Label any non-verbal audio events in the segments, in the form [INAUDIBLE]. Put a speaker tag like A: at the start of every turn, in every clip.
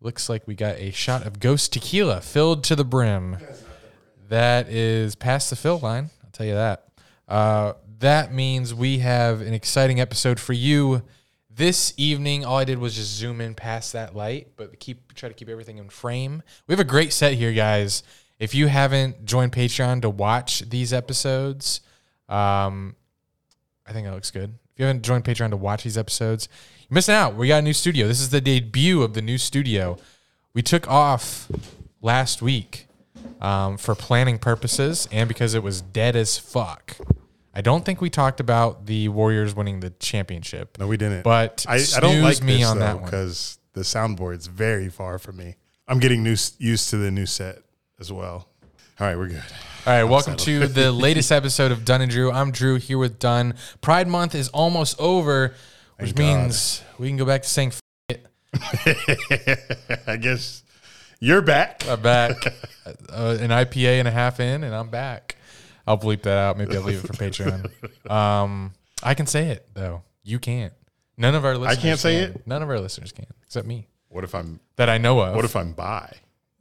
A: Looks like we got a shot of ghost tequila filled to the brim. That is past the fill line. I'll tell you that. Uh, that means we have an exciting episode for you this evening. All I did was just zoom in past that light, but keep try to keep everything in frame. We have a great set here, guys. If you haven't joined Patreon to watch these episodes, um, I think that looks good. If you haven't joined Patreon to watch these episodes, you're missing out. We got a new studio. This is the debut of the new studio. We took off last week um, for planning purposes and because it was dead as fuck. I don't think we talked about the Warriors winning the championship.
B: No, we didn't.
A: But
B: I, I don't like
A: snooze me
B: this,
A: on that one.
B: because the soundboard's very far from me. I'm getting new, used to the new set as well. All right, we're good. [LAUGHS]
A: All right, welcome to the latest episode of Dunn and Drew. I'm Drew here with Dunn. Pride Month is almost over, which
B: Thank God.
A: means we can go back to saying f- it.
B: I guess you're back.
A: I'm
B: [LAUGHS]
A: back. uh, an IPA and a half in, and I'm back. I'll bleep that out. Maybe I'll leave it for
B: [LAUGHS]
A: Patreon. Um, I can say it though. You can't. None of our listeners.
B: can't say
A: can. None of our listeners can, except me,
B: What if I'm
A: that I know of.
B: What if I'm bi?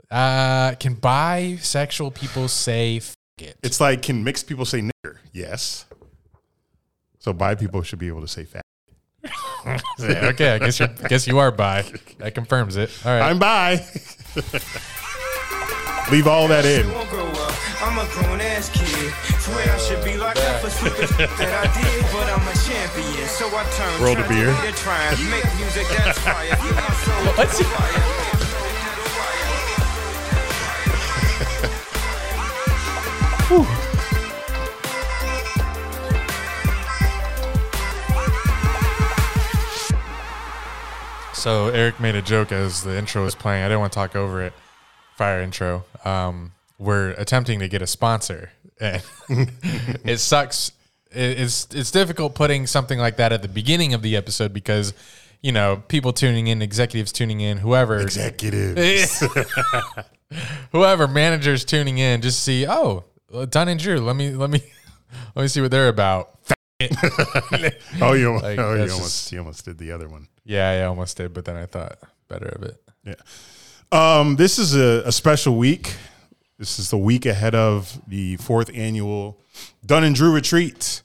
A: uh, can bisexual people say f- it?
B: It's like can mixed people say nigger? Yes. So bi people should be able to say fat.
A: okay, I guess you guess you are
B: [LAUGHS]
A: bi. That confirms it. All right.
B: I'm bi. [LAUGHS] Leave all that in.
C: Won't grow up. I'm a grown ass kid. Swear I should be locked up for stupid that I did, but I'm a champion. So I turn
B: Rolled a beer.
C: to try and make music that's fire. You are
B: [LAUGHS]
C: so
A: What's he-
C: fire.
A: So Eric made a joke as the intro was playing. I didn't want to talk over it. Fire intro. Um, we're attempting to get a sponsor, and [LAUGHS] it sucks. It- It's it's difficult putting something like that at the beginning of the episode because you know people tuning in, executives tuning in, whoever [LAUGHS]
B: Executive.
A: whoever managers tuning in just see oh Don and Drew. Let me let me [LAUGHS] let me see what they're about.
B: Oh, you,
A: Like,
B: oh, you
A: that's
B: almost
A: just-
B: you almost did the other one.
A: Yeah, yeah, I almost did, but then I thought better of it.
B: Yeah. Um, this is a, a special week. This is the week ahead of the fourth annual Dunn and Drew retreat.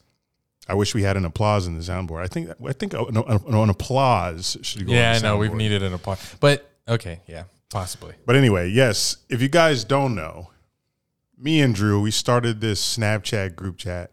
B: I wish we had an applause in the soundboard. I think I think an, an, an applause should go. on
A: Yeah,
B: the
A: no, we've
B: soundboard.
A: needed an applause, but okay, yeah, possibly.
B: But anyway, yes. If you guys don't know, me and Drew, we started this Snapchat group chat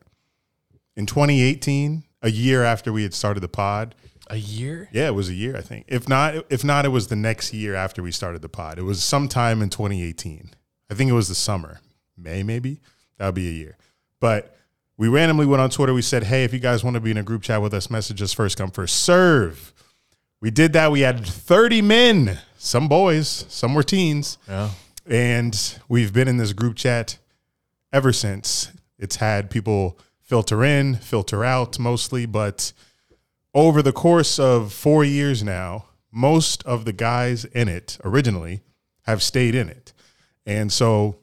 B: in 2018, a year after we had started the pod.
A: A year?
B: Yeah, it was a year, I think. If not, if not, it was the next year after we started the pod. It was sometime in 2018. I think it was the summer, May maybe. That would be a year. But we randomly went on Twitter. We said, "Hey, if you guys want to be in a group chat with us, message us first come first serve." We did that. We had 30 men, some boys, some were teens,
A: Yeah.
B: and we've been in this group chat ever since. It's had people filter in, filter out mostly, but over the course of four years now, most of the guys in it originally have stayed in it. And so,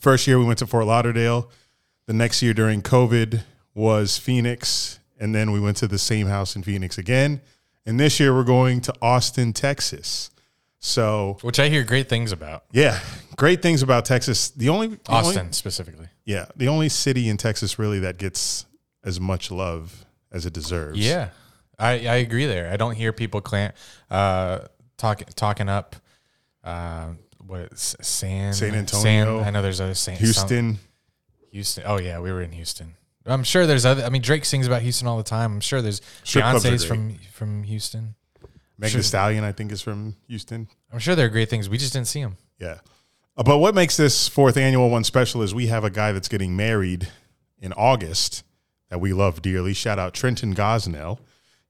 B: first year we went to Fort Lauderdale. The next year during COVID was Phoenix. And then we went to the same house in Phoenix again. And this year we're going to Austin, Texas. So,
A: Which I hear great things about.
B: yeah, great things about Texas. The only the only-
A: Austin specifically.
B: yeah, the only city in Texas really that gets as much love as it deserves.
A: Yeah. I, I agree there. I don't hear people clan, uh, talking talking up uh, what is San
B: San Antonio.
A: San- I know there's other San
B: Houston.
A: some- Houston. Oh yeah, we were in Houston. I'm sure there's other I mean Drake sings about Houston all the time. I'm sure there's
B: Strip clubs are
A: Beyonce's from from Houston.
B: Meg
A: Sure.
B: The Stallion, I think, is from Houston.
A: I'm sure there are great things. We just didn't see him.
B: Yeah. Uh, But what makes this fourth annual one special is we have a guy that's getting married in August that we love dearly. Shout out Trenton Gosnell.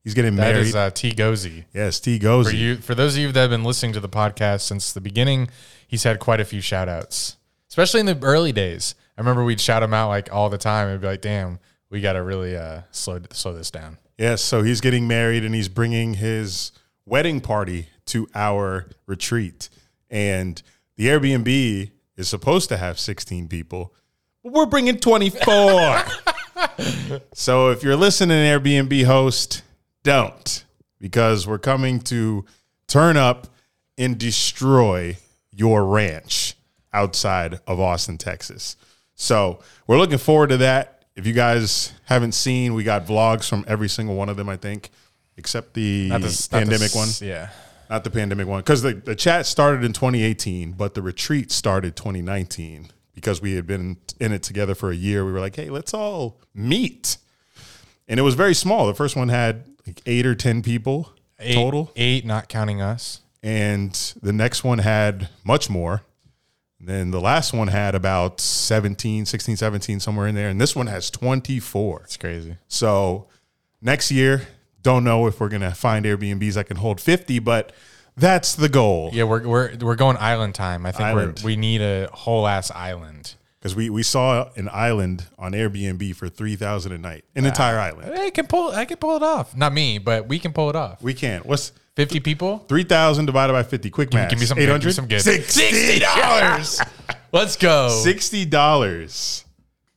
B: He's getting
A: That
B: married.
A: is uh, T Gozy.
B: yes, T
A: For
B: Gozy.
A: you for those of you that have been listening to the podcast since the beginning, he's had quite a few shout outs. Especially in the early days. I remember we'd shout him out like all the time and be like, damn, we gotta really uh slow slow this down.
B: Yes, so he's getting married and he's bringing his wedding party to our retreat. And the Airbnb is supposed to have 16 people. but We're bringing 24. [LAUGHS] so if you're listening, Airbnb host, don't because we're coming to turn up and destroy your ranch outside of Austin, Texas. So we're looking forward to that. If you guys haven't seen, we got vlogs from every single one of them, I think, except the
A: Not this- not
B: pandemic
A: this-
B: one
A: Yeah.
B: not the pandemic one because the, the chat started in 2018 but the retreat started 2019 because we had been in it together for a year we were like hey let's all meet and it was very small the first one had like eight or ten people
A: Eight,
B: total
A: Eight, not counting us.
B: and the next one had much more then the last one had about 17 16 17 somewhere in there and this one has 24
A: It's crazy.
B: so next year, don't know if we're gonna find Airbnbs that can hold fifty, but that's the goal.
A: Yeah, we're we're we're going island time. I think
B: Island.
A: we're we need a whole ass island.
B: Because we, we saw an island on Airbnb for three thousand a night, an entire island.
A: I can pull. I can pull it off. Not me, but we can pull it off.
B: We can't. What's
A: Fifty [LAUGHS] people.
B: three thousand divided by fifty? Quick math.
A: Give me some.
B: Eight
A: good, give me
B: hundred.
A: Some good. [LAUGHS]
B: Sixty dollars.
A: Let's go.
B: Sixty dollars.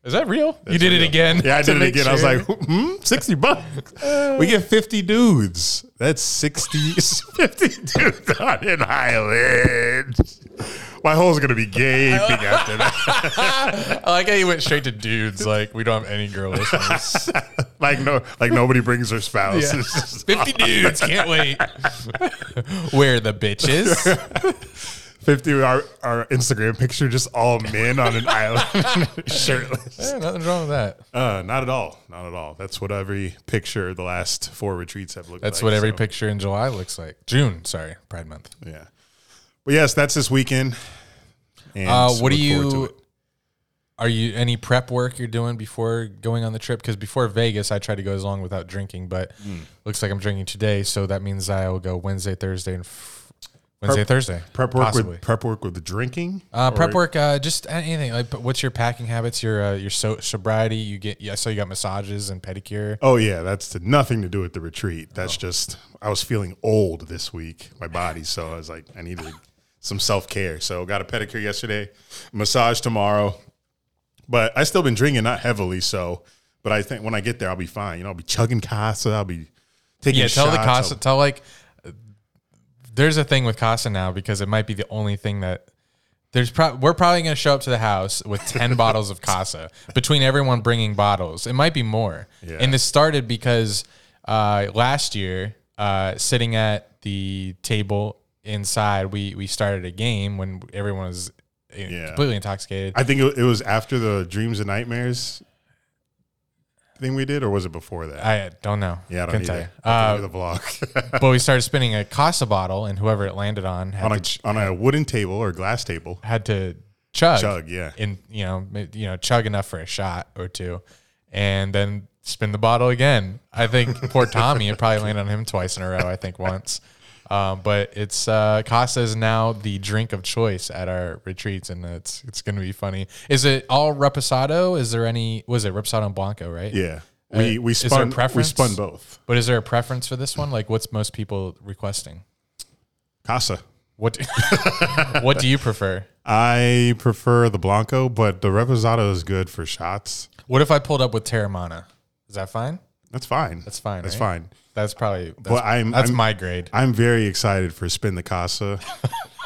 A: Is that real? you did it again.
B: Yeah,
A: [LAUGHS]
B: I
A: to
B: did it
A: make
B: again. I was
A: sure.
B: like, [LAUGHS] hmm, sixty bucks. we get fifty dudes. That's [LAUGHS] 60, 50 dudes on an island. My hole's gonna be gaping after that. [LAUGHS]
A: I like how you went straight to dudes. Like we don't have any girl
B: [LAUGHS]
A: listeners.
B: like no, like nobody brings their spouse.
A: Yeah.
B: [LAUGHS] It's just
A: Fifty dudes. Can't wait. [LAUGHS] Where the
B: [LAUGHS]
A: bitches?
B: Fifty. Our our Instagram picture just all men on an island, [LAUGHS] shirtless.
A: Yeah, nothing's wrong with that.
B: Uh, not at all. Not at all. That's what every picture the last four retreats have looked.
A: That's
B: like,
A: what every
B: so,
A: picture in July looks like. June. Sorry, Pride Month.
B: Yeah. But yes, that's this weekend. And
A: Uh, what do
B: look forward to
A: you?
B: it.
A: Are you any prep work you're doing before going on the trip? Because before Vegas, I tried to go as long without drinking, but
B: Hmm.
A: looks like I'm drinking today, so that means I will go Wednesday, Thursday, and f- Wednesday, Thursday.
B: Prep work
A: possibly.
B: with prep work with the drinking.
A: uh, prep
B: Or-
A: work. Uh, just anything. Like, but what's your packing habits? Your uh, your so- sobriety. You get. Yeah, so you got massages and pedicure.
B: Oh yeah, that's to nothing to do with the retreat. That's just I was feeling old this week, my body, so I was like I needed some self care. So got a pedicure yesterday, massage tomorrow, but I still been drinking not heavily. So, but I think when I get there, I'll be fine. You know, I'll be chugging casa, I'll be taking
A: Yeah, tell the
B: shots,
A: Casa.
B: I'll-
A: Tell like, uh, there's a thing with Casa now because it might be the only thing that there's. Pro- we're probably gonna show up to the house
B: [LAUGHS]
A: with ten bottles of Casa between everyone bringing bottles. It might be more.
B: Yeah.
A: And this started because uh, last year, uh, sitting at the table inside, we we started a game when everyone was. uh,
B: Yeah.
A: Completely intoxicated.
B: I think it, it was after the dreams and nightmares thing we did, or was it before that?
A: I, don't know.
B: yeah, I don't
A: Couldn't tell
B: either.
A: you.
B: I
A: Uh,
B: can do the vlog [LAUGHS]
A: but we started spinning a Casa bottle, and whoever it landed on had
B: on
A: to
B: a on a wooden table or glass table.
A: had to chug,
B: Chug, yeah.
A: and you know, ma- you know, chug enough for a shot or two, and then spin the bottle again. I think poor Tommy, it probably landed on him twice in a row. I think once, um, but it's uh, Casa is now the drink of choice at our retreats, and it's it's going to be funny. Is it all reposado? Is there any? Was it reposado and blanco? Right?
B: Yeah. We
A: Uh,
B: we
A: is there a
B: spun we
A: preference?
B: spun both.
A: But is there a preference for this one? Like, what's most people requesting?
B: Casa.
A: What do- [LAUGHS] What do you prefer?
B: I prefer the Blanco, but the Reposado is good for shots.
A: What if I pulled up with Terramana? Is that fine?
B: That's fine.
A: That's fine,
B: That's
A: right?
B: fine.
A: That's probably that's,
B: Well, I'm-
A: that's
B: I'm-
A: my grade.
B: I'm very excited for Spin the Casa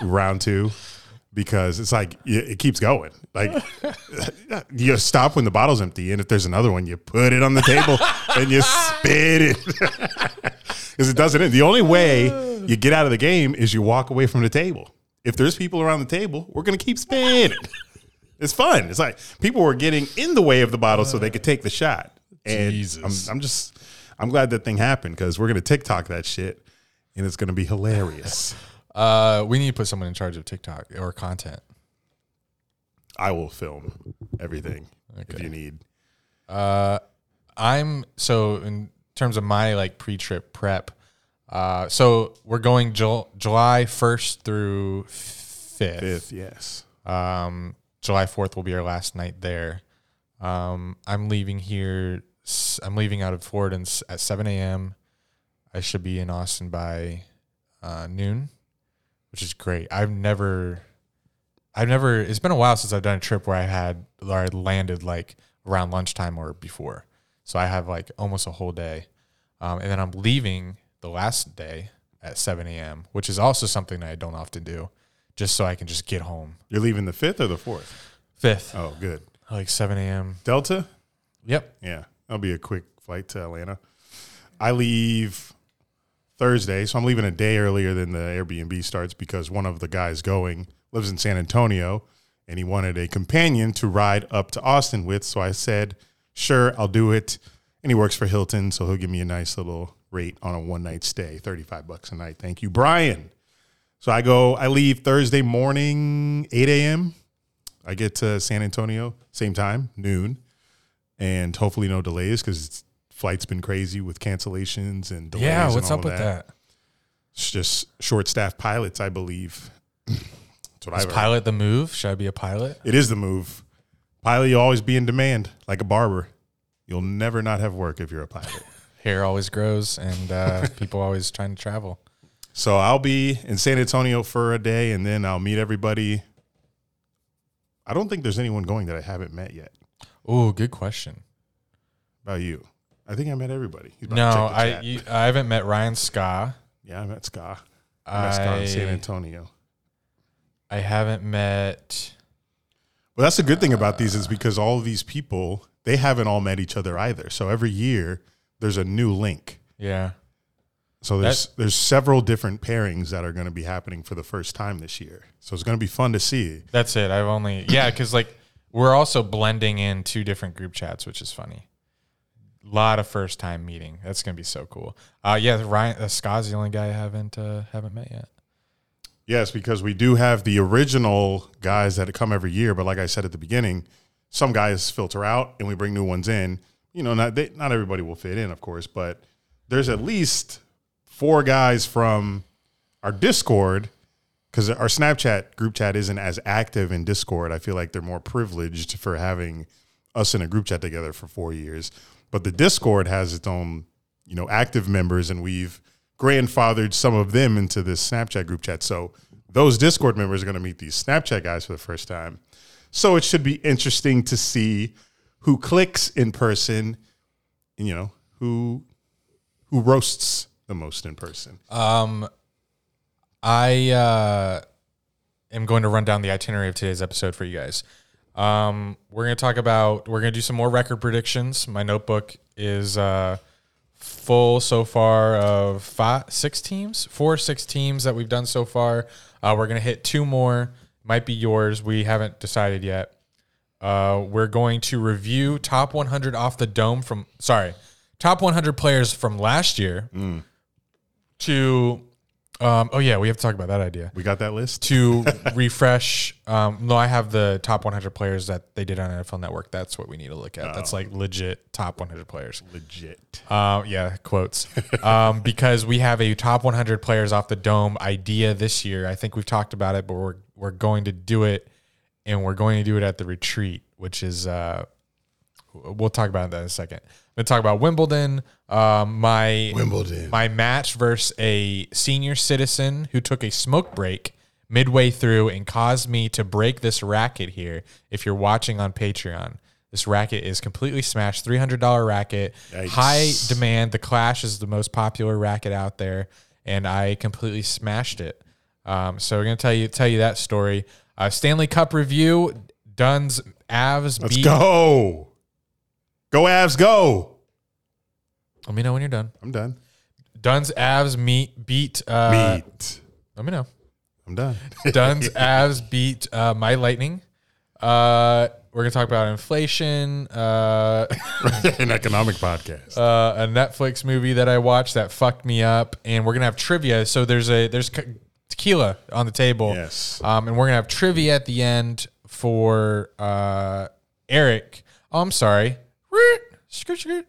B: round two because it's like y- it keeps going. Like [LAUGHS] you stop when the bottle's empty, and if there's another one, you put it on the table and you spit it because it [LAUGHS] doesn't end. The only way you get out of the game is you walk away from the table. If there's people around the table, we're gonna keep spinning. It's fun. It's like people were getting in the way of the bottle so they could take the shot. And
A: Jesus.
B: I'm, I'm just, I'm glad that thing happened because we're gonna TikTok that shit, and it's gonna be hilarious.
A: Uh, we need to put someone in charge of TikTok or content.
B: I will film everything if
A: Okay.
B: you need.
A: I'm so in terms of my like pre-trip prep. Uh, so we're going Jul- July 1st through 5th.
B: If yes,
A: Um, July 4th will be our last night there. Um, I'm leaving here. s- I'm leaving out of Florida in s- at 7 a.m. I should be in Austin by uh, noon, which is great. I've never, I've never, it's been a while since I've done a trip where I had, where I landed like around lunchtime or before. So I have like almost a whole day. Um, and then I'm leaving the last day at 7 a.m., which is also something that I don't often do, just so I can just get home.
B: You're leaving the fifth or the fourth?
A: Fifth,
B: Oh, good.
A: like 7 a.m.
B: Delta?
A: Yep.
B: Yeah, that'll be a quick flight to Atlanta. I leave Thursday, so I'm leaving a day earlier than the Airbnb starts because one of the guys going lives in San Antonio and he wanted a companion to ride up to Austin with. So I said, sure, I'll do it. And he works for Hilton, so he'll give me a nice little rate on a one night stay 35 bucks a night. Thank you, Brian. So I go, I leave Thursday morning, 8 a.m. I get to San Antonio, same time, noon and hopefully no delays because flight's been crazy with cancellations and delays.
A: Yeah.
B: and
A: What's
B: all
A: up
B: of
A: with that?
B: It's just short-staffed pilots, I believe. [LAUGHS] That's what
A: Is
B: I've heard.
A: pilot the move? Should I be a pilot?
B: It is the move. Pilot, you'll always be in demand, like a barber. You'll never not have work if you're
A: [LAUGHS]
B: a pilot.
A: Hair always grows, and
B: [LAUGHS]
A: uh, people always trying to travel.
B: so I'll be in San Antonio for a day, and then I'll meet everybody. I don't think there's anyone going that I haven't met yet.
A: Oh, good question.
B: About you, I think I met everybody. He's about to
A: No,
B: check the
A: I
B: chat.
A: you, I haven't met Ryan Ska.
B: yeah, I met Ska. I met Ska in San
A: I,
B: Antonio.
A: I haven't met.
B: Well, that's the good thing about these is because all of these people they haven't all met each other either. So every year there's a new link.
A: Yeah.
B: So there's there's several different pairings that are going to be happening for the first time this year. So it's going to be fun to see.
A: That's it. I've only yeah, because like we're also blending in two different group chats, which is funny. Lot of first time meeting. That's gonna be so cool. Uh, yeah, Ryan uh, Scott's the only guy I haven't uh, haven't met yet.
B: Yes, because we do have the original guys that come every year, but like I said at the beginning, some guys filter out and we bring new ones in. You know, not they, not everybody will fit in, of course, but there's at least four guys from our Discord because our Snapchat group chat isn't as active in Discord. I feel like they're more privileged for having us in a group chat together for four years. But the Discord has its own, you know, active members, and we've grandfathered some of them into this Snapchat group chat. So those Discord members are going to meet these Snapchat guys for the first time. So it should be interesting to see who clicks in person, and you know who who roasts the most in person.
A: I uh, am going to run down the itinerary of today's episode for you guys. Um, we're going to talk about, we're going to do some more record predictions. My notebook is uh, full so far of five, six teams, four or six teams that we've done so far. Uh, we're going to hit two more, might be yours. We haven't decided yet. Uh, we're going to review top 100 off the dome from, sorry, top 100 players from last year to, um, oh yeah, we have to talk about that idea
B: we got that list.
A: to refresh. Um, no, I have the top 100 players that they did on NFL Network. That's what we need to look at. That's like legit top 100 players.
B: Legit.
A: Uh, yeah, quotes. um, because we have a top 100 players off the dome idea this year. I think we've talked about it, but we're we're going to do it, and we're going to do it at the retreat, which is. Uh, We'll talk about that in a second. I'm gonna talk about Wimbledon. Um, my
B: Wimbledon.
A: my match versus a senior citizen who took a smoke break midway through and caused me to break this racket here. If you're watching on Patreon, this racket is completely smashed. Three hundred dollar racket,
B: Yikes.
A: high demand. The Clash is the most popular racket out there, and I completely smashed it. Um, so we're gonna tell you tell you that story. Uh, Stanley Cup review. Dunn's Avs
B: Let's go. Go Avs, go.
A: Let me know when you're done.
B: I'm done.
A: Dunn's Avs meet beat. Uh,
B: Meat.
A: Let me know.
B: I'm done.
A: Dunn's Avs beat uh, my Lightning. Uh, we're gonna talk about inflation, uh,
B: [LAUGHS] An economic podcast.
A: uh, a Netflix movie that I watched that fucked me up, and we're gonna have trivia. So there's a there's c- tequila on the table,
B: Yes.
A: um, and we're gonna have trivia at the end for uh, Eric. Oh, I'm sorry. Root. Skirt, skirt.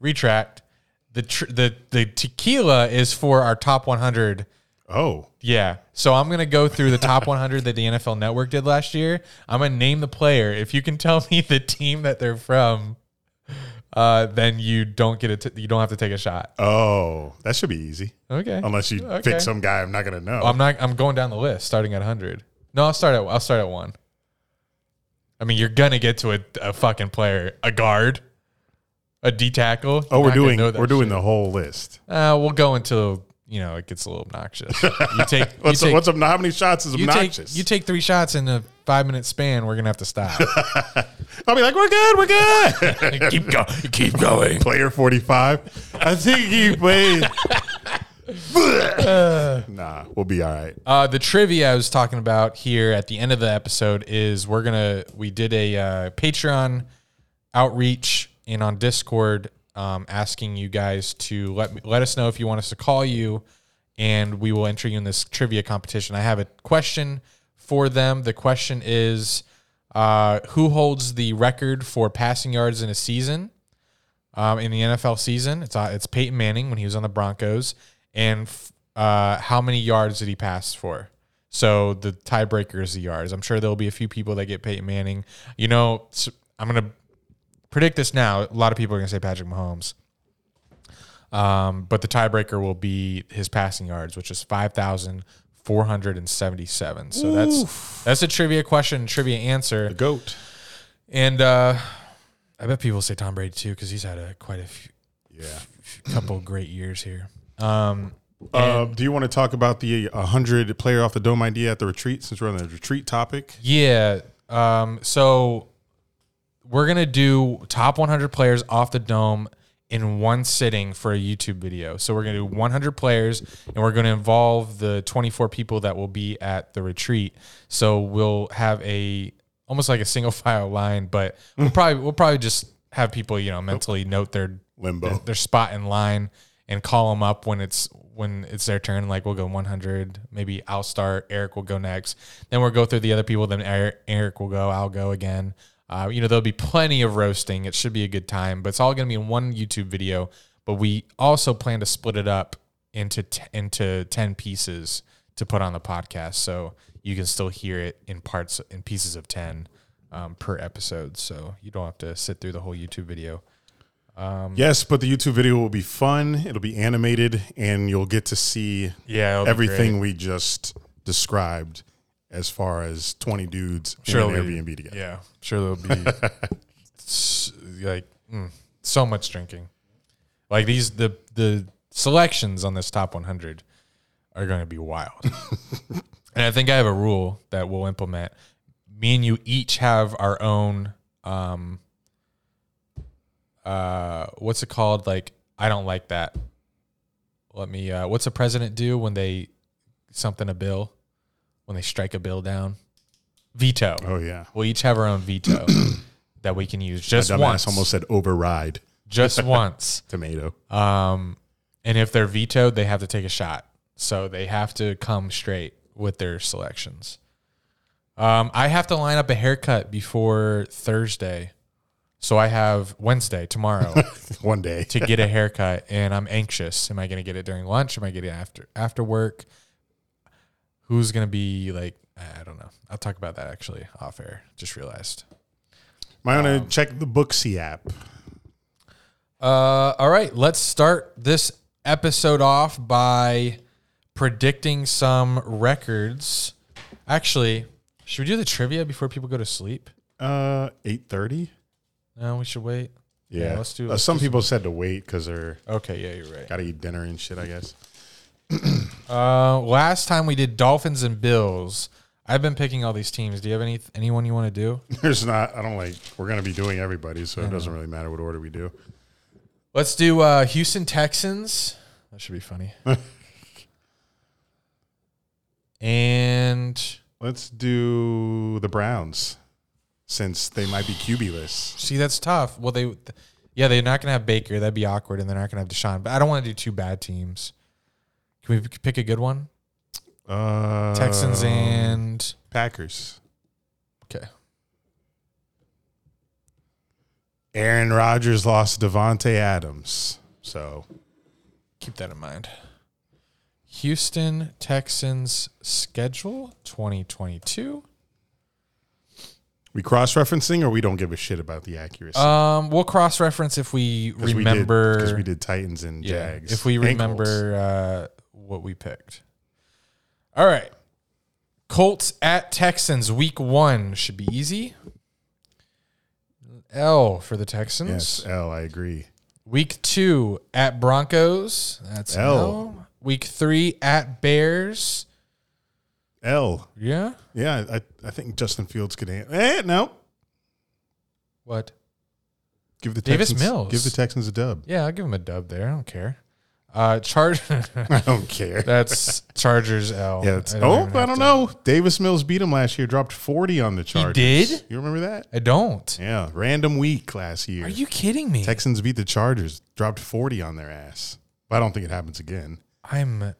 A: Retract. The tr- the the tequila is for our top 100
B: Oh,
A: Yeah. So I'm going to go through the top [LAUGHS] 100 that the NFL Network did last year. I'm going to name the player. If you can tell [LAUGHS] me the team that they're from, uh, then you don't get it. You don't have to take a shot.
B: oh, that should be easy.
A: Okay.
B: Unless you
A: Okay.
B: pick some guy, I'm not gonna know.
A: I'm not. I'm going down the list, starting at 100. No, I'll start at. I'll start at one. I mean, you're gonna get to a, a fucking player, a guard, a D tackle.
B: oh,
A: You're
B: we're
A: not gonna
B: doing
A: know
B: we're
A: that
B: doing
A: shit.
B: the whole list.
A: Uh, we'll go until you know, it gets a little
B: [LAUGHS]
A: obnoxious. You take, you
B: What's,
A: take-
B: what's obno- how many shots is
A: you
B: obnoxious?
A: take you take three shots in a five minute span. We're gonna have to stop. [LAUGHS]
B: I'll be like, we're good, we're good.
A: keep going.
B: [LAUGHS]
A: Keep going.
B: Player 45. I think he
A: [LAUGHS]
B: played. nah, we'll be all right.
A: Uh, the trivia I was talking about here at the end of the episode is we're gonna we did a uh, Patreon outreach and on Discord um, asking you guys to let me, let us know if you want us to call you, and we will enter you in this trivia competition. I have a question for them. The question is, uh, who holds the record for passing yards in a season? um, in the NFL season. It's uh, it's Peyton Manning when he was on the Broncos, and f- uh, how many yards did he pass for? So the tiebreaker is the yards. I'm sure there'll be a few people that get Peyton Manning. You know, s- I'm gonna predict this now. A lot of people are gonna say Patrick Mahomes. Um, but the tiebreaker will be his passing yards, which is five thousand four hundred and seventy-seven. So that's that's a trivia question, trivia answer.
B: Goat.
A: And uh, I bet people say Tom Brady too because he's had a quite a few,
B: Yeah.
A: couple great years here. Um,
B: Uh, do you want to talk about the 100 player off the dome idea at the retreat since we're on the retreat topic?
A: yeah. Um, so we're gonna do top 100 players off the dome in one sitting for a YouTube video. So we're gonna do 100 players, and we're gonna involve the 24 people that will be at the retreat. So we'll have a almost like a single [LAUGHS] file line, but we'll probably we'll probably just have people you know mentally note their
B: Limbo.
A: their spot in line and call them up when it's when it's their turn. Like we'll go 100, maybe I'll start, Eric will go next. Then we'll go through the other people. Then Eric, Eric will go, I'll go again. Uh, you know, there'll be plenty of roasting. It should be a good time, but it's all going to be in one YouTube video. But we also plan to split it up into t- into 10 pieces to put on the podcast, so you can still hear it in parts in pieces of 10 um, per episode. So you don't have to sit through the whole YouTube video.
B: Yes, but the YouTube video will be fun. It'll be animated, and you'll get to see
A: Yeah,
B: everything we just described as far as 20 dudes in
A: it'll
B: an
A: be-
B: Airbnb together.
A: Yeah, sure there'll be
B: [LAUGHS]
A: s- like mm, so much drinking. Like these the the selections on this top 100 are going to be
B: [LAUGHS]
A: wild. and I think I have a rule that we'll implement. Me and you each have our own um uh what's it called like I don't like that. Let me uh what's a president do when they something a bill when they strike a bill down? Veto.
B: Oh, yeah.
A: We'll each have our own veto
B: [CLEARS THROAT]
A: that we can use just
B: Dumbass
A: once.
B: almost said override [LAUGHS]
A: just once. [LAUGHS]
B: tomato.
A: Um, and if they're vetoed, they have to take a shot. So they have to come straight with their selections. Um, I have to line up a haircut before Thursday. So I have Wednesday tomorrow
B: One day.
A: to get
B: [LAUGHS]
A: a haircut and I'm anxious. Am I going to get it during lunch? Am I getting it after after work? Who's going to be like I don't know. I'll talk about that actually off air. Just realized.
B: Might want to check the Booksy app.
A: Uh, all right, let's start this episode off by predicting some records. Actually, should we do the trivia before people go to sleep?
B: Uh, 8.30?
A: No, we should wait.
B: Yeah.
A: let's do-
B: Uh,
A: let's
B: some people said to wait because they're
A: Okay, yeah, you're right.
B: got to eat dinner and shit, I guess.
A: Uh, last time we did Dolphins and Bills. I've been picking all these teams. Do you have any anyone you want to
B: [LAUGHS]
A: do?
B: There's not, I don't like, we're going to be doing everybody, so it doesn't really matter what order we do.
A: Let's do uh, Houston Texans. That should be
B: [LAUGHS]
A: funny. and
B: Let's do the Browns since they might be QB-less.
A: see, that's tough. Well, they, yeah, they're not gonna have Baker. That'd be awkward, and they're not gonna have Deshaun. But I don't want to do two bad teams. Can we pick a good one?
B: Uh,
A: Texans and
B: Packers.
A: okay.
B: Aaron Rodgers lost Devonte Adams. So
A: Keep that in mind. Houston Texans schedule 2022.
B: we cross referencing or we don't give a shit about the accuracy.
A: Um, we'll cross reference if we remember
B: because we, did Titans and
A: Yeah,
B: Jags.
A: If we
B: And
A: remember uh, what we picked. All right. Colts at Texans, week one should be easy. L for the Texans.
B: Colts. yes, L, I agree.
A: Week two at Broncos. That's
B: L.
A: L. Week three at Bears.
B: L.
A: Yeah.
B: Yeah, I, I think Justin Fields could. Hand. Eh, no.
A: What?
B: Give the
A: Davis
B: Texans,
A: Mills.
B: Give the Texans a dub.
A: Yeah, I'll give him a dub there. I don't care. Uh, Charge.
B: I don't care.
A: [LAUGHS] that's Chargers L.
B: yeah, it's,
A: I don't
B: oh,
A: even
B: I
A: have
B: don't
A: to-
B: know. Davis Mills beat him last year. Dropped forty on the Chargers.
A: did?
B: You remember that?
A: I don't.
B: Yeah, random week last year.
A: Are you kidding me?
B: Texans beat the Chargers. Dropped forty on their ass. But I don't think it happens again.
A: I'm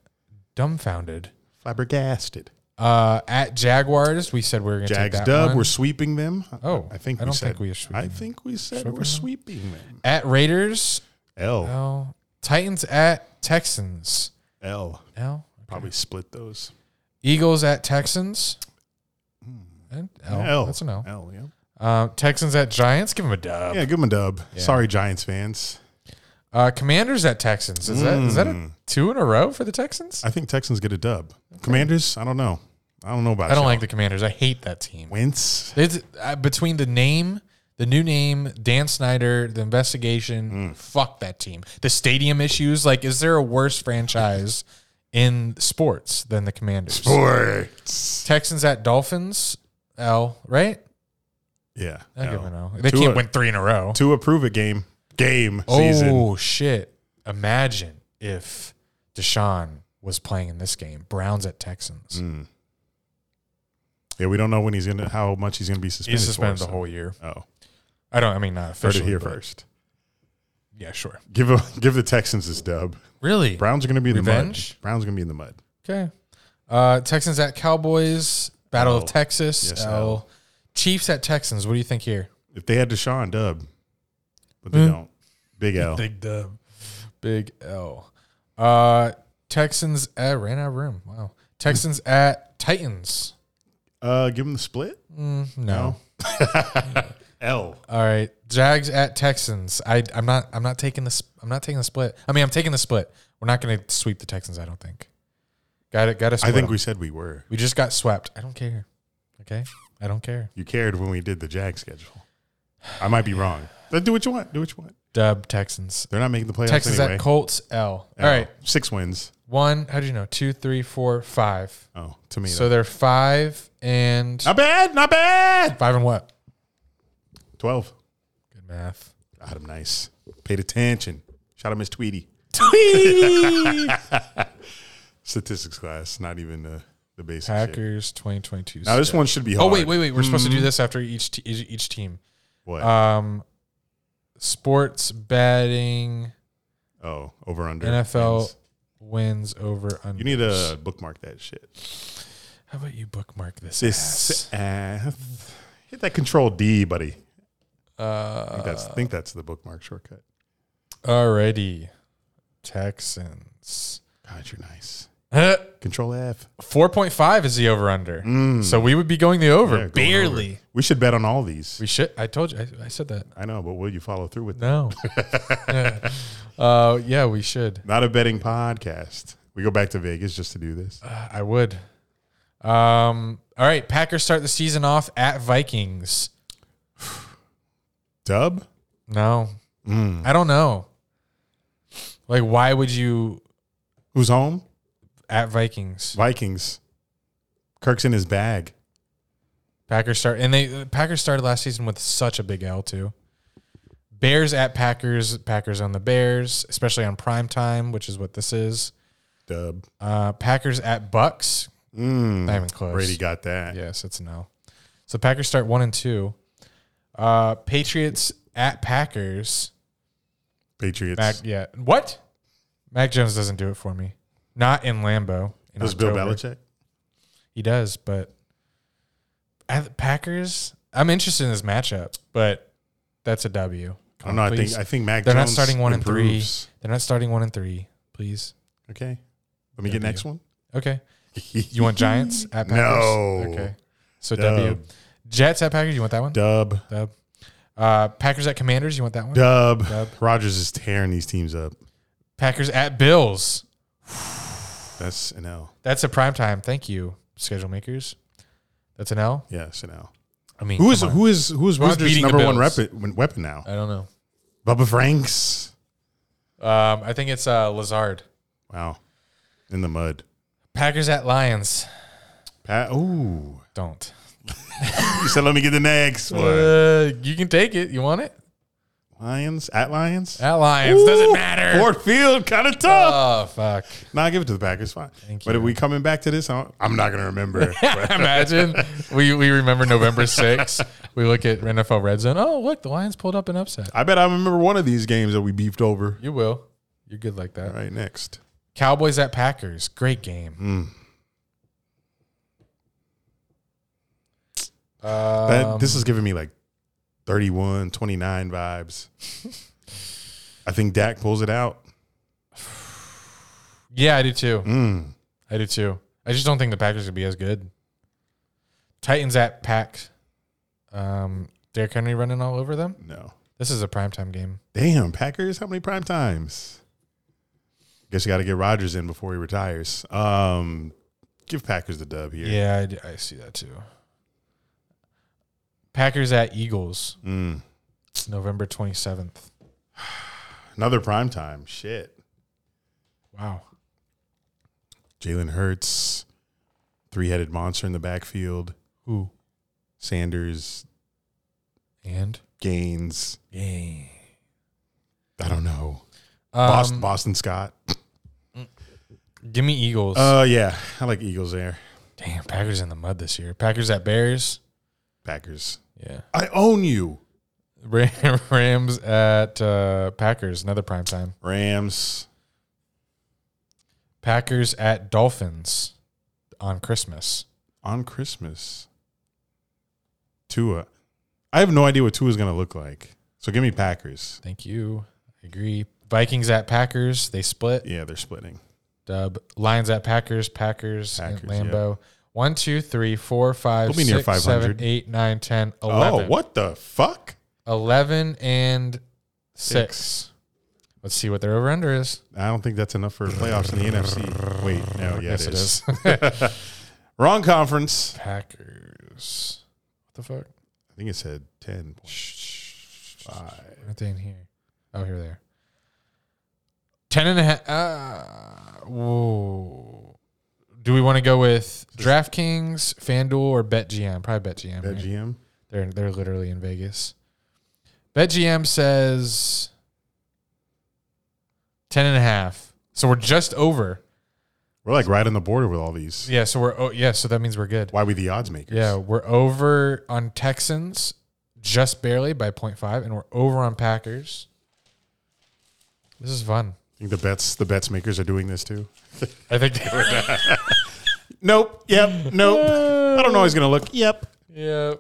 A: dumbfounded.
B: Flabbergasted.
A: Uh, at Jaguars, we said we were going to take
B: Jags
A: that
B: dub.
A: one.
B: We're sweeping them.
A: Oh,
B: I think
A: I
B: we
A: don't
B: said.
A: think we are sweeping
B: I
A: them.
B: think we said
A: Sweeping
B: we're
A: them?
B: sweeping them.
A: at Raiders.
B: L L,
A: L. Titans at Texans. L.
B: probably split those.
A: Eagles at Texans. And L.
B: L.
A: That's an L.
B: L. Yeah.
A: Uh, Texans at Giants. Give them a dub.
B: Yeah, give them a dub. Sorry, Giants fans.
A: Uh, Commanders at Texans. Is that is that a two in a row for the Texans?
B: Mm. I think Texans get a dub. Commanders, I don't know. I don't know about.
A: I don't
B: y'all.
A: like the Commanders. I hate that team.
B: Wentz.
A: It's uh, between the name, the new name, Dan Snyder, the investigation.
B: Mm.
A: Fuck that team. The stadium issues. Like, is there a worse franchise in sports than the Commanders?
B: Sports.
A: Texans at Dolphins. L. Right.
B: Yeah.
A: I
B: no.
A: give it an L. They
B: Tua-
A: can't win three in a row.
B: To approve it, game game season.
A: Oh shit! Imagine if Deshaun was playing in this game. Browns at Texans.
B: Mm. Yeah, we don't know when he's gonna how much he's gonna be suspended.
A: He's suspended
B: for,
A: the whole year.
B: so- Oh,
A: I don't. I mean, not
B: heard it
A: officially.
B: here
A: but-
B: first.
A: Yeah, sure.
B: Give a, [LAUGHS] give the Texans this dub.
A: Really?
B: Browns are gonna be in the
A: Revenge?
B: mud. Browns are gonna be in the mud.
A: Okay. Uh, Texans at Cowboys. Battle of
B: L.
A: Texas.
B: Oh. Yes,
A: L.
B: L.
A: Chiefs at Texans. What do you think here?
B: If they had Deshaun dub, but they
A: Mm.
B: don't. Big L.
A: Big dub. Big L. Uh, Texans at ran out of room. Wow. Texans
B: Hmm.
A: at Titans.
B: Uh, give them the split.
A: No.
B: L.
A: All right, Jags at Texans. I I'm not I'm not taking this I'm not taking the split. I mean I'm taking the split. We're not going to sweep the Texans. I don't think. Got it. Got us.
B: I think we said we were.
A: we just got swept. I don't care. Okay, I don't care.
B: You cared when we did the Jag schedule. I might be wrong. But do what you want. Do what you want.
A: Dub Texans.
B: They're not making the playoffs
A: Texans
B: anyway.
A: at Colts. L.
B: Oh,
A: All right,
B: Six wins.
A: one. How do you know? Two, three, four, five.
B: Oh, to me.
A: So
B: So
A: they're five and
B: not bad. Not bad.
A: five and what?
B: 12.
A: Good math.
B: Got him nice. Paid attention. Shout out Miss Tweety. [LAUGHS] Statistics class, not even the, the basic shit.
A: Packers 2022.
B: Now, this one should be
A: Oh
B: hard. Hmm.
A: wait, wait, wait. We're supposed to do this after each te- each each team.
B: What?
A: um sports betting
B: oh, over under.
A: NFL
B: wins.
A: wins over under.
B: You need to bookmark that shit.
A: How about you bookmark this?
B: This
A: ass?
B: ass. ah, Hit that control D, buddy. I
A: Uh,
B: think that's, think that's the bookmark shortcut.
A: alrighty, Texans. [LAUGHS]
B: God, you're nice. Control F.
A: Four point five is the over under. So we would be going the over
B: Mm. Yeah, going
A: barely.
B: over. We should bet on all these.
A: We should. I told you. I, I said that.
B: I know, but will you follow through with that? [LAUGHS]
A: No. uh, yeah, we should.
B: Not a betting podcast. We go back to Vegas just to do this.
A: I would. Um. All right. Packers start the season off at Vikings.
B: Dub? Mm.
A: No. I don't know. Like, why would you
B: Who's home?
A: at Vikings?
B: Vikings. Kirk's in his bag.
A: Packers start and they Packers started last season with such a big L too. Bears at Packers, Packers on the Bears, especially on prime time, which is what this is.
B: Dub.
A: Uh, Packers at Bucks,
B: Mm.
A: not even close.
B: Brady got that.
A: Yes, it's an L. So Packers start one and two. Uh, Patriots at Packers.
B: Patriots.
A: Mac, yeah. What? Mac Jones doesn't do it for me. Not in Lambeau. in
B: Does Bill
A: October.
B: Belichick?
A: He does, but at the Packers, I'm interested in this matchup, but that's a W.
B: I don't know. I
A: Oh, Please.
B: think I think Mac
A: they're not
B: Jones
A: starting one
B: improves.
A: and three. They're not starting one and three. Please.
B: Okay. Let me get next one. [LAUGHS]
A: Okay. You want Giants at Packers?
B: No.
A: Okay. So
B: Dub.
A: W. Jets at Packers. You want that one?
B: Dub.
A: Dub. Uh, Packers at Commanders. You want that one?
B: Dub.
A: Dub.
B: Rogers is tearing these teams up.
A: Packers at Bills.
B: That's an L.
A: That's a prime time. Thank you, schedule makers. That's an L.
B: Yes, an L.
A: I mean,
B: Who is
A: come on.
B: who is who is
A: Who's
B: Rogers'
A: beating the
B: number one
A: Bills?
B: rep- weapon now?
A: I don't know.
B: Bubba Franks.
A: Um, I think it's uh, Lazard.
B: Wow. in the mud.
A: Packers at Lions.
B: Pat, ooh,
A: Don't.
B: you said let me get the next one.
A: Uh, you can take it. You want it?
B: Lions at Lions.
A: At Lions. Doesn't
B: Ooh,
A: matter.
B: Ford Field, kind of tough.
A: Oh, fuck. [LAUGHS]
B: nah, give it to the Packers. Fine.
A: Thank
B: but
A: you.
B: if we coming back to this, I don't- I'm not gonna
A: [LAUGHS]
B: remember.
A: Imagine we, we remember November 6th. We look at NFL Red Zone. Oh, look, the Lions pulled up an upset.
B: I bet I remember one of these games that we beefed over.
A: You will. You're good like that.
B: All right, next.
A: Cowboys at Packers. Great
B: Hmm.
A: game. Um,
B: That, this is giving me like 31,
A: [LAUGHS]
B: 29 vibes. I think Dak pulls it out.
A: yeah, I do too.
B: Mm.
A: I do too. I just don't think the Packers would be as good. Titans at Pack. Um, Derrick Henry running all over them.
B: No.
A: This is a primetime game.
B: Damn, Packers, how many prime times? Guess you got to get Rodgers in before he retires. Um, give Packers the dub here.
A: Yeah, I d- I, see that too. Packers at Eagles,
B: Mm.
A: November 27th.
B: Another prime time. Shit.
A: Wow.
B: Jalen Hurts, three headed monster in the backfield.
A: Who?
B: Sanders,
A: And?
B: Gaines.
A: Yay.
B: I don't know.
A: Um,
B: Boston, Boston Scott.
A: Give me Eagles.
B: Uh, yeah, I like Eagles there.
A: Damn, Packers in the mud this year. Packers at Bears.
B: Packers.
A: Yeah.
B: I own you.
A: Ram- [LAUGHS] Rams at uh, Packers, another prime time.
B: Rams.
A: Packers at Dolphins on Christmas.
B: on Christmas. Tua. I have no idea what Tua's going to look like. So give me Packers.
A: Thank you. I agree. Vikings at Packers. They split.
B: Yeah, they're splitting.
A: Dub. Lions at Packers. Packers, at
B: Packers,
A: Lambeau. One, two, three, four, five,
B: We'll be near
A: six, seven,
B: 500.
A: eight, nine, 10,
B: Oh,
A: 11.
B: what the fuck?
A: 11 and 6.
B: Six.
A: Let's see what their over under is.
B: I don't think that's enough for playoffs in the NFC. Wait, no, Oh, yeah,
A: Yes,
B: it
A: it
B: is. Wrong conference.
A: [LAUGHS] Packers. What the fuck?
B: I think it said 10. Five.
A: Aren't they in here? Oh, here they are. Ten and a half. Uh, whoa. Do we want to go with DraftKings, FanDuel, or BetGM? Probably BetGM.
B: Bet
A: right?
B: GM.
A: They're they're literally in Vegas. BetGM says ten and a half. So we're just over.
B: We're like right on the border with all these.
A: Yeah. So we're oh yeah. So that means we're good.
B: Why we the odds makers?
A: Yeah, we're over on Texans just barely by 0.5, and we're over on Packers. This is fun.
B: I think the bets the bets makers are doing this too.
A: I think they were
B: Nope. Yep. Nope. I don't know how he's gonna look. Yep.
A: [LAUGHS] Yeah.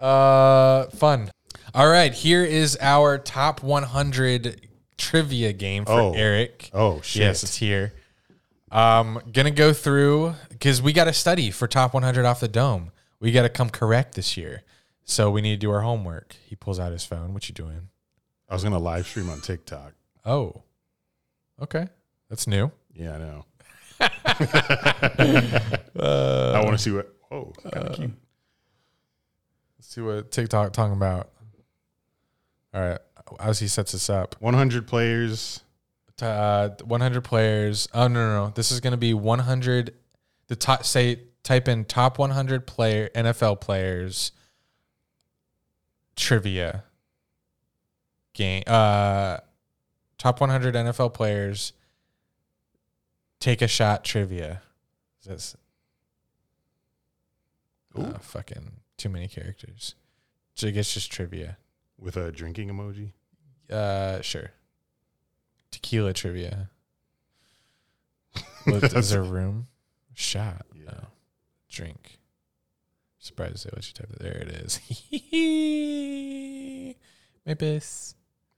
A: Uh, fun. All right, here is our top 100 trivia game for
B: Oh.
A: Eric.
B: Oh shit.
A: Yes, it's here. Um, gonna go through because we got to study for top 100 off the dome. We got to come correct this year, so we need to do our homework. He pulls out his phone. What you doing?
B: I was gonna live stream on TikTok.
A: Oh, okay, that's new.
B: Yeah, I [LAUGHS] know. I want to see what. Oh, kind of cute.
A: Let's see what TikTok talking about. All right, as he sets this up,
B: 100 players.
A: to, uh, 100 players. Oh no, no, no. This is going to be 100. The top say type in top 100 player NFL players trivia game. Uh, top 100 NFL players take a shot trivia. Is this?
B: Ooh.
A: Uh, fucking too many characters. So I guess just trivia.
B: with a drinking emoji.
A: Uh, sure. Tequila trivia.
B: [LAUGHS]
A: Well, is there room? Shot.
B: Yeah.
A: No. Drink. Surprised they let you type it. There it [LAUGHS] is. My best.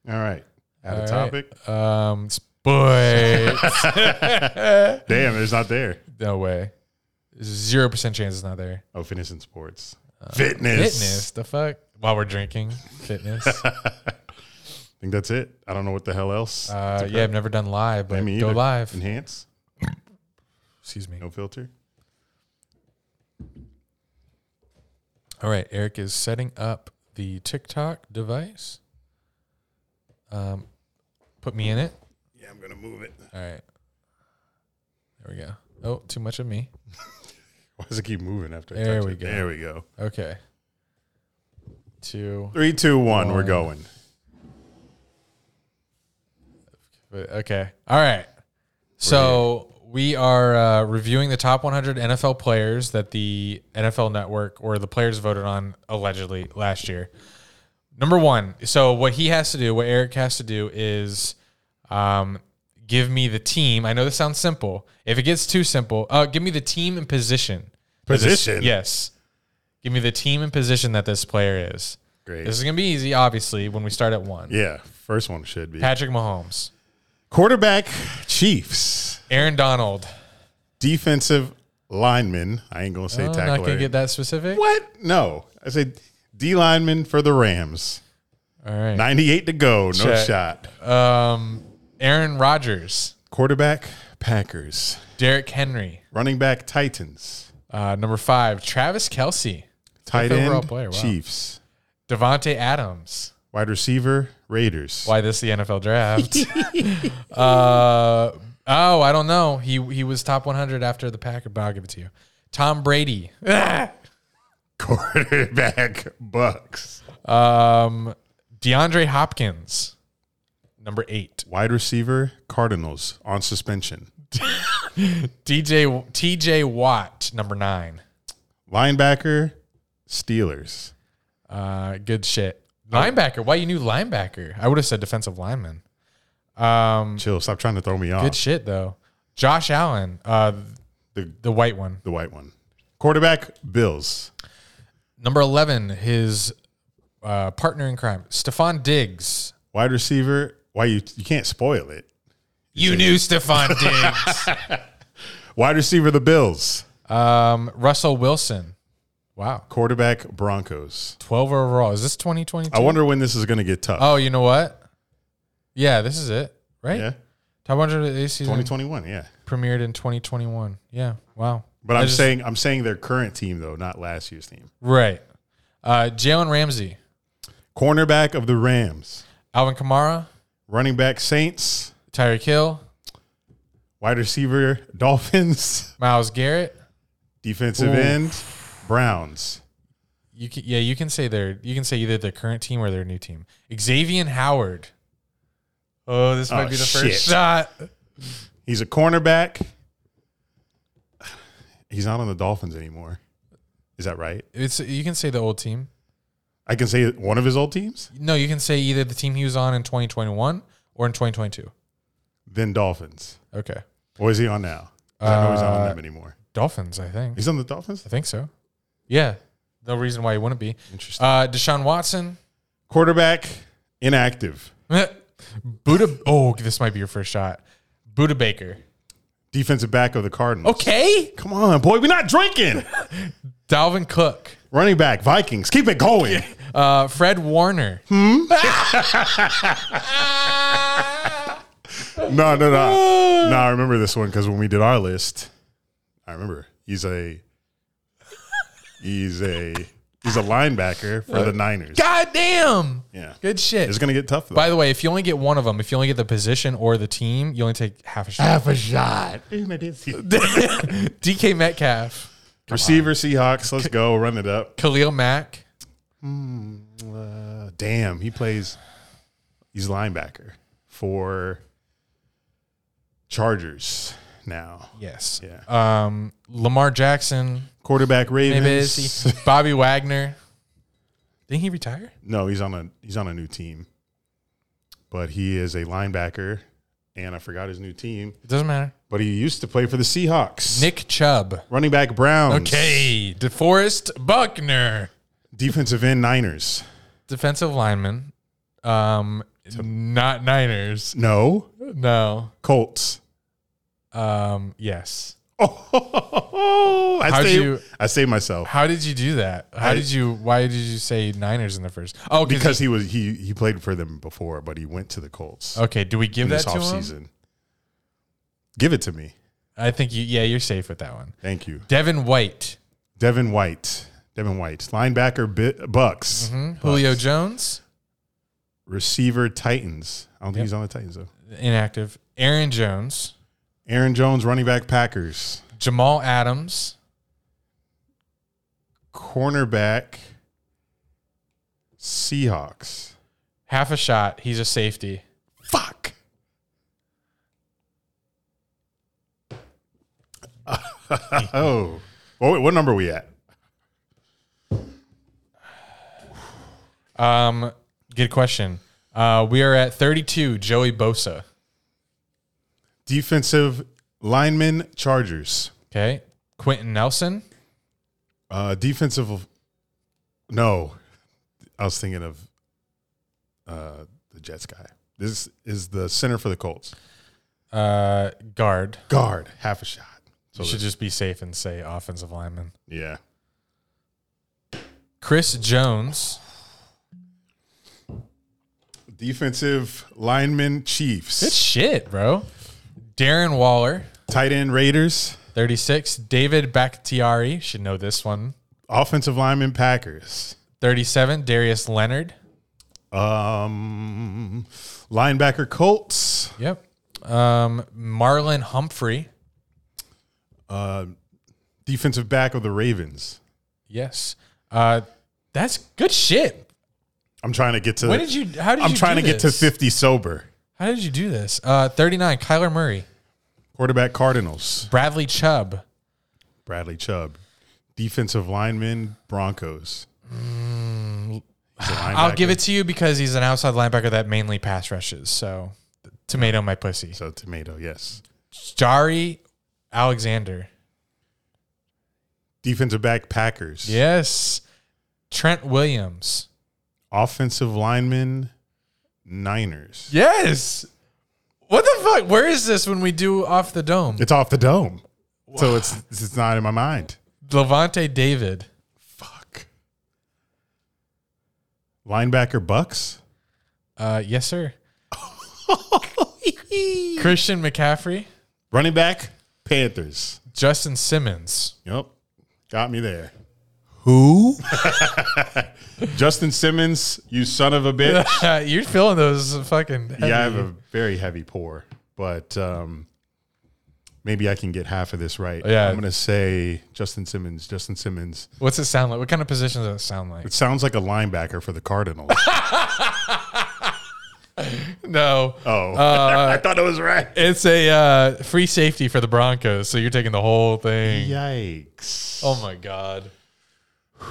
B: All right. Out
A: All
B: of
A: right.
B: topic.
A: Um,
B: [LAUGHS]
A: sports.
B: Damn, there's not there.
A: [LAUGHS] no way. Zero percent chance it's not there.
B: Oh, fitness and sports. fitness.
A: Uh, Fitness. The fuck. While we're drinking,
B: [LAUGHS]
A: fitness.
B: I think that's it. I don't know what the hell else.
A: Uh, yeah, I've never done live, but
B: I mean,
A: go
B: either.
A: live.
B: Enhance.
A: Excuse me.
B: No filter.
A: All right, Eric is setting up the TikTok device. Um, put me in it.
B: Yeah, I'm gonna move it.
A: All right, there we go. Oh, too much of me.
B: Why does it keep moving after? I
A: There
B: touch
A: we
B: it?
A: go.
B: There we go.
A: Okay. Two.
B: Three, two, one. We're
A: One.
B: going.
A: But, okay. All right. So we are uh, reviewing the top 100 NFL players that the NFL Network or the players voted on allegedly last year. Number one. So what he has to do, what Eric has to do, is um, give me the team. I know this sounds simple. If it gets too simple, uh, give me the team and position.
B: Position?
A: Yes. Give me the team and position that this player is.
B: Great.
A: This is gonna be easy, obviously, when we start at one.
B: yeah, first one should be
A: Patrick Mahomes,
B: quarterback. Chiefs
A: Aaron Donald.
B: defensive lineman. I ain't gonna say
A: I'm
B: tackler.
A: Oh, not gonna get that specific.
B: What? No, I said D lineman for the Rams.
A: All right.
B: Ninety-eight to go. No
A: Check.
B: shot.
A: Um, Aaron Rodgers,
B: Quarterback Packers.
A: Derek Henry,
B: Running back Titans.
A: uh, number five, Travis Kelsey,
B: Tight
A: overall
B: end
A: player, wow.
B: Chiefs.
A: Devonte Adams.
B: Wide receiver Raiders.
A: Why this the NFL draft? uh, oh, I don't know. He he was top 100 after the Packer, but I'll give it to you. Tom Brady,
B: [LAUGHS] Quarterback Bucks.
A: um, DeAndre Hopkins, number eight.
B: Wide receiver Cardinals on suspension.
A: DJ TJ Watt, number nine.
B: Linebacker Steelers.
A: Uh, good shit. Linebacker. Why you knew linebacker? I would have said defensive lineman. Um,
B: Chill. Stop trying to throw me off.
A: good shit though. Josh Allen, uh,
B: the,
A: the white one,
B: the white one. Quarterback Bills.
A: number eleven. His uh, partner in crime, Stephon Diggs.
B: Wide receiver. Why you you can't spoil it.
A: You knew [LAUGHS] Stephon Diggs.
B: Wide receiver the Bills.
A: um, Russell Wilson. Wow,
B: Quarterback Broncos.
A: twelve overall. Is this twenty twenty
B: I
A: two?
B: wonder when this is going to get tough.
A: Oh, you know what? Yeah, this is it. Right.
B: yeah.
A: Top one hundred this season
B: 2021, yeah.
A: premiered in twenty twenty one. Yeah. Wow.
B: But
A: I
B: I'm
A: just-
B: saying I'm saying their current team though, not last year's team.
A: Right. Uh, Jalen Ramsey,
B: Cornerback of the Rams.
A: Alvin Kamara,
B: Running back Saints.
A: Tyreek Hill,
B: Wide receiver [LAUGHS] Dolphins.
A: Miles Garrett.
B: Defensive
A: Ooh.
B: end Browns.
A: You can, yeah, you can say their you can say either their current team or their new team. Xavier Howard. Oh, this might
B: Oh,
A: be the
B: shit.
A: first shot.
B: He's a cornerback. He's not on the Dolphins anymore. Is that right?
A: It's you can say the old team.
B: I can say one of his old teams,
A: No, you can say either the team he was on in 2021 or in 2022.
B: then Dolphins.
A: Okay.
B: Or is he on now? 'Cause I know he's not on
A: Uh,
B: them anymore.
A: Dolphins, I think.
B: He's on the Dolphins?
A: I think so. Yeah. No reason why he wouldn't be.
B: Interesting.
A: Uh, Deshaun Watson. [LAUGHS]
B: Quarterback, inactive.
A: Buddha. Oh, this might be your first shot. Buddha Baker.
B: Defensive back of the Cardinals.
A: Okay.
B: Come on, boy. We're not drinking.
A: Dalvin Cook.
B: [LAUGHS] Running back, Vikings. Keep it going.
A: Uh, Fred Warner.
B: Hmm. No, no, no. No, I remember this one because when we did our list, I remember he's a he's a he's a linebacker for the Niners.
A: God damn.
B: Yeah.
A: Good shit.
B: It's gonna get tough though.
A: By the way, if you only get one of them, if you only get the position or the team, you only take half a shot. Half a [LAUGHS] shot. DK Metcalf,
B: [LAUGHS] Receiver Seahawks, let's go, run it up.
A: Khalil Mack,
B: Uh, damn, he plays he's linebacker for Chargers now.
A: yes.
B: Yeah.
A: Um, Lamar Jackson,
B: Quarterback
A: maybe
B: Ravens.
A: is he- Bobby Wagner. Didn't he retire?
B: No, he's on a he's on a new team. But he is a linebacker and I forgot his new team.
A: It doesn't matter.
B: But he used to play for the Seahawks.
A: Nick Chubb.
B: Running back Browns.
A: Okay, DeForest Buckner,
B: Defensive end Niners.
A: defensive lineman. Um, not Niners.
B: No.
A: No.
B: Colts. [LAUGHS]
A: Um, yes.
B: Oh, I
A: How'd
B: saved,
A: you-
B: I saved myself
A: How did you do that? How
B: I-
A: did you? Why did you say Niners in the first? Oh,
B: because he was he he played for them before, but he went to the Colts
A: Okay, do we give
B: in
A: Oh, that
B: this
A: to him?
B: offseason. Give it to me.
A: I think you. Yeah, you're safe with that one.
B: Thank you.
A: Devin White,
B: Devin White. Devin White. Linebacker Bi- Bucks.
A: Hmm? Julio Jones,
B: Receiver Titans. I don't think he's on the Titans though.
A: inactive. Aaron Jones,
B: Aaron Jones, running back, Packers.
A: Jamal Adams.
B: Cornerback, Seahawks.
A: Half a shot. He's a safety.
B: Fuck. [LAUGHS] oh. Oh, wait, what number are we at?
A: Um, good question. Uh, we are at 32. Joey Bosa.
B: Defensive lineman, Chargers.
A: Okay. Quentin Nelson.
B: Uh, defensive. No, I was thinking of uh, the Jets guy. This is the center for the Colts.
A: Uh, guard.
B: Guard, half a shot. So
A: You should
B: the-
A: just be safe and say offensive lineman.
B: yeah.
A: Chris Jones.
B: Defensive lineman, Chiefs.
A: Good shit, bro. Darren Waller.
B: Tight end, Raiders.
A: 36. David Bakhtiari. Should know this one.
B: Offensive lineman, Packers.
A: 37. Darius Leonard.
B: Um, linebacker, Colts.
A: Yep. Um, Marlon Humphrey.
B: Uh, defensive back of the Ravens.
A: Yes. Uh, that's good shit.
B: I'm trying to get to.
A: When did you? How did
B: I'm
A: you
B: trying
A: do
B: to get to
A: this?
B: 50 sober.
A: How did you do this? Uh, 39. Kyler Murray,
B: Quarterback, Cardinals.
A: Bradley Chubb.
B: Bradley Chubb. Defensive lineman, Broncos.
A: Mm. I'll give it to you because he's an outside linebacker that mainly pass rushes. So, tomato my pussy.
B: So tomato, yes.
A: Jari Alexander.
B: Defensive back, Packers.
A: Yes. Trent Williams.
B: Offensive lineman, Niners.
A: Yes. What the fuck? Where is this when we do off the dome?
B: It's off the dome, so it's it's not in my mind.
A: Levante David.
B: Fuck. Linebacker, Bucks.
A: Uh, yes, sir. Christian McCaffrey.
B: Running back, Panthers.
A: Justin Simmons.
B: Yep, got me there.
A: Who?
B: [LAUGHS] Justin Simmons, you son of a
A: [LAUGHS]
B: bitch.
A: You're feeling those fucking. heavy-
B: yeah, I have a very heavy pour, but um, maybe I can get half of this right.
A: Yeah.
B: I'm gonna say Justin Simmons. Justin Simmons.
A: What's it sound like? What kind of position does it sound like?
B: It sounds like a linebacker for the Cardinals.
A: No,
B: oh, [LAUGHS] I thought it was right.
A: it's a uh, free safety for the Broncos. So you're taking the whole thing.
B: Yikes!
A: Oh my god. [SIGHS]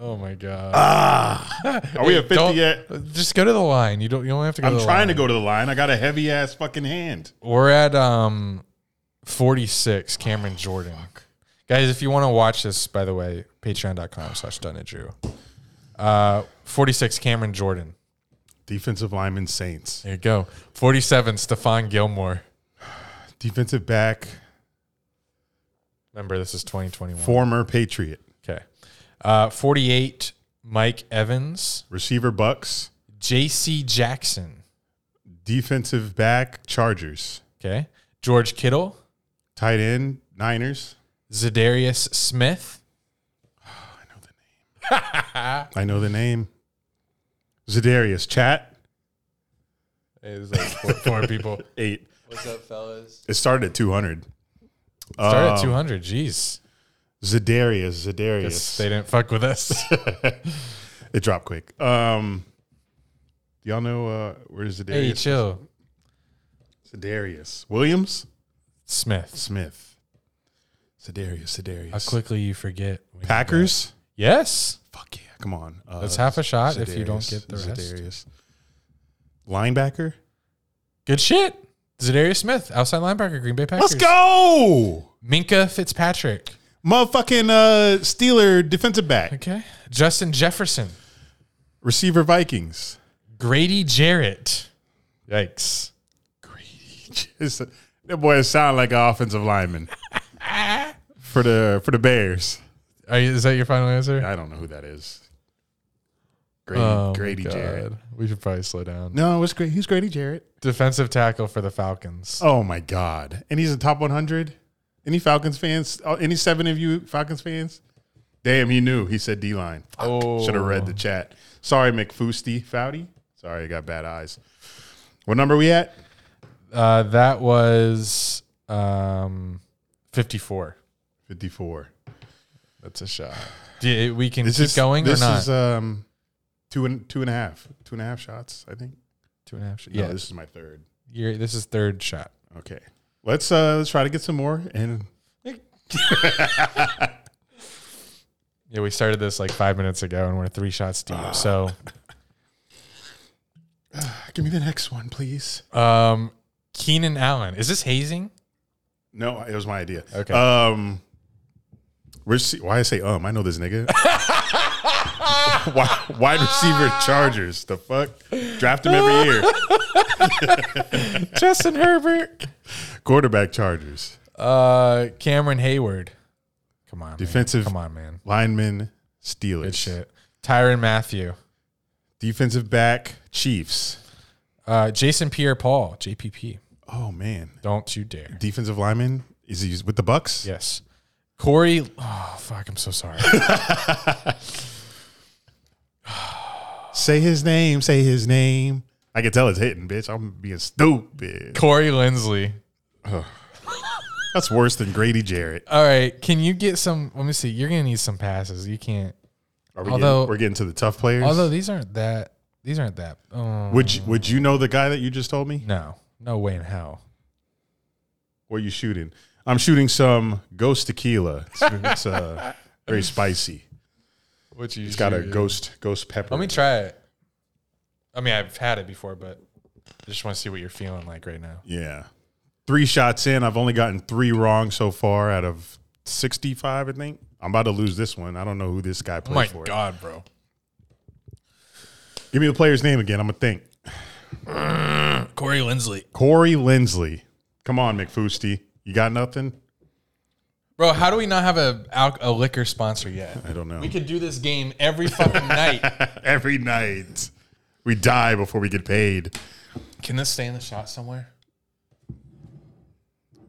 A: Oh my god.
B: Are Ah, we at 50
A: Don't-
B: yet? Oh.
A: Just go to the line. You don't. You only have to go.
B: I'm
A: to the
B: trying to
A: line.
B: go to the line. I got a heavy ass fucking hand.
A: We're at um, 46. Cameron Jordan. Guys, if you want to watch this, by the way, patreon.com slash Dunn and Drew. Uh, 46, Cameron Jordan.
B: Defensive lineman Saints.
A: There you go. 47, Stefan Gilmore.
B: Defensive back
A: Remember, this is 2021.
B: former Patriot.
A: Okay. Uh, 48, Mike Evans.
B: Receiver Bucks.
A: J.C. Jackson.
B: Defensive back Chargers.
A: Okay. George Kittle.
B: Tight end Niners.
A: Zadarius Smith.
B: I know the name. I know the name. Zadarius Chat
A: It's like four, four people.
B: eight.
D: What's up, fellas?
B: It started at 200.
A: Start at
B: Uh,
A: 200. Jeez.
B: Zadarius.
A: Yes.
B: Zadarius.
A: They didn't fuck with us.
B: It dropped quick. Um, do y'all know uh, where's Zadarius?
A: hey, chill.
B: Zadarius Williams
A: Smith.
B: Smith. Zadarius, Zadarius.
A: How quickly you forget. when you
B: Packers.
A: get- Yes.
B: Fuck yeah! Come on. Uh,
A: That's half a shot if you don't get the rest.
B: Zadarius. Linebacker.
A: Good shit. Zadarius Smith, outside linebacker, Green Bay Packers.
B: Let's go,
A: Minka Fitzpatrick.
B: motherfucking uh, Steeler defensive back,
A: Okay. Justin Jefferson.
B: receiver Vikings. [LAUGHS]
A: Grady Jarrett. Yikes.
B: It's a- that boy sound like an
A: [LAUGHS]
B: offensive lineman for the for the Bears.
A: Are you, is that your final answer?
B: I don't know who that is. Grady,
A: Oh my
B: Grady
A: God.
B: Jarrett.
A: We should probably slow down.
B: No, it's great. He's Grady Jarrett.
A: Defensive tackle for the Falcons.
B: Oh my God! And he's a top 100. Any Falcons fans? uh, Any seven of you Falcons fans? Damn, he knew. He said D line.
A: Oh.
B: Should have read the chat. Sorry, McFoosty, Fouty. Sorry, I got bad eyes. What number we at?
A: Uh, that was um, 54.
B: 54.
A: That's a shot. Do you- we can keep
B: is-
A: going or
B: this
A: not?
B: is um, two and two and a half, two and a half shots, I think.
A: Two and a half. Shot.
B: No,
A: Yeah,
B: this is my third.
A: you're, this is third shot.
B: Okay, let's uh, let's try to get some more. And
A: Yeah, we started this like five minutes ago, and we're three shots
B: Ah.
A: deep. So,
B: give me the next one, please.
A: um, Keenan Allen, is this hazing?
B: No, it was my idea.
A: Okay.
B: Um, rece- why I say um? I know this nigga. [LAUGHS] Why Wide receiver Chargers. The fuck? Draft him every year.
A: Justin Herbert,
B: Quarterback Chargers.
A: uh, Cameron Hayward. Come on, man.
B: Defensive-
A: Come on, man.
B: Lineman Steelers.
A: Good shit. Tyron Matthew,
B: Defensive back Chiefs.
A: uh, Jason Pierre-Paul, JPP.
B: Oh man.
A: Don't you dare.
B: Defensive lineman is he with the Bucks?
A: Yes, Corey. Oh fuck, I'm so
B: [LAUGHS]
A: sorry.
B: Say his name. Say his name. I can tell it's hitting, bitch. I'm being stupid.
A: Corey Lindsley.
B: That's worse than Grady Jarrett.
A: All right, can you get some? Let me see. You're gonna need some passes. You can't.
B: Are we
A: Although-
B: getting, we're getting to the tough players.
A: Although these aren't that. These aren't that. Um,
B: would you, would you know the guy that you just told me?
A: no, no way in hell.
B: What are you shooting? I'm shooting some ghost tequila. It's, it's, uh, very spicy.
A: What you?
B: It's got a ghost ghost pepper.
A: Let me try it. I mean, I've had it before, but I just want to see what you're feeling like right now.
B: Yeah. Three shots in. I've only gotten three wrong so far out of 65, I think. I'm about to lose this one. I don't know who this guy
A: Oh
B: plays
A: my
B: for.
A: god, bro!
B: Give me the player's name again. I'm going to think.
A: Corey Lindsley,
B: Corey Lindsley. Come on, McFoosty. You got nothing?
A: bro. How do we not have a alc- a liquor sponsor yet?
B: I don't know.
A: We could do this game every fucking night.
B: [LAUGHS] Every night. We die before we get paid.
A: Can this stay in the shot somewhere?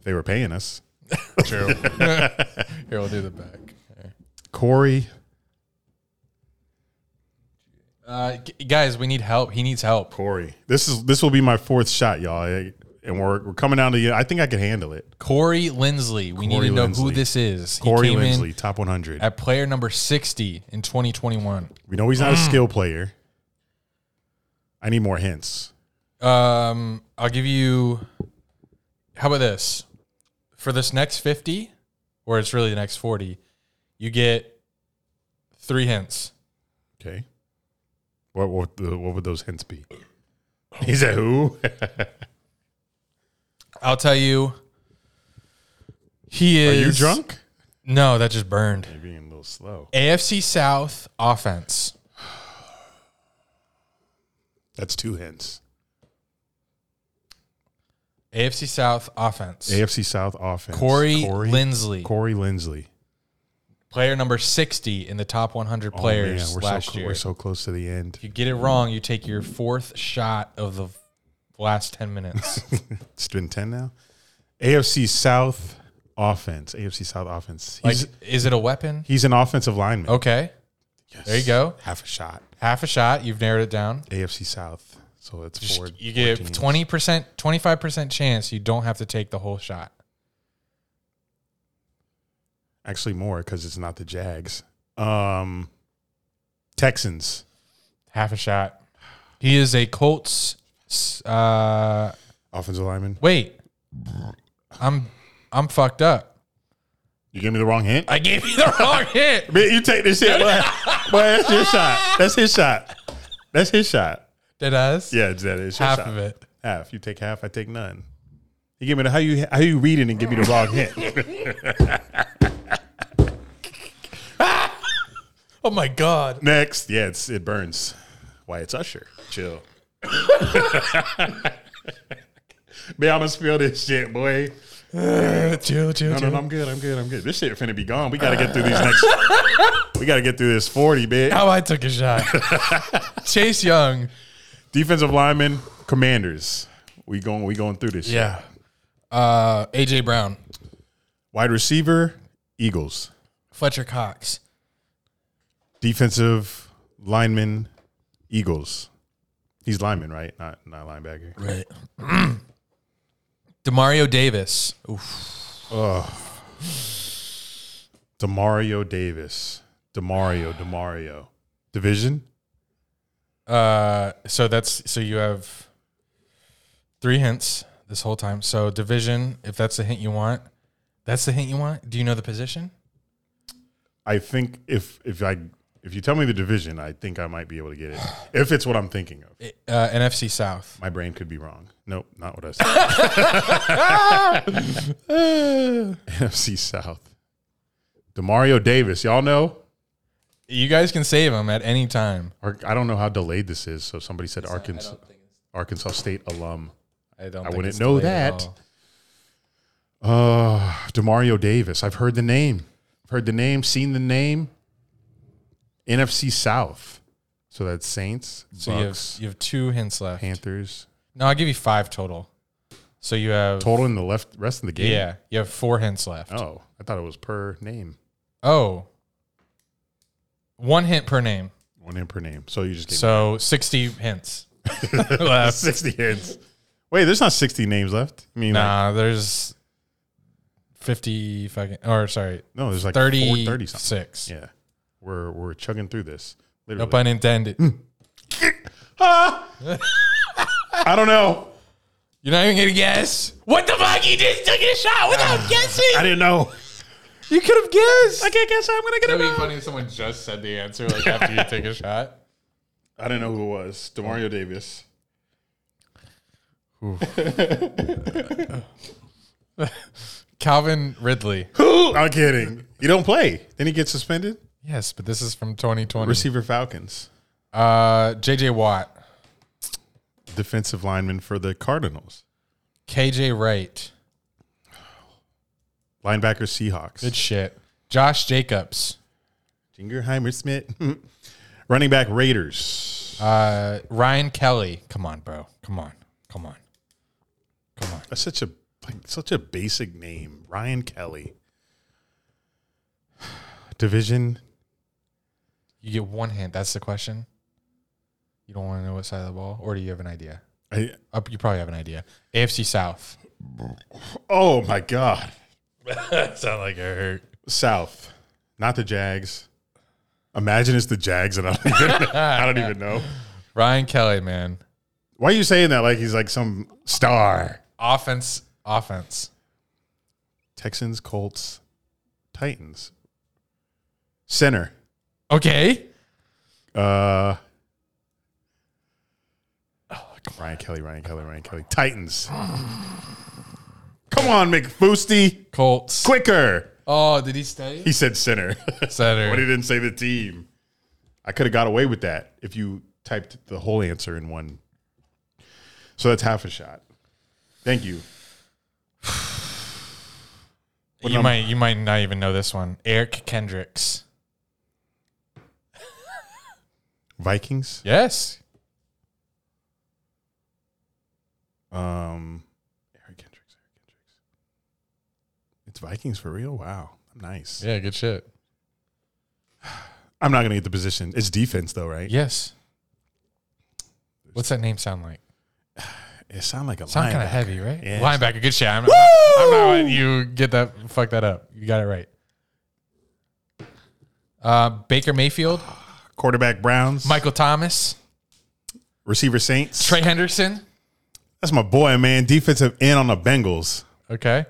B: They were paying us.
A: True. [LAUGHS] Here, we'll do the back.
B: Corey.
A: Uh, g- guys, we need help. He needs help.
B: Corey. This is this will be my fourth shot, y'all. I- and we're, we're coming down to you. I think I can handle it.
A: Corey Lindsley. We need
B: Corey
A: to know who
B: Lindsley.
A: this is. He
B: Corey
A: came in
B: Lindsley, top 100.
A: at player number 60 in 2021.
B: We know he's not a skill player. I need more hints.
A: Um, I'll give you. How about this? For this next 50, or it's really the next 40, you get three hints.
B: Okay. What what, the, what would those hints be? He said who? [LAUGHS]
A: I'll tell you. He
B: Are
A: is.
B: you drunk?
A: No, that just burned.
B: You're being a little slow.
A: AFC South offense.
B: That's two hints.
A: AFC South offense.
B: AFC South offense.
A: Corey, Lindsley,
B: Corey Lindsley.
A: player number 60 in the top 100
B: Oh,
A: players
B: man, we're
A: last
B: so cl-
A: year.
B: we're so close to the end.
A: If you get it wrong, you take your fourth shot of the last 10 minutes.
B: It's been ten now. AFC South offense. AFC South offense.
A: like,
B: He's
A: is it a weapon?
B: he's an offensive lineman.
A: Okay.
B: Yes.
A: Oh, There you go.
B: Half a shot.
A: Half a shot. You've narrowed it down.
B: AFC South. So it's
A: Just-
B: four.
A: you
B: four
A: get
B: teams.
A: 20%, 25% chance you don't have to take the whole shot.
B: Actually, more because it's not the Jags. Um, Texans.
A: Half a shot. He is a Colts. s- Uh,
B: Offensive lineman.
A: wait. I'm I'm fucked up.
B: You gave me the wrong hint.
A: I gave you the
B: [LAUGHS]
A: wrong hit.
B: Man, you take this shit, boy. boy. That's your shot. That's his shot. That's his shot.
A: Did us?
B: Yeah, it's- that is your
A: Half
B: shot.
A: of it.
B: Half. You take half. I take none. You give me the how you how you read it and give me the wrong hint.
A: Oh my god.
B: Next, yeah, it's it burns. Why it's Usher. Chill. [LAUGHS] Man, I'ma spill this shit, boy.
A: [LAUGHS] Chill, chill,
B: No, no, no, I'm good. I'm good. I'm good. This shit finna be gone. We gotta get through these next. we gotta get through this forty, bitch.
A: How I took a
B: [LAUGHS]
A: shot. Chase Young.
B: Defensive lineman, commanders. We going. We going through this. shit.
A: Yeah. Uh, AJ Brown,
B: Wide receiver, Eagles.
A: Fletcher Cox,
B: Defensive lineman, Eagles. He's lineman, right? Not not linebacker.
A: Right. [CLEARS THROAT] Demario Davis. Oof.
B: Demario Davis. Demario. Demario. Division.
A: Uh, so that's so you have three hints this whole time. So division, if that's the hint you want, that's the hint you want. Do you know the position?
B: I think if if I if you tell me the division, I think I might be able to get it. [SIGHS] If it's what I'm thinking of,
A: Uh, NFC South.
B: my brain could be wrong. Nope, not what I said. [LAUGHS] NFC South. Demario Davis. Y'all know.
A: You guys can save them at any time.
B: Ar- I don't know how delayed this is. So somebody said Arkansas Arkansas State alum.
A: I don't.
B: I wouldn't know that. Uh, Demario Davis. I've heard the name. I've heard the name. Seen the name. NFC South. So that's Saints,
A: So you have,
B: Bucks,
A: you have two hints left.
B: Panthers.
A: No, I'll give you five total. So you have
B: Total in the left rest of the game.
A: yeah, you have four hints left. Oh.
B: Oh, I thought it was per name.
A: oh. One hint per name.
B: One hint per name. So you just gave me
A: So sixty [LAUGHS] hints
B: [LAUGHS]
A: left.
B: 60 hints. Wait, there's not 60 names left. I mean, like,
A: Nah, there's fifty fucking or sorry,
B: no, there's like
A: 30,
B: 30, 30 something.
A: 36.
B: Yeah. We're, we're chugging through this.
A: No
B: Literally. Ah!
A: pun intended. [LAUGHS]
B: I don't know.
A: You're not even gonna guess. What the fuck? You just took a shot without
B: I
A: guessing.
B: didn't know.
A: Ah. You could have guessed.
B: I can't guess how I'm going to get it.
A: That'd be
B: wrong.
A: funny if someone just said the answer [LAUGHS] like after you take a shot.
B: I didn't know who it was.
A: Oh.
B: Demario Davis.
A: Calvin Ridley.
B: Who? I'm kidding. You don't play. Then he gets suspended.
A: Yes, but this is from 2020.
B: Receiver Falcons.
A: Uh, JJ Watt,
B: Defensive lineman for the Cardinals.
A: KJ Wright.
B: Linebacker Seahawks.
A: Good shit. Josh Jacobs,
B: Jingerheimer Smith. [LAUGHS] Running back Raiders.
A: uh, Ryan Kelly. Come on, bro. Come on. Come on. Come on.
B: That's such a like, such a basic name. Ryan Kelly. [SIGHS] Division.
A: You get one hint. That's the question. You don't want to know what side of the ball, or do you have an idea?
B: I,
A: Uh, you probably have an idea. AFC South.
B: oh my God.
A: [LAUGHS] Sound like it hurt.
B: South. Not the Jags. Imagine it's the Jags and I don't even, I don't even
A: [LAUGHS]
B: know.
A: Ryan Kelly, man.
B: Why are you saying that like he's like some star?
A: Offense. Offense.
B: Texans, Colts, Titans. Center.
A: Okay.
B: Uh, oh, Ryan Kelly, Ryan Kelly, Ryan Kelly. Titans. Come on, McFoosty.
A: Colts.
B: Quicker.
A: Oh, did he stay?
B: He said center. [LAUGHS]
A: Center.
B: but he didn't say the team. I could have got away with that if you typed the whole answer in one. So that's half a shot. Thank you.
A: you
B: num-
A: might you might not even know this one. Eric Kendricks.
B: Vikings.
A: Yes.
B: Um, Eric Kendricks. Eric Kendricks. It's Vikings for real? Wow. Nice.
A: Yeah, good shit.
B: I'm not going to get the position. It's defense, though, right?
A: Yes. What's that name sound like?
B: It sound like a
A: Sound kind
B: linebacker.
A: of heavy, right?
B: Yeah.
A: Linebacker, good shit. I'm not, I'm not letting you get that fuck that up. You got it right. Uh, Baker Mayfield,
B: Quarterback Browns.
A: Michael Thomas,
B: Receiver Saints.
A: Trey Henderson.
B: That's my boy, man. Defensive end on the Bengals.
A: Okay,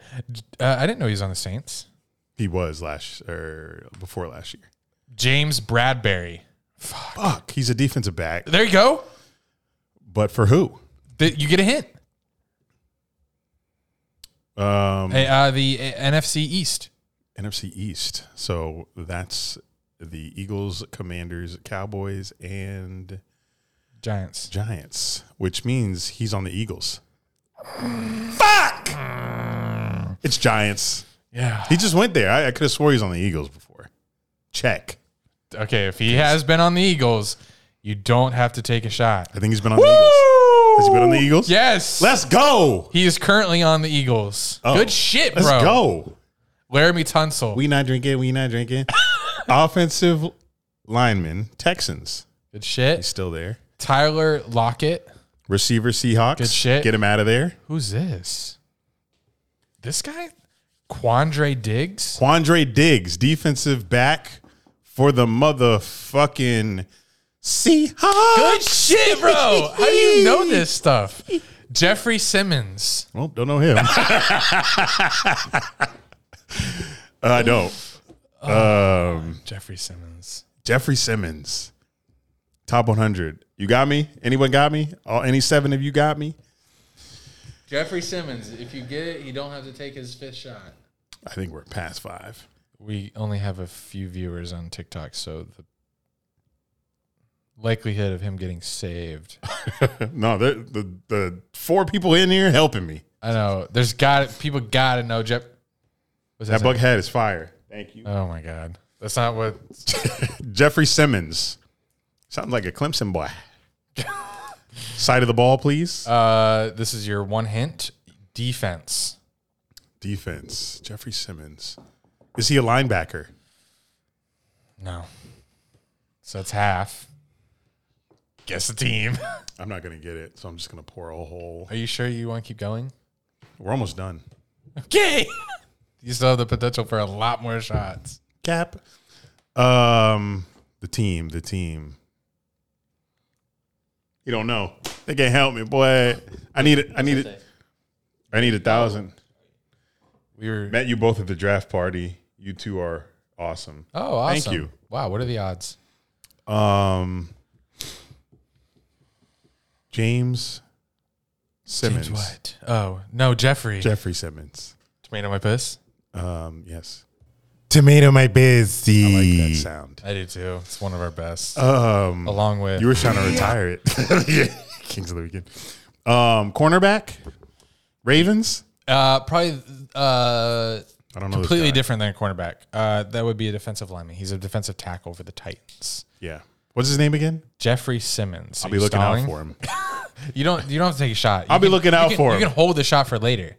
A: uh, I didn't know he was on the Saints.
B: He was last or before last year.
A: James Bradbury.
B: Fuck. He's a defensive back.
A: There you go.
B: But for who?
A: Th- You get a hint.
B: Um,
A: Hey, uh, the uh, NFC East.
B: NFC East. So that's the Eagles, Commanders, Cowboys, and
A: Giants.
B: Giants, which means he's on the Eagles. Fuck! It's Giants.
A: Yeah.
B: He just went there. I, I could have swore he's on the Eagles before. Check.
A: Okay, if he has been on the Eagles, you don't have to take a shot.
B: I think he's been on the Eagles. Has he been on the Eagles?
A: Yes.
B: Let's go.
A: He is currently on the Eagles.
B: Oh.
A: Good shit, bro.
B: Let's go.
A: Laramie Tunsil.
B: We not drinking. We not
A: [LAUGHS]
B: drinking. Offensive lineman, Texans.
A: Good
B: He's
A: shit.
B: still there.
A: Tyler Lockett.
B: Receiver Seahawks.
A: Good shit.
B: Get him out of there.
A: Who's this? This guy? Quandre Diggs?
B: Quandre Diggs, defensive back for the motherfucking Seahawks.
A: Good shit, bro. How do you know this stuff? [LAUGHS] Jeffrey Simmons.
B: Well, Oh, don't
A: [LAUGHS]
B: know him. [LAUGHS] I Uh, don't.
A: Jeffrey Simmons.
B: Jeffrey Simmons, top 100. You got me? Anyone got me? All, any seven of you got me?
A: Jeffrey Simmons. If you get it, you don't have to take his fifth shot.
B: I think we're past five. [LAUGHS]
A: We only have a few viewers on TikTok, so the likelihood of him getting saved.
B: No, the, the the four people in here helping me.
A: I know. There's got people got to know Jeff. What's
B: That
A: his name?
B: bug head is fire. Thank you.
A: Oh my god, that's not what.
B: Jeffrey Simmons. Sounds like a Clemson boy. Side of the ball, please.
A: Uh, this is your one hint. Defense.
B: Defense. Jeffrey Simmons. Is he a linebacker?
A: No. So that's half. Guess the team.
B: I'm not going to get it, so I'm just going to pour a hole.
A: Are you sure you want to keep going?
B: We're almost done.
A: Okay. [LAUGHS] you still have the potential for a lot more shots.
B: Cap. Um, the team. The team. You don't know. They can't help me, boy. I need it. I need it. I need a thousand.
A: We were.
B: Met you both at the draft party. You two are awesome.
A: Oh, awesome.
B: Thank you.
A: Wow. What are the odds?
B: Um, James Simmons,
A: What? Oh no, Jeffrey.
B: Jeffrey Simmons.
A: Tomato my piss.
B: Um, yes,
D: Tomato, my biz.
B: I like that sound.
A: I do too. It's one of our best.
B: Um,
A: Along with
B: you were trying to retire it. [LAUGHS] yeah. Kings of the weekend. Um, cornerback, Ravens.
A: uh, probably uh,
B: I don't know. this
A: completely
B: guy.
A: different than a cornerback. Uh, that would be a defensive lineman. He's a defensive tackle for the Titans.
B: Yeah. What's his name again?
A: Jeffrey Simmons.
B: I'll be looking out for him.
A: You don't. You don't have to take a shot.
B: I'll be looking out for
A: You
B: him.
A: can hold the shot for later.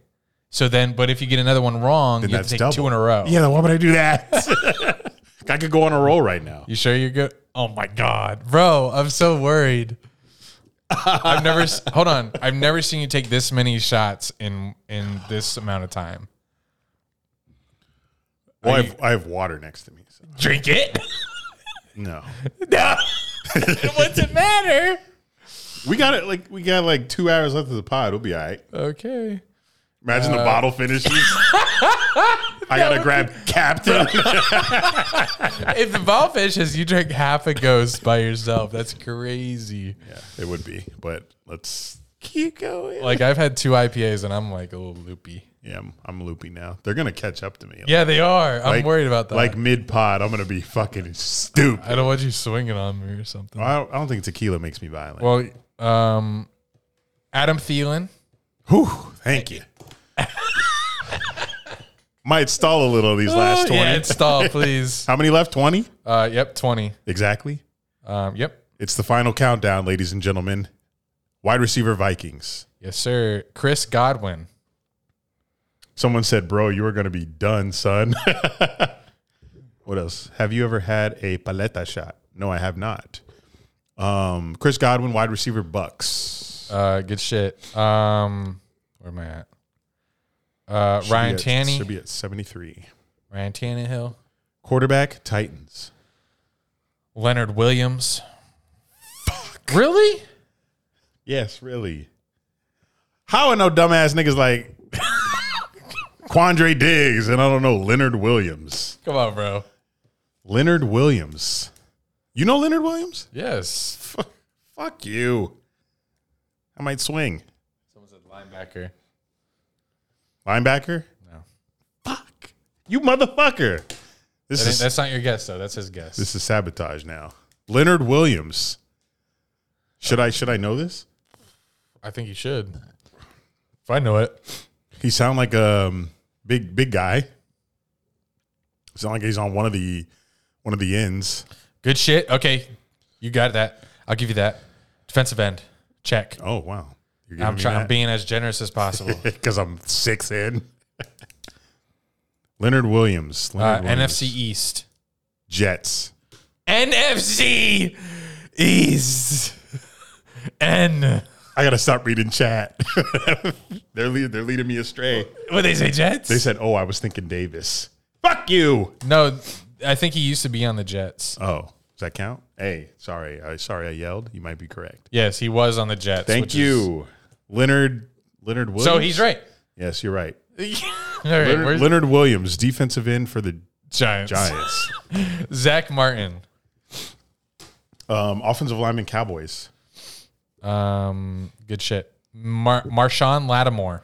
A: So then, but if you get another one wrong, [LAUGHS] you have to
B: that's
A: take
B: double.
A: two in a row.
B: Yeah. Why would I do that? [LAUGHS] I could go on a roll right now.
A: You sure you're good? Oh my god, bro! I'm so worried. I've never s- hold on. I've never seen you take this many shots in in this amount of time.
B: Well, I have, I have water next to me. So.
A: Drink it. [LAUGHS]
B: No.
A: What's it matter?
B: We got it. Like we got like two hours left of the pod. We'll be all right.
A: Okay.
B: Imagine
A: Uh,
B: the
A: [LAUGHS]
B: bottle finishes. I gotta grab Captain.
A: If the ball finishes, you drink half a ghost by yourself. That's crazy.
B: yeah, it would be, but let's keep going.
A: Like I've had two IPAs and I'm like a little loopy.
B: yeah, I'm, I'm loopy now. They're gonna catch up to me.
A: Yeah, they are. I'm
B: Like-
A: worried about that.
B: Like mid pod, I'm gonna be fucking stupid.
A: I don't want you swinging on me or something.
B: I don't, I don't think tequila makes me violent.
A: Well, um, Adam Thielen.
B: Whew,
A: [LAUGHS]
B: thank you. Might stall a little these last
A: Oh,
B: twenty.
A: Yeah,
B: [LAUGHS]
A: install, please.
B: How many left? Twenty
A: Uh, yep, twenty.
B: exactly.
A: Um, yep.
B: It's the final countdown, ladies and gentlemen. Wide receiver Vikings.
A: Yes, sir. Chris Godwin.
B: Someone said, "Bro, you are going to be done, son." [LAUGHS] what else? Have you ever had a paleta shot? No, I have not. Um, Chris Godwin, wide receiver, Bucks.
A: Uh, good shit. Um, where am I at? Uh, Ryan
B: Should be at- should
A: Tanny.
B: be at seventy-three.
A: Ryan Tannehill.
B: Quarterback, Titans.
A: Leonard Williams. Really?
B: Yes, really. How are no dumbass niggas like Quandre Diggs and I don't know Leonard Williams?
A: Come on, bro.
B: Leonard Williams. You know Leonard Williams?
A: Yes.
B: F- fuck you. I might swing.
A: Someone said linebacker.
B: Linebacker?
A: No.
B: Fuck. You motherfucker. This
A: That ain't-
B: is
A: that's not your guess, though. That's his guess.
B: this is sabotage now. Leonard Williams. Should I should I know this?
A: I think you should. If I know it,
B: He sound like a um, big big guy. Sound like he's on one of the one of the ends.
A: good shit. Okay, you got that. I'll give you that. Defensive end, check.
B: Oh wow. You're
A: I'm trying.
B: [LAUGHS]
A: I'm being as generous as possible.
B: because I'm six in. Leonard Williams.
A: Uh,
B: Leonard Williams.
A: NFC East.
B: Jets.
A: NFC East. N.
B: I gotta stop reading chat. [LAUGHS] they're lead, they're leading me astray.
A: What they say, Jets?
B: They said, "Oh, I was thinking Davis." Fuck you.
A: no. I think he used to be on the Jets.
B: Oh, does that count? Hey, sorry, I sorry I yelled. You might be correct.
A: Yes, he was on the Jets.
B: Thank
A: which is-
B: you, Leonard. Leonard Williams.
A: so he's right.
B: Yes, you're right.
A: All right,
B: Leonard,
A: where's-
B: Leonard Williams, defensive end for the
A: Giants.
B: [LAUGHS] Giants.
A: Zach Martin.
B: um, offensive lineman, Cowboys.
A: Um, good shit. Mar- Marshawn Lattimore.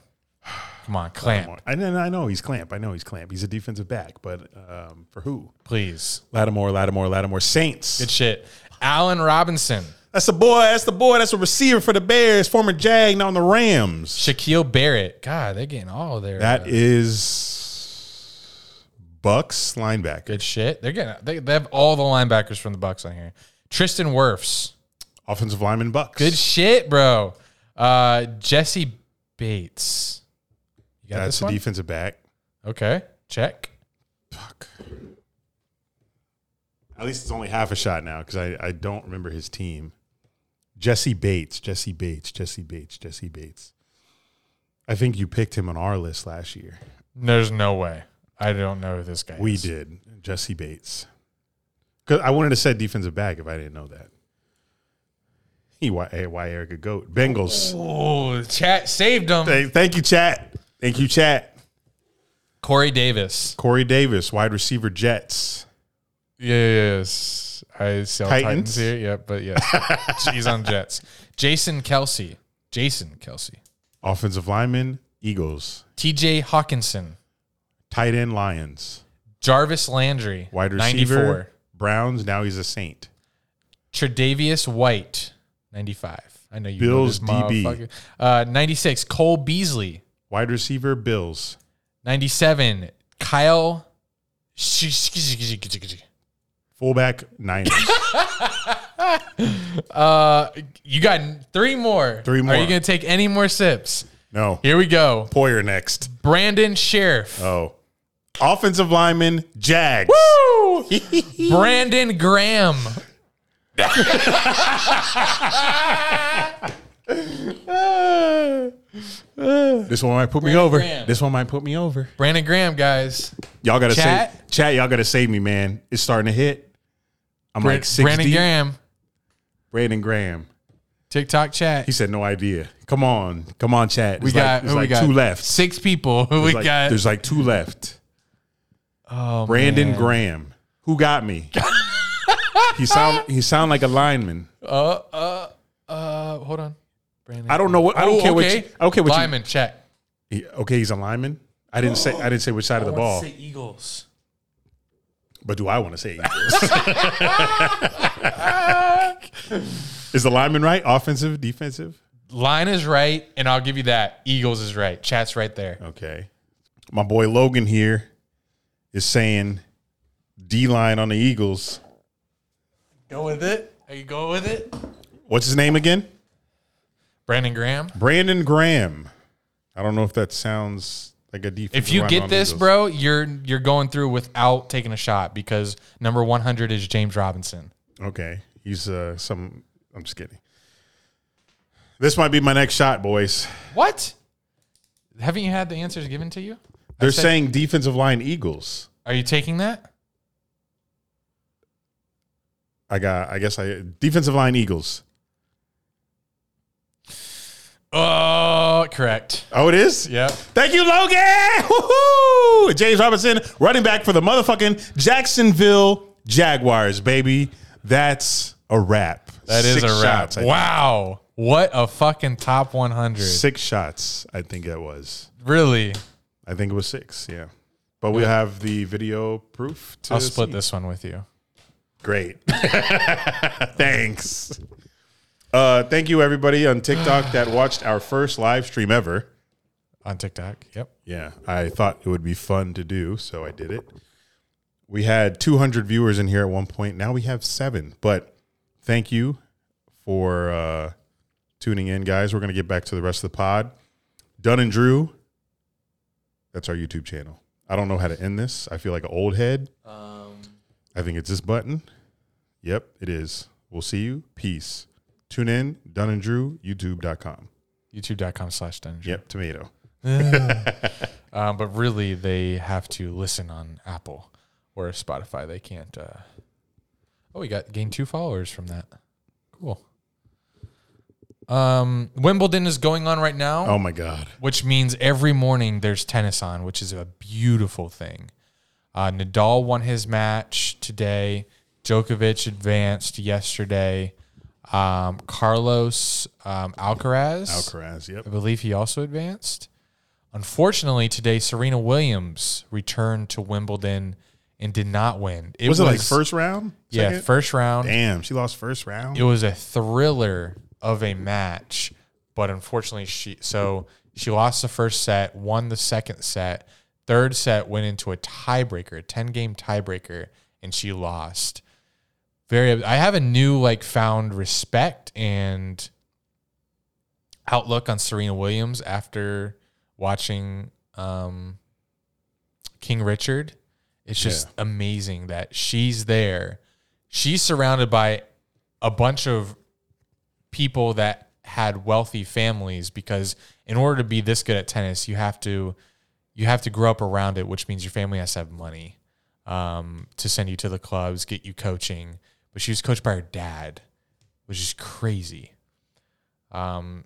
A: Come on, clamp,
B: I, know- I know he's clamp. I know he's clamp. He's a defensive back, but um, for who?
A: please.
B: Lattimore, Lattimore, Lattimore. Saints.
A: Good shit. Allen Robinson.
B: That's the boy. That's the boy. That's a receiver for the Bears. Former Jag, now on the Rams.
A: Shaquille Barrett. God, they're getting all their uh,
B: That is Bucks linebacker.
A: good shit. They're getting they, they have all the linebackers from the Bucks on here. Tristan Wirfs.
B: Offensive lineman, Bucks.
A: Good shit, bro. Uh, Jesse Bates. You got
B: That's
A: this
B: a
A: one?
B: defensive back.
A: okay, check.
B: Fuck. At least it's only half a shot now because I, I don't remember his team. Jesse Bates, Jesse Bates, Jesse Bates, Jesse Bates. I think you picked him on our list last year.
A: There's no way. I don't know who this guy.
B: We
A: is.
B: did. Jesse Bates. 'Cause I wouldn't have said defensive back if I didn't know that. He why, hey, why Eric a goat? Bengals.
A: Oh, chat saved him.
B: Hey, thank you, chat. Thank you, chat.
A: Corey Davis.
B: Corey Davis, wide receiver, Jets.
A: Yes, I sell Titans,
B: Titans?
A: here. Yep, but
B: [LAUGHS]
A: yes, he's on Jets. Jason Kelsey. Jason Kelsey.
B: Offensive lineman, Eagles.
A: T.J. Hawkinson.
B: Tight end, Lions.
A: Jarvis Landry.
B: Wide receiver, Browns. Now he's a Saint.
A: Tre'Davious White. Ninety-five. I know you.
B: Bills
A: know this
B: DB.
A: motherfucker. Uh, Ninety-six. Cole Beasley.
B: Wide receiver, Bills.
A: 97 Kyle uh
B: Fullback, Niners. [LAUGHS]
A: Uh, you got three more.
B: Three more.
A: Are you going to take any more sips?
B: no.
A: Here we go.
B: Poyer next.
A: Brandon Sheriff.
B: Oh. Offensive lineman, Jags.
A: [LAUGHS] Woo! Brandon Graham.
B: This one might put me
A: Brandon
B: over.
A: Graham.
B: This one might put me over.
A: Brandon Graham, guys.
B: Y'all gotta
A: Chat?
B: save chat. Y'all gotta save me, man. It's starting to hit. I'm like six
A: Brandon
B: deep.
A: Graham.
B: Brandon Graham.
A: TikTok chat.
B: He said no idea. Come on, come on, chat.
A: we got,
B: there's
A: who we
B: like
A: got?
B: two left.
A: Six people. [LAUGHS] Who
B: There's
A: we
B: like,
A: got?
B: There's like two left.
A: Oh,
B: Brandon
A: man.
B: Graham. Who got me? he sound he sound like a lineman.
A: Uh, uh, uh, hold on. Brandon.
B: I don't know what. I don't
A: Oh,
B: care what.
A: okay.
B: You, I don't care what. you-
A: Lyman, check.
B: He- okay, he's a lineman. I didn't say. I didn't say which side of the ball.
A: Eagles.
B: But do I want to say Eagles? Is the lineman right? Offensive, defensive?
A: Line is right, and I'll give you that. Eagles is right. Chat's right there.
B: Okay. My boy Logan here is saying D line on the Eagles.
A: Go with it. Are you going with it?
B: What's his name again?
A: Brandon Graham.
B: Brandon Graham. I don't know if that sounds like a defense.
A: If you get this, bro, you're you're going through without taking a shot because number 100 is James Robinson.
B: Okay. He's uh, some. I'm just kidding. This might be my next shot, boys.
A: What? Haven't you had the answers given to you?
B: They're
A: said-
B: saying defensive line Eagles.
A: Are you taking that?
B: I got. I guess I defensive line Eagles.
A: Oh, correct.
B: Oh, it is.
A: Yep.
B: Thank you, Logan. [LAUGHS] Woo-hoo! James Robinson, running back for the motherfucking Jacksonville Jaguars, baby. That's a wrap.
A: That is
B: Six
A: a wrap.
B: shots, I
A: wow. What a fucking top 100.
B: think. Six shots. I think it was.
A: Really?
B: I think it was six. Yeah. But we have the video proof. To
A: I'll split
B: see.
A: this one with you.
B: Great. [LAUGHS] Thanks. Uh, thank you, everybody on TikTok that watched our first live stream ever.
A: On TikTok. Yep.
B: Yeah, I thought it would be fun to do, so I did it. We had 200 viewers in here at one point. Now we have seven. But thank you for uh, tuning in, guys. We're going to get back to the rest of the pod. Dunn and Drew, that's our YouTube channel. I don't know how to end this. I feel like an old head. I think it's this button. Yep, it is. We'll see you. Peace. Tune in, Dunn and Drew, YouTube.com.
A: YouTube.com slash dungeon.
B: Yep, tomato.
A: Um, but really, they have to listen on Apple or Spotify. They can't. Uh... Oh, we got gained two followers from that. Cool. Um, Wimbledon is going on right now,
B: Oh my God.
A: which means every morning there's tennis on, which is a beautiful thing. Uh, Nadal won his match today. Djokovic advanced yesterday. Um, Carlos um, Alcaraz.
B: Alcaraz, Oh, yep.
A: I believe he also advanced. Unfortunately, today Serena Williams returned to Wimbledon and did not win.
B: Was it like first round?
A: Yeah,
B: Second?
A: first round.
B: Damn, she lost first round.
A: It was a thriller of a match, but unfortunately, she so she lost the first set, won the second set, third set went into a tiebreaker, a ten game tiebreaker, and she lost. Very, I have a new like found respect and outlook on Serena Williams after watching um, King Richard. It's just amazing that she's there. She's surrounded by a bunch of people that had wealthy families because in order to be this good at tennis, you have to you have to grow up around it, which means your family has to have money um, to send you to the clubs, get you coaching. But she was coached by her dad, which is crazy. Um,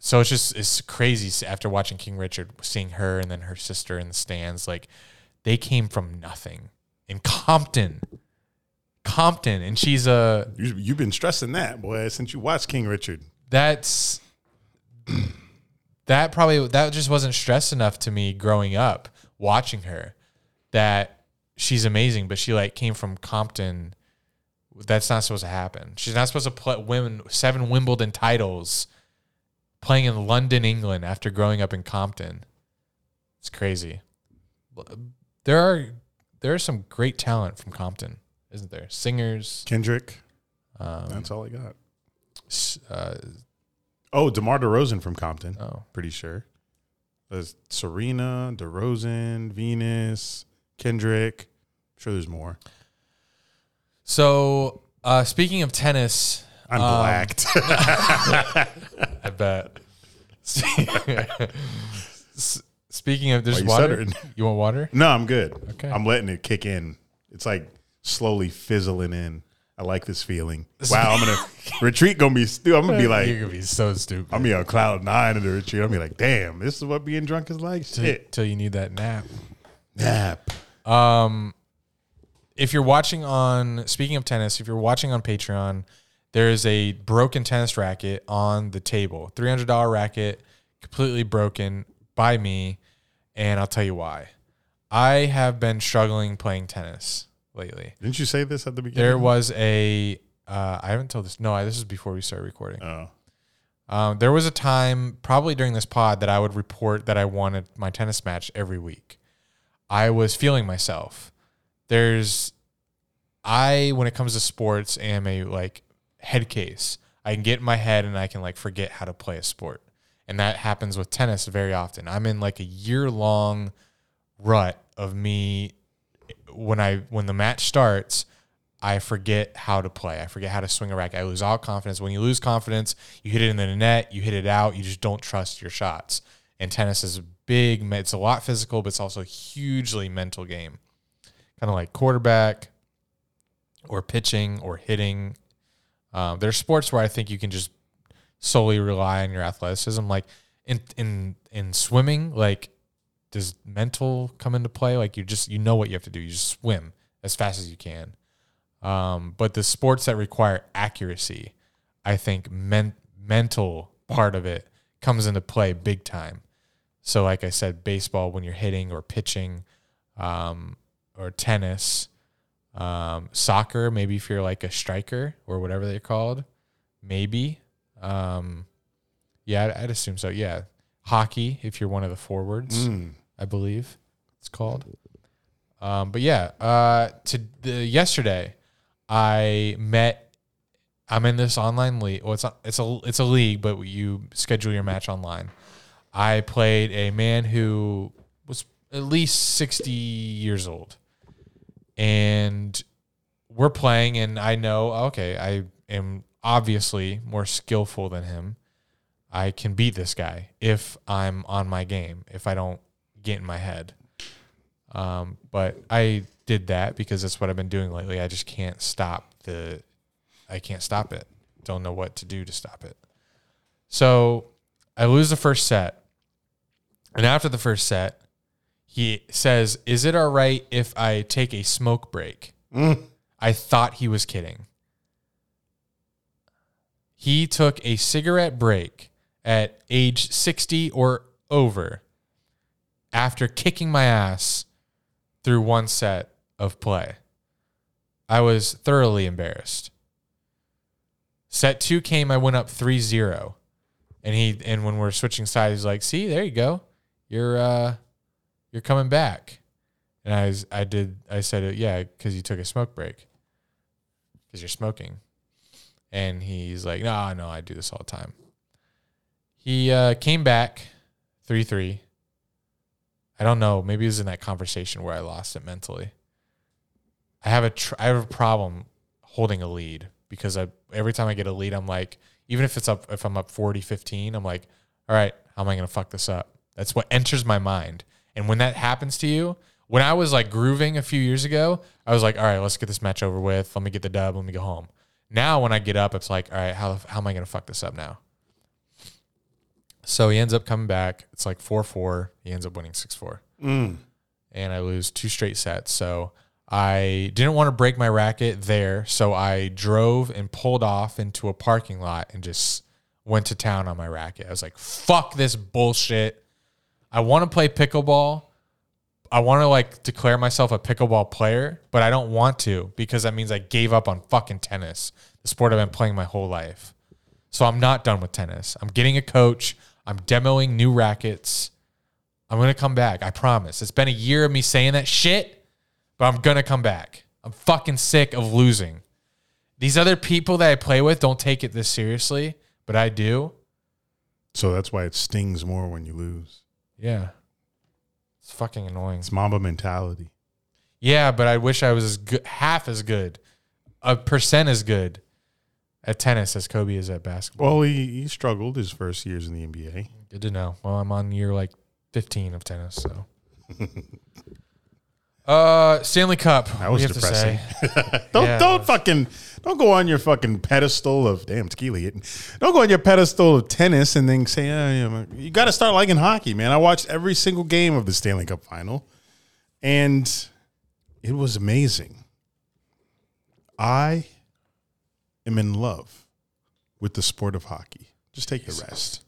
A: so it's just it's crazy s- after watching King Richard, seeing her and then her sister in the stands. Like they came from nothing in Compton, Compton, and she's a
B: You, you've been stressing that, boy, since you watched King Richard.
A: that's that probably that just wasn't stressed enough to me growing up watching her that she's amazing but she like came from compton that's not supposed to happen she's not supposed to play women seven wimbledon titles playing in london england after growing up in compton it's crazy there are there are some great talent from compton isn't there singers
B: Kendrick.
A: um,
B: That's all I got.
A: s- uh,
B: Oh, DeMar DeRozan from Compton.
A: oh
B: Pretty sure. There's Serena, DeRozan, Venus, Kendrick. I'm sure there's more.
A: So, uh, speaking of tennis,
B: I'm
A: um,
B: blacked.
A: I bet. [LAUGHS] S- speaking of, there's
B: you
A: water.
B: stuttering?
A: You want water?
B: no, I'm good.
A: Okay.
B: I'm letting it kick in. It's like slowly fizzling in. I like this feeling. Wow, I'm
A: [LAUGHS]
B: gonna retreat. Gonna be stu- I'm gonna be like
A: You're gonna be so stupid
B: I'm gonna be on cloud nine in the retreat. I'm gonna be like, damn, this is what being drunk is like.
A: till,
B: Shit.
A: till you need that nap.
B: Nap.
A: If you're watching on, speaking of tennis, if you're watching on Patreon, there is a broken tennis racket on the table. Three hundred dollar racket, completely broken by me, and I'll tell you why. I have been struggling playing tennis lately.
B: Didn't you say this at the beginning?
A: There was a. Uh, I haven't told this. No, I, this is before we started recording.
B: Oh.
A: Um, there was a time, probably during this pod, that I would report that I wanted my tennis match every week. I was feeling myself. There's, I when it comes to sports, am a like head case. I can get in my head and I can like forget how to play a sport, and that happens with tennis very often. I'm in like a year long rut of me when I when the match starts, I forget how to play. I forget how to swing a racket. I lose all confidence. When you lose confidence, you hit it in the net, you hit it out, you just don't trust your shots. And tennis is a big, me- it's a lot physical, but it's also a hugely mental game. Kind of like quarterback or pitching or hitting. Um, there are sports where I think you can just solely rely on your athleticism. Like in in in swimming, like does mental come into play? Like you just you know what you have to do. You just swim as fast as you can. Um, but the sports that require accuracy, I think men- mental part of it comes into play big time. So like I said, baseball when you're hitting or pitching, um, or tennis, um, soccer maybe if you're like a striker or whatever they're called, maybe. Um, yeah, I'd, I'd assume so. Yeah, hockey if you're one of the forwards.
B: Mm.
A: I believe it's called. Um, but yeah, uh, to the, yesterday, I met. I'm in this online league. Well, it's not, it's a it's a league, but you schedule your match online. I played a man who was at least 60 years old, and we're playing, and I know okay, I am obviously more skillful than him. I can beat this guy if I'm on my game, if I don't get in my head. Um, but I did that because that's what I've been doing lately. I just can't stop the, I can't stop it. Don't know what to do to stop it. So I lose the first set. And after the first set, he says, Is it all right if I take a smoke break? I thought he was kidding. He took a cigarette break at age 60 or over after kicking my ass through one set of play. I was thoroughly embarrassed. Set two came, I went up 3 0. And he and when we're switching sides, he's like, see, there you go. You're uh you're coming back. And I was, I did I said yeah, because you took a smoke break. Because you're smoking. And he's like, No, no, I do this all the time. He uh, came back three three. I don't know. Maybe it was in that conversation where I lost it mentally. I have a tr- I have a problem holding a lead because I every time I get a lead, I'm like, even if it's up, if I'm up 40, 15, I'm like, all right, how am I going to fuck this up? That's what enters my mind. And when that happens to you, when I was like grooving a few years ago, I was like, all right, let's get this match over with. Let me get the dub. Let me go home. Now, when I get up, it's like, all right, how, how am I going to fuck this up now? So he ends up coming back. It's like 4 4. He ends up winning 6 4 and I lose two straight sets. So I didn't want to break my racket there. So I drove and pulled off into a parking lot and just went to town on my racket. I was like, fuck this bullshit. I want to play pickleball. I want to like declare myself a pickleball player, but I don't want to because that means I gave up on fucking tennis, the sport I've been playing my whole life. So I'm not done with tennis. I'm getting a coach. I'm demoing new rackets. I'm gonna come back. I promise. It's been a year of me saying that shit, but I'm gonna come back. I'm fucking sick of losing. These other people that I play with don't take it this seriously, but I do.
B: So that's why it stings more when you lose.
A: Yeah. It's fucking annoying.
B: It's Mamba mentality.
A: Yeah, but I wish I was as good, half as good, a percent as good at tennis as Kobe is at basketball.
B: Well, he, he struggled his first years in the NBA.
A: Good to know. Well, I'm on year like 15 of tennis, so. [LAUGHS] uh, Stanley Cup.
B: That
A: we
B: was
A: have to
B: depressing.
A: say.
B: [LAUGHS] Don't
A: Yeah,
B: don't
A: that's-
B: fucking don't go on your fucking pedestal of damn tequila. hitting. Don't go on your pedestal of tennis and then say oh, yeah, man." you got to start liking hockey, man. I watched every single game of the Stanley Cup final, and it was amazing. I am in love with the sport of hockey. Just take the rest.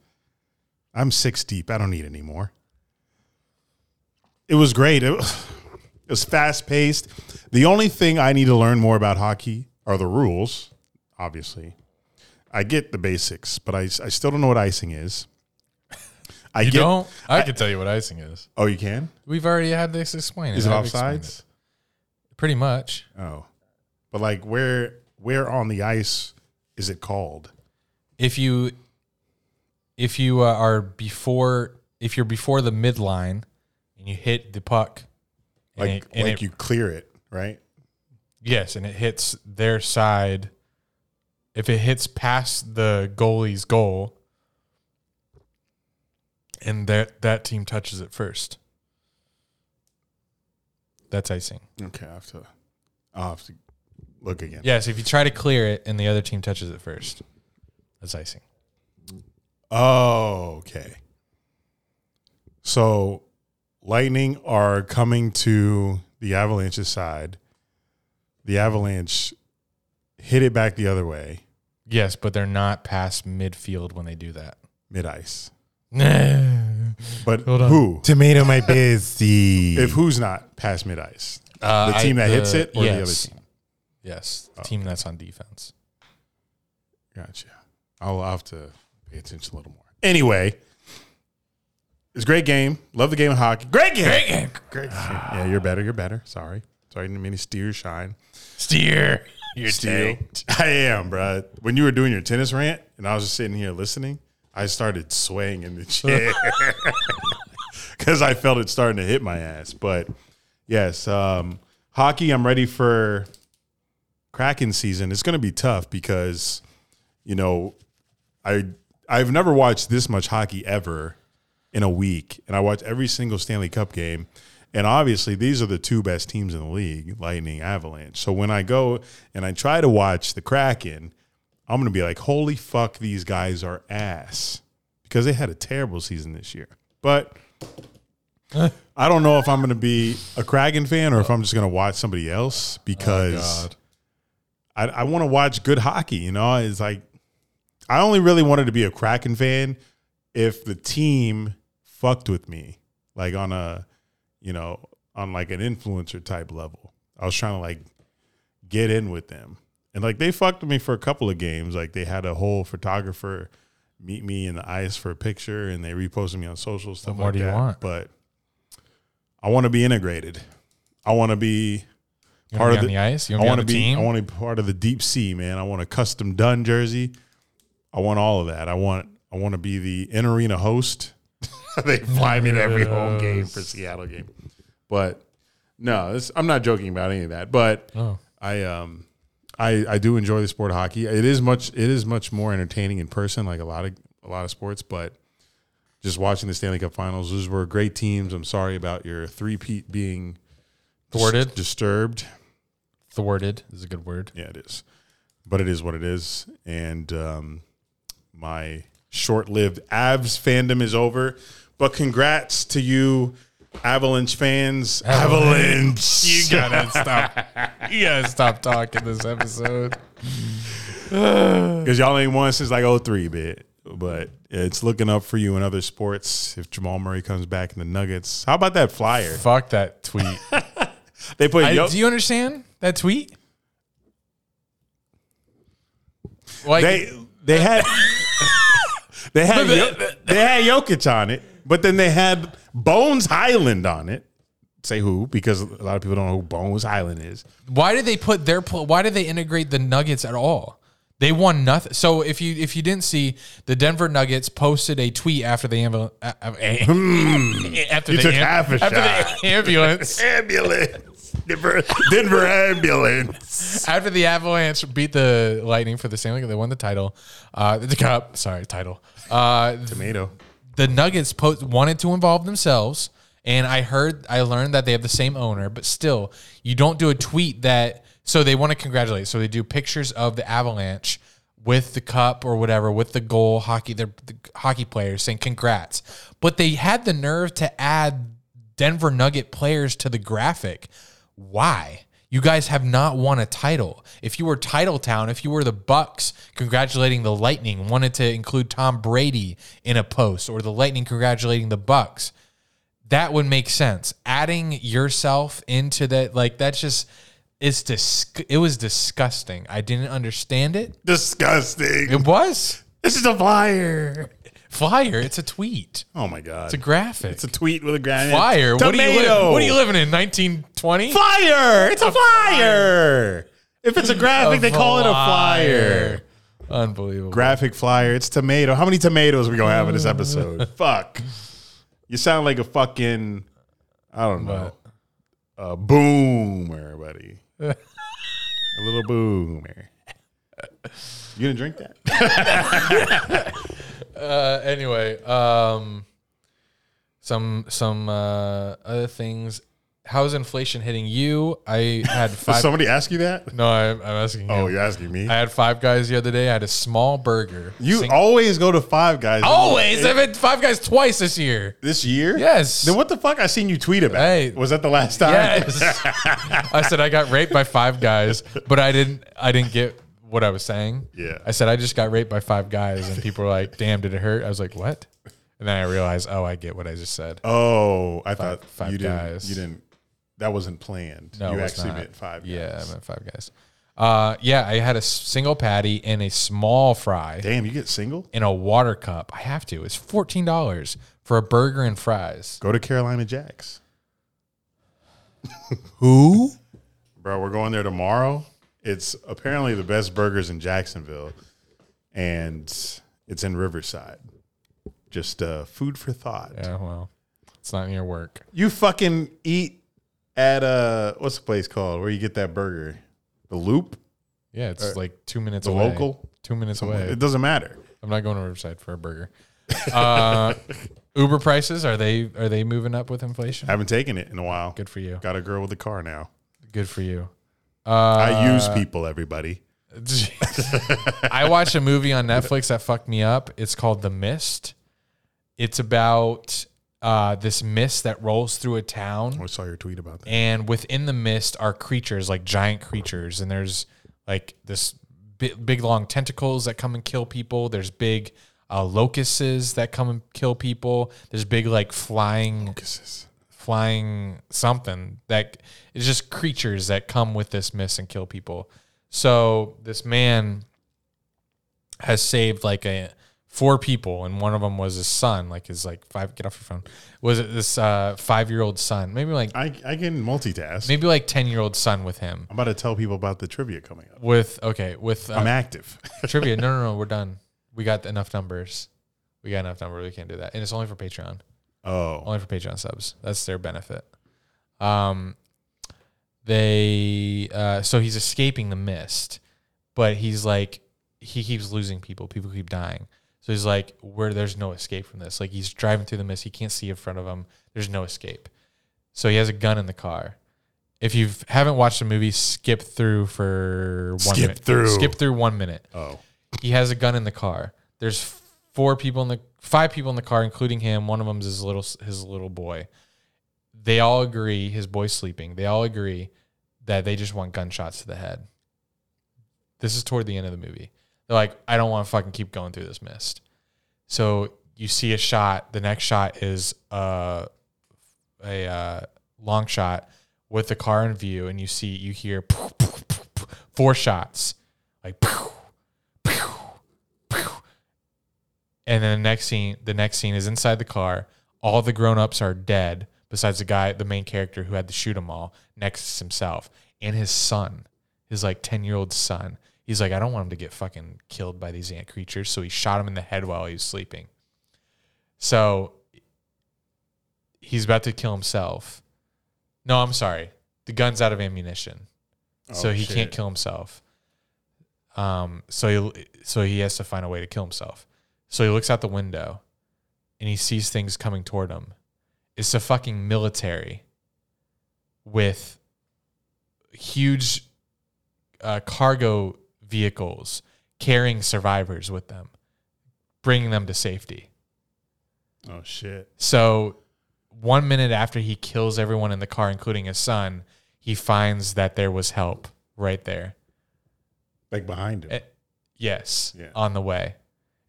B: I'm six deep. I don't need any more. It was great. It was, it was fast paced. The only thing I need to learn more about hockey are the rules, obviously. I get the basics, but I, I still don't know what icing is. I
A: You
B: get,
A: don't? I, can tell you what icing is.
B: Oh, you can?
A: We've already had this explained.
B: Is it
A: I've explained
B: offsides?
A: it. Pretty much.
B: Oh. But like where where on the ice is it called?
A: If you if you uh, are before if you're before the midline and you hit the puck and
B: Like
A: it- and
B: like
A: it-
B: you clear it, right?
A: Yes, and it hits their side. If it hits past the goalie's goal, and that that team touches it first, that's icing.
B: Okay, I have to I'll have to look again.
A: Yes, if you try to clear it and the other team touches it first, that's icing.
B: Oh, okay. So, Lightning are coming to the Avalanche's side. The Avalanche hit it back the other way,
A: Yes, but they're not past midfield when they do
B: [LAUGHS]
A: that.
B: mid ice.
A: uh,
B: But
A: Hold on.
B: who?
D: Tomato my busy.
B: If who's not past mid ice? The team that hits it or the other team? Oh,
A: Yes, the team that's on defense.
B: Gotcha. I'll I'll have to pay attention a little more. Anyway, it's a great game. Love the game of hockey. Great game. Great game. Great game. [SIGHS] Yeah, you're better. You're better. Sorry. Sorry, I didn't mean to steer your shine.
A: Steer. You're
B: Steel. [LAUGHS] I am, bro. When you were doing your tennis rant and I was just sitting here listening, I started swaying in the chair [LAUGHS] because I felt it starting to hit my ass. But yes, um, hockey, I'm ready for Kraken season. It's going to be tough because you know, I I've never watched this much hockey ever in a week, and I watch every single Stanley Cup game. And obviously, these are the two best teams in the league, Lightning, Avalanche. So when I go and I try to watch the Kraken, I'm gonna be like, "Holy fuck, these guys are ass," because they had a terrible season this year. But I don't know if I'm gonna be a Kraken fan or if I'm just gonna watch somebody else because.
A: God.
B: I, I want to watch good hockey. You know, it's like I only really wanted to be a Kraken fan if the team fucked with me, like on a, you know, on like an influencer type level. I was trying to like get in with them, and like they fucked with me for a couple of games. Like they had a whole photographer meet me in the ice for a picture, and they reposted me on social stuff.
A: more
B: like
A: do you
B: that.
A: want?
B: But I want to be integrated. I want to be
A: You
B: part
A: want
B: of
A: to be on
B: the-
A: the ice? You
B: I
A: want
B: want to
A: to
B: be.
A: Team?
B: I want to be part of the deep sea, man. I want a custom done jersey. I want all of that. I want. I want to be the in arena host. [LAUGHS] they fly me to every home game for Seattle game, but no, this, I'm not joking about any of that. But
A: Oh.
B: I um, I I do enjoy the sport of hockey. It is much. It is much more entertaining in person, like a lot of a lot of sports. But just watching the Stanley Cup Finals, those were great teams. I'm sorry about your three peat being dis-
A: Thwarted.
B: disturbed.
A: Thwarted is a good word.
B: Yeah, it is. But it is what it is. And um, my short lived Avs fandom is over. But congrats to you, Avalanche fans. Avalanche.
A: You gotta stop. You gotta stop talking this episode.
B: Because y'all ain't won since like 03, bit. But it's looking up for you in other sports. If Jamal Murray comes back in the Nuggets, how about that flyer?
A: Fuck that [LAUGHS] tweet.
B: They put
A: I-
B: Yo-
A: do you understand that tweet? Like,
B: they they [LAUGHS] had they had Yo- they had Jokic on it, but then they had Bones Highland on it. Say who? Because a lot of people don't know who Bones Highland is.
A: why did they put their? pl- Why did they integrate the Nuggets at all? They won nothing. So if you if you didn't see, the Denver Nuggets posted a tweet after the ambulance. [LAUGHS] after
B: Hmm. You
A: the
B: took half a
A: after
B: shot.
A: the [LAUGHS] ambulance.
B: Ambulance, Denver, Denver ambulance.
A: after the Avalanche beat the Lightning for the Stanley Cup, they won the title, uh, the cup. Sorry, title. Uh,
B: Tomato.
A: the Nuggets po- wanted to involve themselves, and I heard, I learned that they have the same owner, but still, you don't do a tweet that. So they want to congratulate. So they do pictures of the Avalanche with the cup or whatever, with the goal, hockey, their the hockey players saying congrats, but they had the nerve to add Denver Nugget players to the graphic. Why? You guys have not won a title. If you were Title Town, if you were the Bucks congratulating the Lightning, wanted to include Tom Brady in a post, or the Lightning congratulating the Bucks, that would make sense. Adding yourself into that, like that's just it's dis- it was disgusting. I didn't understand it.
B: Disgusting.
A: It was
B: This is a flyer.
A: flyer. It's a tweet.
B: Oh my god.
A: It's a graphic.
B: It's a tweet with a granite.
A: flyer. What are you
B: Tomato.
A: li- What are you living in? 1920.
B: Flyer. It's a flyer. If it's a graphic, they call it a flyer.
A: Unbelievable.
B: graphic flyer. It's tomato. How many tomatoes we gonna have in this episode?
A: [LAUGHS]
B: Fuck. You sound like a fucking I don't know. A boomer, buddy. a little boomer. You gonna drink that?
A: Uh, anyway, um, some some uh, other things. How's inflation hitting you? I
B: [LAUGHS]
A: had
B: Did
A: five.
B: somebody ask you that?
A: no, I, I'm asking.
B: Oh,
A: you.
B: you're asking me?
A: I had five guys the other day. I had a small burger.
B: You
A: Sing-
B: always go to Five Guys.
A: always. I've had five guys twice this year.
B: this year?
A: Yes.
B: Then what the fuck? I seen you tweet about.
A: Hey.
B: Was that the last time?
A: Yes. I said I got raped by five guys, but I didn't. I didn't get what I was saying.
B: Yeah.
A: I said I just got raped by five guys, and people were like, "Damn, did it hurt?" I was like, "What?" And then I realized, oh, I get what I just said.
B: Oh, I thought
A: Five
B: you
A: Guys.
B: didn't. You didn't. That wasn't planned.
A: No,
B: you
A: it was
B: actually
A: not.
B: meant Five Guys.
A: Yeah, I meant five guys. Uh, yeah, I had a s- single patty and a small fry
B: Damn, you get single?
A: in a water cup. I have to. It's fourteen dollars for a burger and fries.
B: Go to Carolina Jacks.
A: [LAUGHS] Who?
B: Bro, we're going there tomorrow. It's apparently the best burgers in Jacksonville, and it's in Riverside. Just uh, food for thought.
A: Yeah, well, it's not near work.
B: You fucking eat at uh, what's the place called where you get that burger? The Loop,
A: Yeah, it's like two minutes
B: Uh, the
A: away.
B: local,
A: two minutes away.
B: It doesn't matter.
A: I'm not going to Riverside for a
B: [LAUGHS]
A: burger. Uh, Uber prices are they are they moving up with inflation?
B: I haven't taken it in a while.
A: Good for you.
B: Got a girl with a car now.
A: Good for you. Uh,
B: I use people, everybody.
A: [LAUGHS] I watched a movie on Netflix that fucked me up. It's called The Mist. It's about uh, this mist that rolls through a town.
B: I saw your tweet about that.
A: and within the mist are creatures like giant creatures and there's like this big, big long tentacles that come and kill people there's big uh, locusts that come and kill people there's big like flying flying something that it's just creatures that come with this mist and kill people so this man has saved like a four people and one of them was his son like his like five get off your phone was it this uh five year old son maybe like
B: I, I can multitask.
A: maybe like 10 year old son with him
B: I'm about to tell people about the trivia coming up.
A: with okay with
B: I'm
A: uh,
B: active. [LAUGHS]
A: trivia no no no we're done we got enough numbers we got enough numbers we can't do that and it's only for patreon
B: oh,
A: only for patreon subs that's their benefit um they uh so he's escaping the mist but he's like he keeps losing people people keep dying so he's like where there's no escape from this like he's driving through the mist he can't see in front of him there's no escape so he has a gun in the car if you haven't watched the movie skip through for one
B: Skip
A: minute
B: through.
A: skip through one minute
B: oh,
A: he has a gun in the car. There's four people in the five people in the car, including him. One of them's his little his little boy. They all agree his boy's sleeping. They all agree that they just want gunshots to the head. This is toward the end of the movie. They're like, I don't want to fucking keep going through this mist. So you see a shot. The next shot is uh, a uh, long shot with the car in view, and you see you hear [LAUGHS] four shots, like and then the next scene the next scene is inside the car all the grown-ups are dead besides the guy the main character who had to shoot them all next is himself and his son his like 10-year-old son he's like i don't want him to get fucking killed by these ant creatures so he shot him in the head while he was sleeping so he's about to kill himself no i'm sorry the gun's out of ammunition so
B: Oh,
A: he can't
B: shit.
A: kill himself um so he so he has to find a way to kill himself so he looks out the window and he sees things coming toward him. It's the fucking military with huge uh, cargo vehicles carrying survivors with them, bringing them to safety.
B: oh shit.
A: So, one minute after he kills everyone in the car, including his son, he finds that there was help right there.
B: Like behind him.
A: Eh. Yes,
B: Yeah.
A: on the way.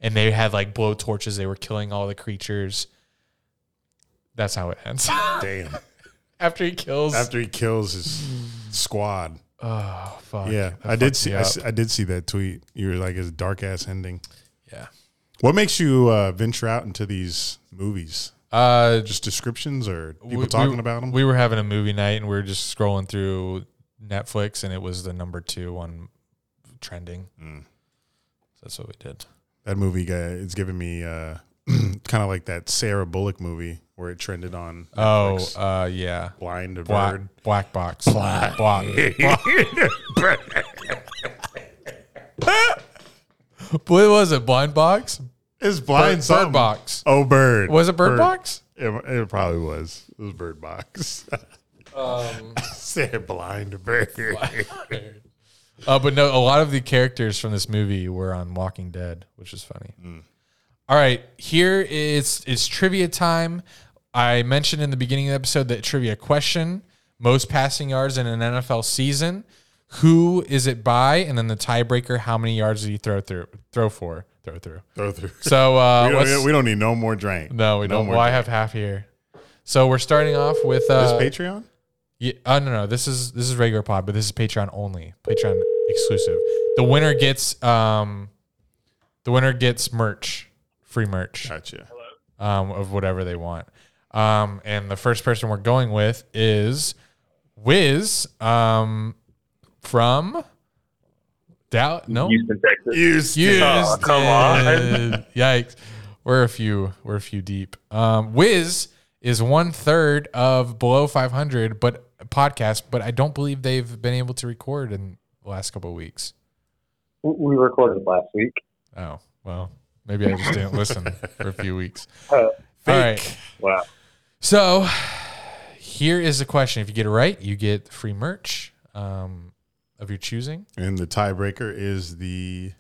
A: And they had like blow torches. They were killing all the creatures. That's how it ends. [LAUGHS]
B: Damn.
A: After he kills.
B: After he kills his squad.
A: oh fuck.
B: Yeah,
A: That
B: I did
A: fucked
B: see.
A: me
B: I,
A: up.
B: s- I did see that tweet. You were like, "It's a dark ass ending."
A: yeah.
B: What makes you uh, venture out into these movies?
A: Uh,
B: Just descriptions or people
A: we-
B: talking
A: we,
B: about them?
A: We were having a movie night and we were just scrolling through Netflix and it was the number two on trending.
B: Mm.
A: So that's what we did.
B: that movie guy is giving me uh, [CLEARS THROAT] kind of like that Sarah Bullock movie where it trended on Netflix.
A: Oh, uh, yeah.
B: Blind a
A: Black,
B: Bird.
A: black box. Black.
B: [LAUGHS]
A: Block. [LAUGHS] what was it? Blind box?
B: It's
A: Bird,
B: blind
A: bird
B: something.
A: box.
B: Oh, bird.
A: Was it bird, box?
B: It, it probably was. It was bird box. [LAUGHS] Sarah blind a bird.
A: Uh, but no, a lot of the characters from this movie were on Walking Dead, which is funny.
B: Hmm.
A: All right, here is it's trivia time. I mentioned in the beginning of the episode that trivia question: most passing yards in an NFL season. Who is it by? And then the tiebreaker: how many yards did you throw through? Throw for? Throw through.
B: Throw through.
A: So uh,
B: [LAUGHS] we,
A: let's-
B: don't, we don't need no more drink.
A: no, we
B: No
A: don't.
B: more
A: Well, I
B: drink.
A: have half here. So we're starting off with
B: Is
A: uh,
B: Patreon?
A: yeah, uh, no, no. This is this is regular pod, but this is Patreon only, Patreon exclusive. The winner gets um, the winner gets merch, free merch
B: Gotcha.
A: um, of whatever they want. Um, and the first person we're going with is Wiz um, from Doubt. No,
E: Houston, Texas.
B: Houston.
A: Houston.
E: Oh, come on.
A: [LAUGHS] Yikes. We're a few. We're a few deep. Um, Wiz is one third of below 500, but podcast. But I don't believe they've been able to record in the last couple of weeks.
F: We recorded last week.
A: Oh, well, maybe I just didn't listen for a few weeks.
F: Oh.
A: All right.
F: Wow.
A: So here is the question. If you get it right, you get free merch um, of your choosing.
B: And the tiebreaker is the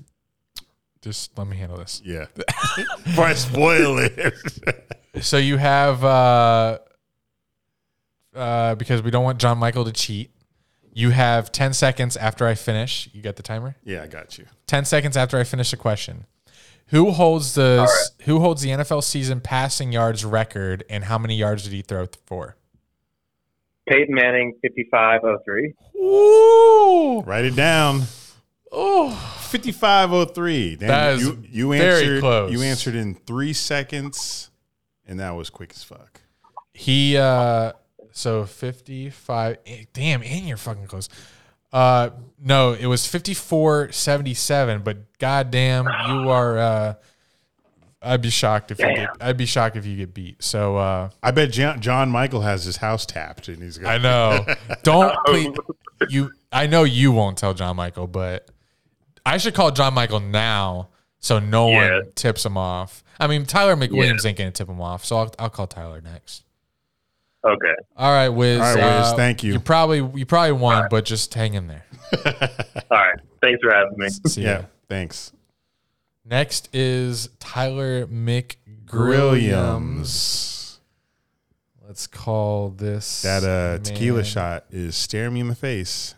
A: Just let me handle this. [LAUGHS]
B: yeah. Before I spoil it.
A: So you have, uh, uh, because we don't want John Michael to cheat, you have 10 seconds after I finish. You got the timer?
B: [LAUGHS] yeah, I got you.
A: 10 seconds after I finish the question. Who holds the who holds the NFL season passing yards record and how many yards did he throw th- for?
F: Peyton Manning, 5503.
A: Ooh.
B: Write it down.
A: Oh.
B: 5503. Damn,
A: That is
B: you, you
A: very
B: answered,
A: close.
B: You answered in three seconds, and that was quick as fuck.
A: He uh so 55 eh, damn and you're fucking close. Uh no, it was 5477, but goddamn, you are uh I'd be shocked if you get, I'd be shocked if you get beat. So uh
B: I bet John, John Michael has his house tapped, and he's
A: I
B: going.
A: know. Don't please, you. I know you won't tell John Michael, but I should call John Michael now so no
E: Yeah.
A: one tips him off. I mean, Tyler McWilliams ain't gonna tip him off, so I'll, I'll call Tyler next.
F: Okay.
A: All right, Wiz.
B: All right, Wiz,
A: uh,
B: thank you.
A: You probably you probably won, but just hang in
B: [LAUGHS]
A: there.
F: All right. Thanks for having me.
A: See ya.
B: Yeah, thanks.
A: Next is Tyler McGrilliams.
B: Grilliams.
A: Let's call this
B: That uh, tequila
A: man-
B: shot is staring me in the face.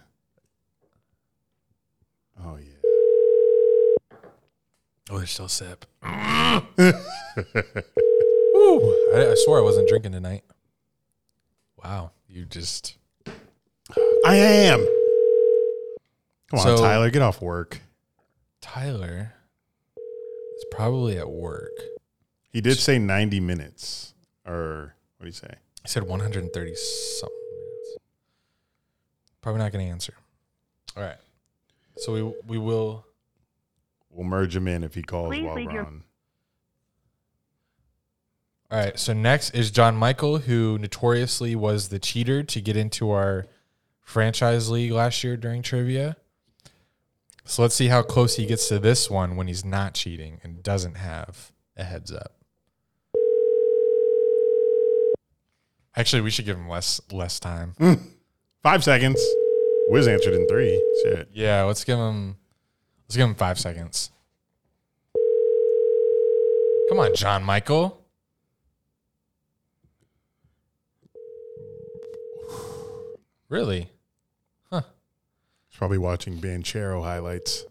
B: Oh yeah.
A: Oh, there's still a sip. Ooh, I, I swore I wasn't drinking tonight. Wow, you just
B: I am. Come
A: So-
B: on, Tyler, get off work.
A: Tyler is probably at work.
B: He did say 90 minutes. Or what do you say?
A: I said 130 something minutes. Probably not going to answer. All right, so we we will.
B: We'll merge him in if he calls
G: Please
B: while
G: leave
B: we're
G: your-
B: on.
A: All right, so next is John Michael, who notoriously was the cheater to get into our franchise league last year during trivia. So let's see how close he gets to this one when he's not cheating and doesn't have a heads up. Actually, we should give him less less time.
B: Five seconds. Wiz answered in three. Shit.
A: Yeah, let's give him let's give him 5 seconds. Come on, John Michael. Really?
B: He's probably watching Banchero highlights.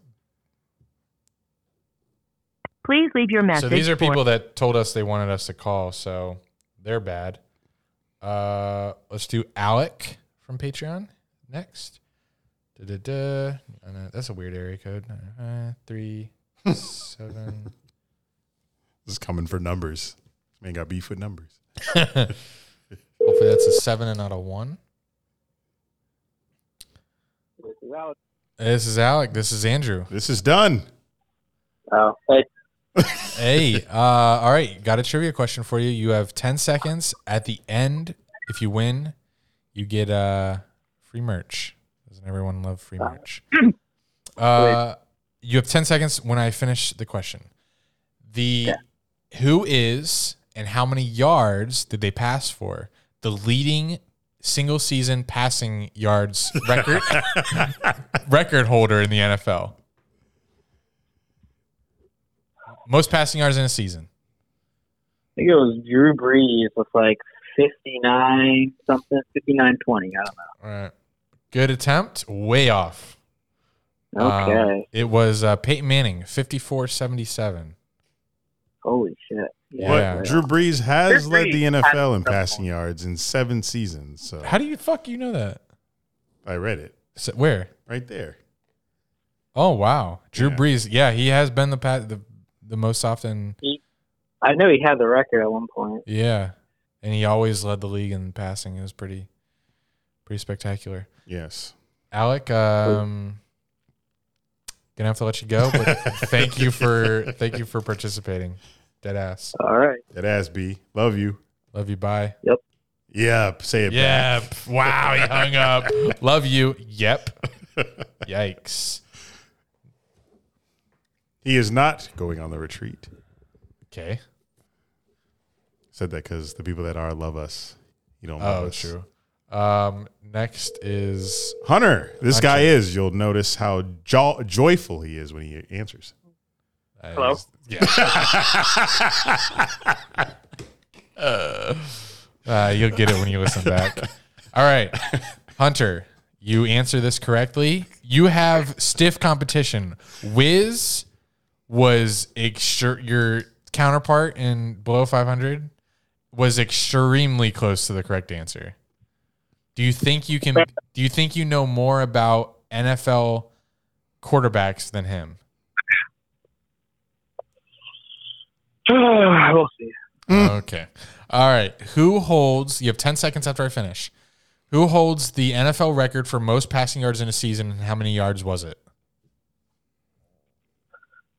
G: Please leave your message.
A: So these are
G: for-
A: people that told us they wanted us to call, so they're bad. Uh, let's do Alec from Patreon next. Da-da-da. I know, That's a weird area code. Uh, three, seven.
B: This is coming for numbers. This man got beef with numbers.
A: Hopefully that's a seven and not a one. This is Alec. This is Andrew.
B: This is done.
F: Oh, hey.
A: Hey, uh, all right, got a trivia question for you. You have ten seconds. At the end, if you win, you get uh, free merch. Doesn't everyone love free merch? Uh, you have ten seconds when I finish the question. The who is and how many yards did they pass for? The leading single season passing yards record record holder in the NFL. Most passing yards in a season.
H: I think it was Drew Brees with like 59 something, 59 20. I
A: All right. Good attempt. Way off.
H: don't know. Okay.
A: Um, it was uh, Peyton Manning, 5477.
H: Holy shit.
A: Yeah.
B: But Drew Brees has
H: Drew
B: led the
H: Brees
B: NFL in
H: has-
B: passing yards in seven seasons. So
A: How do you fuck you know that?
B: I read it
A: So, where?
B: right there.
A: Oh, wow. Drew
B: Yeah.
A: Brees. Yeah, he has been the, pa- the the most often.
H: I know he had the record at one point.
A: Yeah. And he always led the league in passing. It was pretty pretty spectacular.
B: Yes.
A: Alec, um, gonna have to let you go, but thank you for thank you for participating. Dead ass.
H: All right. [SIGHS]
B: That ass B. Love you.
A: Love you. Bye.
B: Yep. Say it
A: Yeah.
B: back.
A: p- Wow. He [LAUGHS] hung up. Love you. Yep. Yikes.
B: He is not going on the retreat.
A: Okay.
B: Said that because the people that are love us. You don't love
A: Oh,
B: us.
A: true. Um, next is
B: Hunter, this
A: Hunter.
B: guy is. You'll notice how jo- joyful he is when he answers.
F: Hello?
A: Yeah. [LAUGHS] Uh, you'll get it when you listen back. All right, Hunter, you answer this correctly. You have stiff competition. Wiz was extre- your counterpart in below 500 was extremely close to the correct answer. Do you think you can? Do you think you know more about NFL quarterbacks than him?
H: we'll see.
A: Okay. All right. Who holds, you have 10 seconds after I finish. Who holds the NFL record for most passing yards in a season and how many yards was it?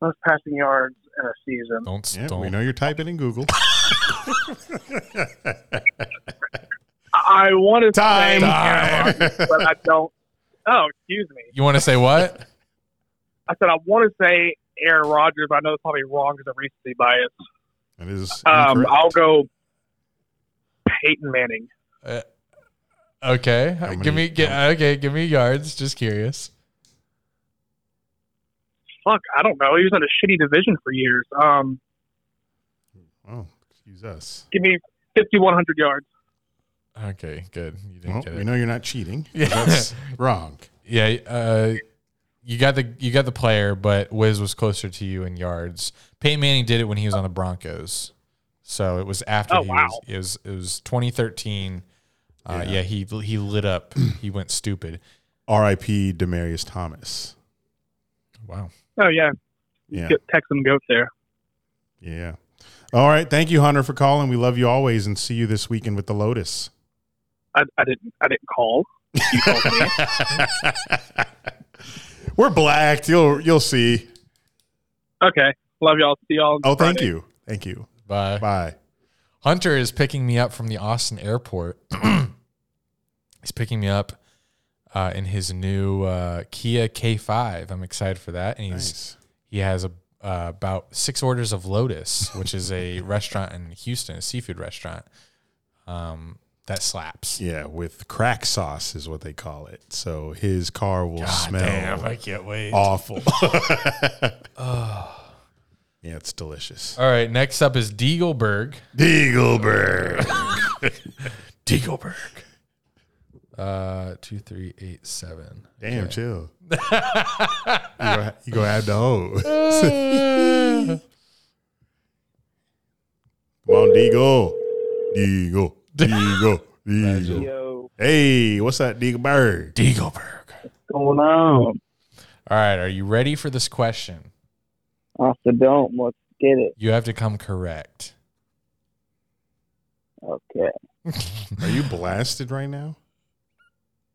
H: Most passing yards in a season.
A: Don't,
B: Yeah,
A: don't.
B: we know you're typing in Google.
H: I I want to
B: Time.
H: say but I don't. Oh, excuse me.
A: You want to say
B: [LAUGHS]
A: what?
H: I said I want to say Aaron Rodgers. but I know it's probably wrong because of recency bias.
B: That is
H: Um,
B: incorrect.
H: I'll go Peyton Manning.
A: Okay.
B: How
A: Give me,
B: many-
A: get,
B: how-
A: okay, give me yards. Just curious.
H: Fuck, I don't know. He was in a shitty division for years. Um,
B: Oh, excuse us.
H: give me 5,100 yards.
A: Okay, good. You didn't
B: Well,
A: get
B: we
A: it.
B: know you're not cheating.
A: Yeah.
B: That's wrong.
A: Yeah. Uh, you got the you got the player, but Wiz was closer to you in yards. Peyton Manning did it when he was on the Broncos, so it was after
H: Oh,
A: he
H: wow.
A: was, it was it was 2013. Uh, yeah.
B: Yeah.
A: he he lit [CLEARS THROAT] up. he went stupid.
B: R.I.P. Demarius Thomas.
A: Wow.
H: Oh, yeah.
B: Yeah.
H: Get Texan Goat there.
B: Yeah. All right. Thank you, Hunter, for calling. We love you always and see you this weekend with the Lotus.
H: I, I didn't. I didn't call. You called me.
B: We're blacked. You'll you'll see.
H: okay. Love y'all. See y'all.
B: Oh, thank
H: Friday.
B: you. Thank you.
A: Bye.
B: Bye.
A: Hunter is picking me up from the Austin airport. [CLEARS THROAT] He's picking me up uh, in his new uh, Kia K5. I'm excited for that, and he's
B: Nice.
A: he has a, uh, about six orders of Lotus, which is a [LAUGHS] restaurant in Houston, a seafood restaurant. Um, that slaps.
B: Yeah, with crack sauce is what they call it. So his car will smell
A: can't wait.
B: awful.
A: [LAUGHS]
B: Yeah, it's delicious.
A: All right, next up is Diegelberg.
B: Deagleberg.
A: Diegelberg. Uh, two, three, eight, seven. [LAUGHS]
B: Damn, chill. you go, you go have the hoe.
A: Uh,
B: Come on, Deagle. Deagle. Deagle. Deagle.
H: Yo,
B: Hey, what's that, Deagleberg?
A: Diegelberg.
H: going on?
A: All right, are you ready for this question?
H: Off the dome. Let's get it.
A: You have to come correct.
H: Okay.
B: Are you blasted right now?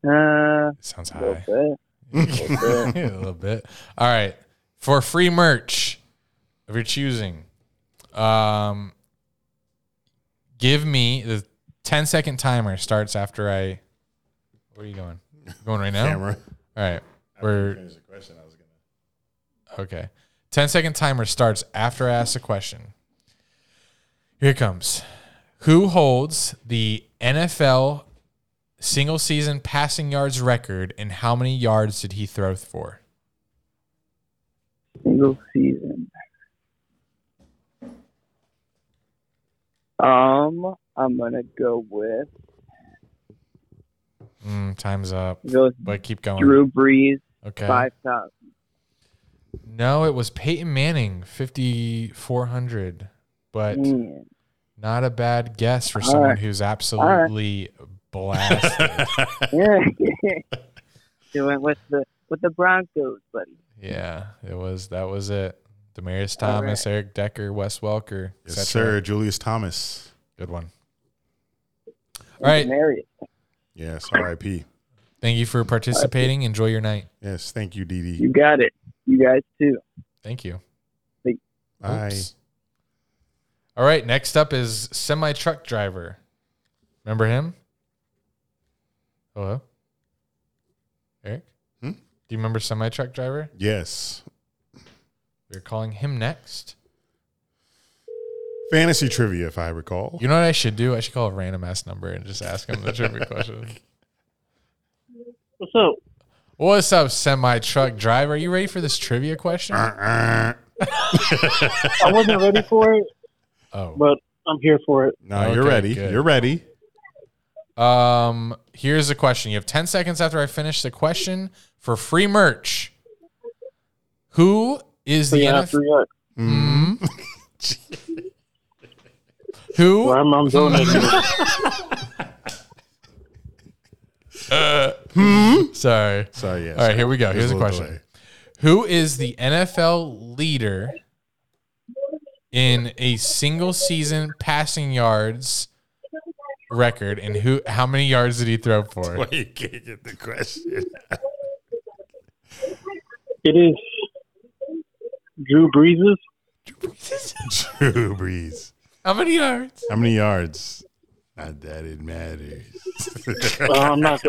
H: Uh,
A: Sounds
H: go
A: high.
H: bet.
A: [LAUGHS] a little bit. All right. For free merch of your choosing, um, give me the 10 second timer starts after I. What are you doing? Going right now? [LAUGHS]
B: Camera.
A: All right. We're
B: Here's a question I was gonna.
A: okay. 10 second timer starts after I ask the question. Here it comes. Who holds the NFL single season passing yards record and how many yards did he throw for?
H: Single season. Um, I'm gonna go with
A: Mm, time's up.
H: go with
A: But keep going.
H: Drew Brees
A: okay.
H: five
A: [LAUGHS]
H: thousand.
A: No, it was Peyton Manning, 5,400. But
H: [LAUGHS] Man.
A: not a bad guess for
H: Mm. All
A: someone
H: right.
A: who's absolutely blasted. [LAUGHS]
H: Yeah. Doing with the with the Broncos, buddy.
A: yeah, it was. That was it. Demarius Thomas, Eric Decker, Wes Welker. et
B: Yes,
A: cetera.
B: sir. Julius Thomas.
A: Good one. All right.
H: Marriott.
B: Yes, R.I.P.
A: Thank you for participating. Enjoy your night.
B: Yes, thank you, Dee Dee.
H: You got it. You guys too.
A: Thank you.
B: Bye.
A: Oops. All right. Next up is semi truck driver. Remember him? Hello, Eric.
B: Hmm?
A: Do you remember semi truck driver?
B: Yes.
A: We're calling him next.
B: Fantasy trivia, if I recall.
A: You know what I should do? I should call a random ass number and just ask him the trivia question.
H: What's up?
A: What's up, semi truck driver? Are you ready for this trivia question? uh.
B: Uh-uh.
H: I wasn't ready for it,
A: Oh,
H: but I'm here for it.
B: No, you're
A: Okay,
B: ready.
A: good.
B: You're ready.
A: um, here's the question. You have ten seconds after I finish the question for free merch. Who is the
H: Three out of
A: NFL?
H: three up.
A: Mm. Who
H: Where I'm,
A: [LAUGHS]
H: I'm donating.
A: Hmm? Sorry.
B: Sorry, yes.
A: All right, here we go. Here's
B: There's
A: a
B: little
A: question.
B: delay.
A: Who is the NFL leader in a single season passing yards record and who how many yards did he throw for?
B: Why you can't get the question?
H: it is Drew Breeses.
B: Drew Brees.
A: How many yards?
B: How many yards? Not that it matters. [LAUGHS]
H: Uh, I'm not.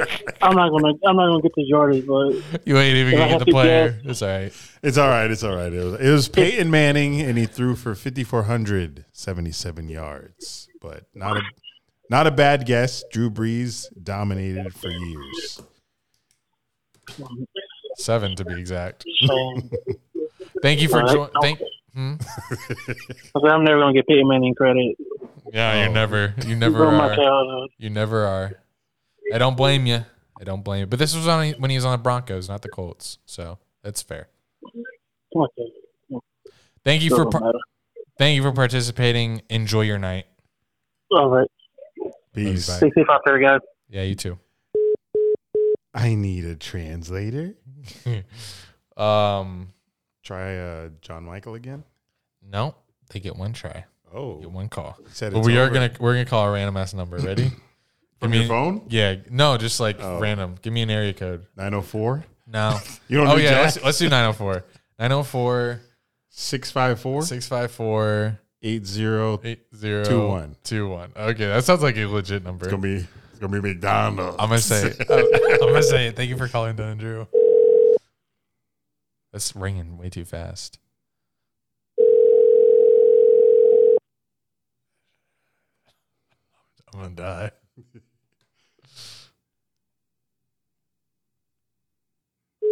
H: I'm not gonna. I'm not gonna get the yardage, but
A: You ain't even
H: Can I
A: gonna get
H: have
A: the
H: to
A: player. It's all right.
B: it's all right. It's all right. It was, it was Peyton Manning, and he threw for 5,477 yards. But not a, not a bad guess. Drew Brees dominated for years.
A: Seven to be exact.
H: [LAUGHS] um,
A: Thank you for
H: All right.
A: joining. Thank- hmm?
H: I'm never gonna get Peyton Manning credit.
A: Yeah,
B: Oh.
A: you never, you
H: He
A: never
H: ruined my
A: are.
H: childhood.
A: You never are. I don't blame you. I don't blame you. But this was on when he was on the Broncos, not the Colts. So that's fair.
H: Okay,
A: Thank you for
H: doesn't
A: par-
H: matter.
A: Thank you for participating. Enjoy your night.
H: All right,
B: Peace.
A: Bye.
H: stay safe out there, guys.
A: Yeah, you too. [LAUGHS]
B: I need a translator.
A: Um,
B: Try uh, John Michael again.
A: no, they get one try,
B: Oh,
A: get one call.
B: it said
A: But
B: it's
A: we are
B: over.
A: gonna we're gonna call a random ass number. Ready?
B: [LAUGHS]
A: I
B: from
A: mean-
B: your phone
A: yeah. No, just like
B: Oh.
A: random. Give me an area code.
B: 904.
A: No.
B: You [LAUGHS] don't
A: oh
B: do
A: yeah.
B: Jack?
A: Let's, let's do
B: [LAUGHS]
A: 904. 904
B: 654
A: 654
B: 80.
A: 8021. Okay, that sounds like a legit number.
B: It's gonna be it's gonna be McDonald's.
A: I'm gonna say
B: [LAUGHS]
A: it. I'm gonna say it. Thank you for calling Don and Drew. That's ringing way too fast. [LAUGHS] I'm gonna die.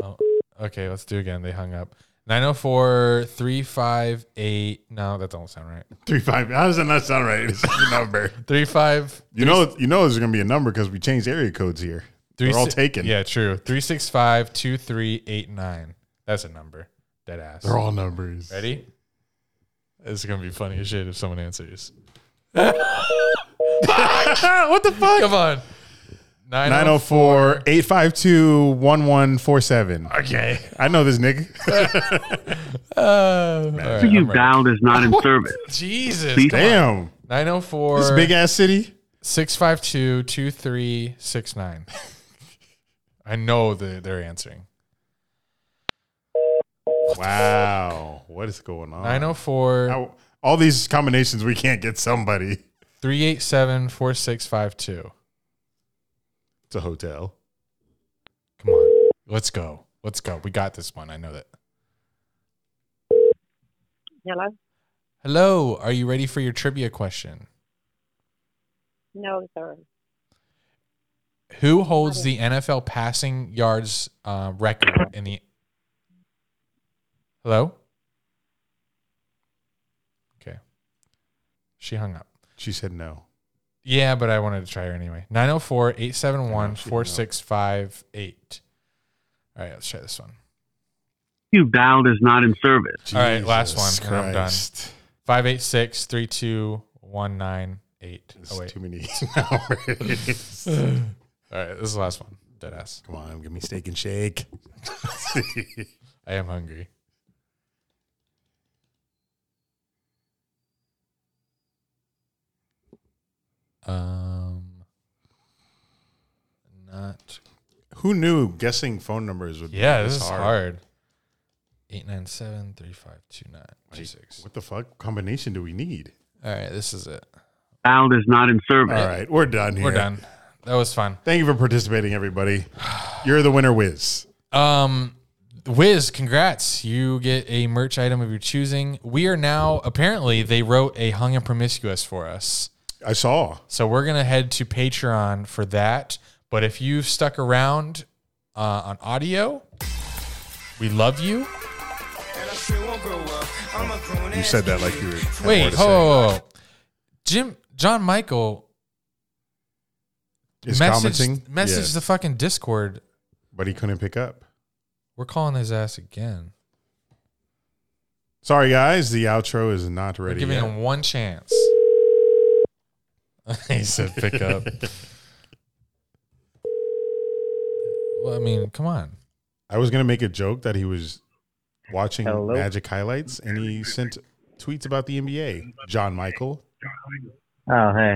A: Oh, okay, let's do it again. They hung up. 904 358. No, that don't sound right.
B: three five. How does that not sound right? It's just a number.
A: 35.
B: You know, you know, there's gonna be a number because we changed area codes here.
A: Three
B: They're all
A: si-
B: taken.
A: Yeah, true. Three six five two three eight nine. That's a number. Dead ass.
B: they're all numbers.
A: ready. [LAUGHS] This is gonna be funny as shit if someone answers.
B: [LAUGHS] what the fuck?
A: Come on. Nine oh-
B: 904 852 1147.
A: Okay.
B: I know this nigga.
A: [LAUGHS] Uh, all
B: oh
A: right,
I: you
A: I'm ready.
I: dialed is not in service.
A: Jesus.
B: Damn.
A: Nine oh four
B: This big ass city.
A: six five two two three six nine. I know that they're answering.
B: Wow. What is going on?
A: Nine oh four
B: How- all these combinations, we can't get somebody.
A: three eight seven four six five two.
B: It's a hotel.
A: Come on. Let's go. Let's go. We got this one. I know that.
J: Hello?
A: Hello, are you ready for your trivia question?
J: No, sir.
A: Who holds the NFL passing yards uh, record in the? Hello. Okay. She hung up.
B: She said no.
A: Yeah, but I wanted to try her anyway. 904 871 4658. All right, let's try this one.
I: You've dialed is not in service.
A: All right, last
B: Jesus
A: one, and I'm done. Oh,
B: Christ.
A: 586 32198.
B: It's
A: Oh, wait.
B: too many [LAUGHS] numbers.
A: All right, this is the last one. Deadass.
B: Come on, give me steak and shake. [LAUGHS]
A: I am hungry. Um, not.
B: Who knew guessing phone numbers would
A: Yeah,
B: be
A: this is hard. Eight nine seven three five two nine two six.
B: What the fuck combination do we need?
A: All right, this is it.
I: Dialed is not in service.
B: All right, we're done here.
A: We're done. That was fun.
B: Thank you for participating, everybody. You're the winner, Wiz.
A: Um, Wiz, congrats. You get a merch item of your choosing. We are now, apparently, they wrote a Hung and Promiscuous for us.
B: I saw.
A: So we're going to head to Patreon for that. But if you've stuck around uh, on audio, we love you.
B: You said that like you were. had more
A: Wait, oh, ho,
B: to say.
A: ho, ho. Jim, John Michael
B: Is commenting?
A: messaged, messaged
B: Yeah.
A: the fucking Discord.
B: But he couldn't pick up.
A: We're calling his ass again.
B: Sorry, guys. The outro is not
A: We're
B: ready.
A: giving
B: yet.
A: him one chance. [LAUGHS] he said, pick up. well, I mean, come on.
B: I was gonna make a joke that he was watching
A: Hello?
B: Magic highlights, and he sent tweets about the NBA. John Michael.
H: Oh, hey.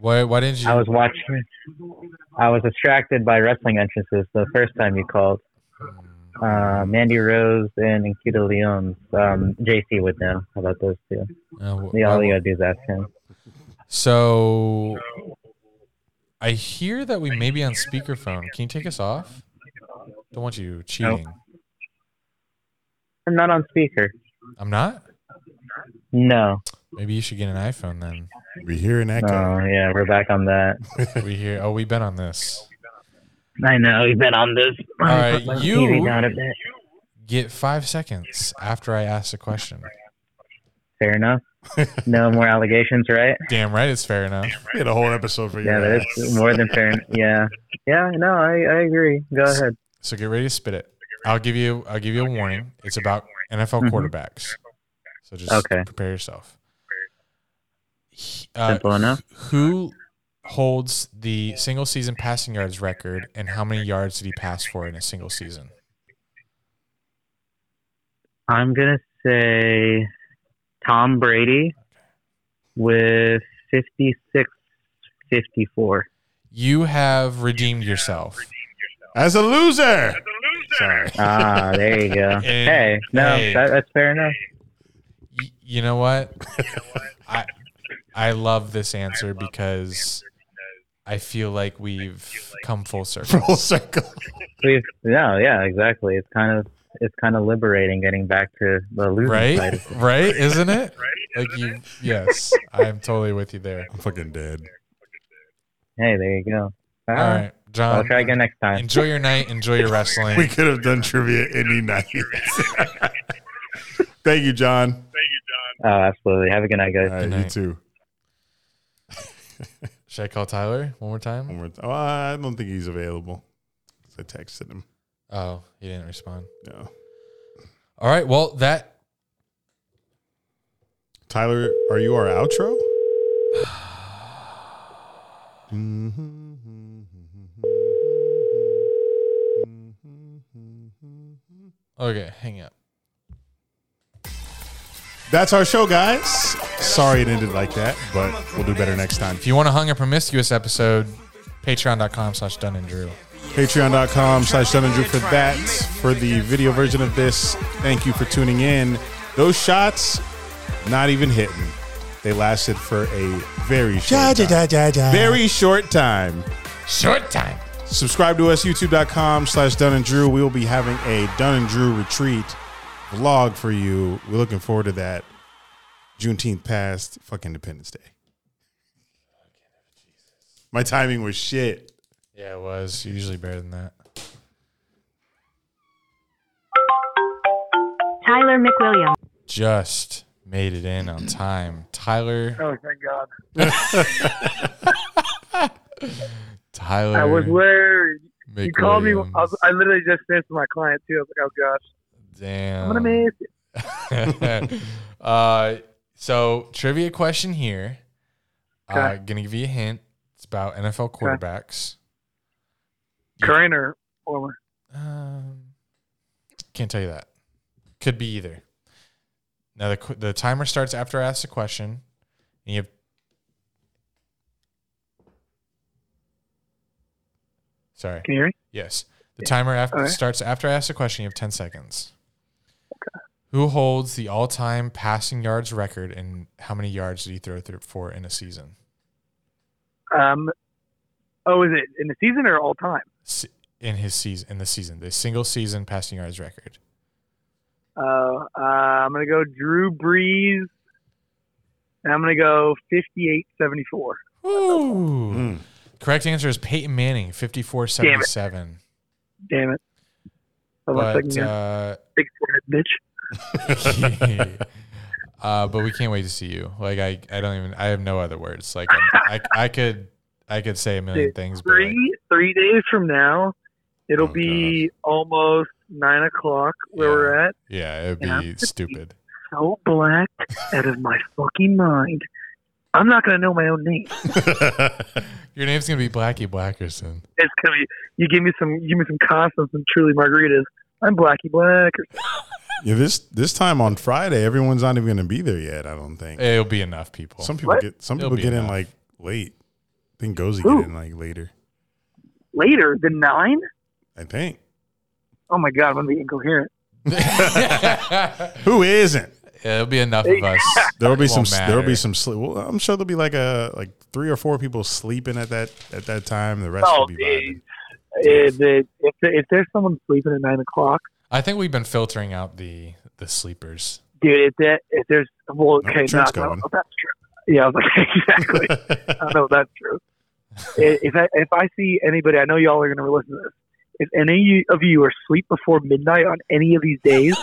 A: Why, why didn't you?
H: I was watching. I was distracted by wrestling entrances the first time you called. Uh, Mandy Rose and Nikita Leon's um, JC would know about those two.
A: Uh, wh-
H: the all
A: why-
H: you gotta do is ask him.
A: So I hear that we may be on speakerphone. Can you take us off? Don't want you cheating.
H: I'm not on speaker.
A: I'm not?
H: No.
A: Maybe you should get an iPhone then.
B: We hear an echo.
H: Oh yeah, we're back on that.
A: we hear oh we've been on this.
H: I know we've been on this.
A: All
H: [LAUGHS]
A: right,
H: Put my
A: you-
H: TV down a bit.
A: Get five seconds after I ask a question.
H: Fair
A: [LAUGHS]
H: enough. No more allegations, right?
A: Damn right it's fair enough.
B: We had a whole episode for
H: Yeah, that's more than fair. Yeah. Yeah. No, I I agree. Go ahead.
A: So get ready to spit it. I'll give you I'll give you a warning. It's about NFL
H: Mhm.
A: quarterbacks. So just
H: Okay.
A: prepare yourself. He- uh,
H: Simple enough.
A: Who holds the single season passing yards record and how many yards did he pass for in a single season?
H: I'm gonna say Tom Brady with 56, 54.
A: You have redeemed yourself.
B: As a loser. Sorry.
H: Ah, there
A: [LAUGHS]
H: you go.
A: And-
H: hey, no,
A: hey.
H: That, that's fair enough.
A: You know what? I I love this answer because I feel like we've come full circle.
B: [LAUGHS] Full circle.
H: We've, no, yeah, exactly. It's kind of it's kind of liberating getting back to the losing side.
A: Right?
H: of it.
A: Right? Isn't it? Like you yes, I am totally with you there.
B: I'm fucking dead.
H: Hey, there you go. Ah,
A: All right, Um, John.
H: I'll try again next time.
A: Enjoy your night, enjoy your wrestling.
B: We could have done trivia any night. [LAUGHS] Thank you, John.
H: Oh, absolutely. Have a good night, guys.
B: All right, you too.
A: Should I call Tyler one more time?
B: One more th- oh, I don't think he's available. So I texted him.
A: Oh, he didn't respond.
B: No.
A: All right. Well, that
B: Tyler, are you our outro?
A: okay. Hang up.
B: That's our show, guys. Sorry it ended like that, but we'll do better next time.
A: If you want a hung and promiscuous episode, patreon.com slash Dun and Drew.
B: patreon.com slash Dun and Drew for that for the video version of this thank you for tuning in those shots not even hitting they lasted for a very short
D: Ja, ja,
B: time.
D: ja, ja, ja.
B: very short time
A: Short time.
B: subscribe to us youtube.com slash Dun and Drew we will be having a Dun and Drew retreat vlog for you we're looking forward to that Juneteenth passed fuck Independence Day my timing was
K: [LAUGHS]
B: shit
A: Yeah, it was usually better than that.
L: Tyler McWilliams.
A: Just made it in on time. Tyler.
K: Oh, thank God.
A: Tyler.
K: I was worried. You called me. I,
A: McWilliams.
K: was, I literally just finished my client too. I was like, oh gosh,
A: Damn.
K: I'm gonna miss it.
A: [LAUGHS] uh, so trivia question here. Uh,
K: Okay.
A: gonna give you a hint. It's about NFL quarterbacks.
K: Current or former?
A: Um, Can't tell you that. Could be either. Now the qu- the timer starts after I ask the question, and you have. Sorry.
K: Can you hear me?
A: Yes. The timer after
K: Alright.
A: starts after I ask the question. You have ten seconds. Who holds the all-time passing yards record, and how many yards did he throw through for in a season?
K: Um, oh, is it in the season or all time?
A: Se- in his season in the season, the single season passing yards record?
K: Uh, uh, I'm gonna go Drew Brees, and I'm gonna go 58-74.
A: Ooh. Correct answer is Peyton Manning, fifty four seventy seven.
K: Damn it! Hold on a
A: But
K: second here.
A: uh,
K: Big forehead, bitch.
A: [LAUGHS] uh, but we can't wait to see you. Like I, I don't even. I have no other words. Like I'm, I, I could, I could say a million
K: [LAUGHS] Dude,
A: uh, things. Oh, But
K: three three days from now, it'll be almost nine o'clock where we're at.
A: yeah, it'd
K: Yeah.
A: be stupid.
K: So black out of my fucking mind. I'm not gonna know my own name.
A: Your name's gonna be Blackie Blackerson.
K: It's gonna be you give me some you give me some Constance and truly margaritas. I'm Blackie Black.
B: Yeah, this this time on Friday, everyone's not even going to be there yet. I don't think
A: it'll be enough people.
B: Some people
K: What?
B: get some
K: It'll
B: people
K: be
B: get in
K: enough.
B: like late. I think Gozy
K: Who?
B: get in like later.
K: Later than nine.
B: I think.
K: Oh my god, I'm gonna be incoherent.
B: Who isn't?
A: Yeah, [LAUGHS] it'll be enough of us.
B: There'll be
A: It
B: some.
A: won't
B: There'll be
A: matter.
B: some sleep. Well, I'm sure there'll be like a like three or four people sleeping at that at that time. The rest will
K: Oh,
B: be. [LAUGHS]
K: geez. If, the- if, the- if there's someone sleeping at nine o'clock,
A: I think we've been filtering out the the sleepers.
K: dude, if that if there's well, okay, no,
A: Trent's
K: no,
A: going.
K: no, that's true. Yeah, I was like, [LAUGHS] exactly. I [LAUGHS] know that's true. I- If I, if I see anybody, I know y'all are going to listen to this. If any of you are asleep before midnight on any of these days,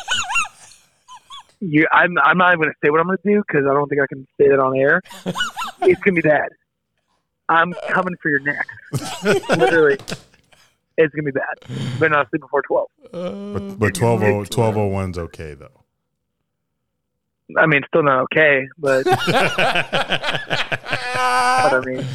K: you, I'm I'm not even going to say what I'm going to do because I don't think I can say that on air. it's going to be bad. I'm coming for your neck. Literally, it's going to be bad. But not sleep before twelve.
B: But, but oh, 12 1201's okay though.
K: I mean, still not okay, but, [LAUGHS] but I mean,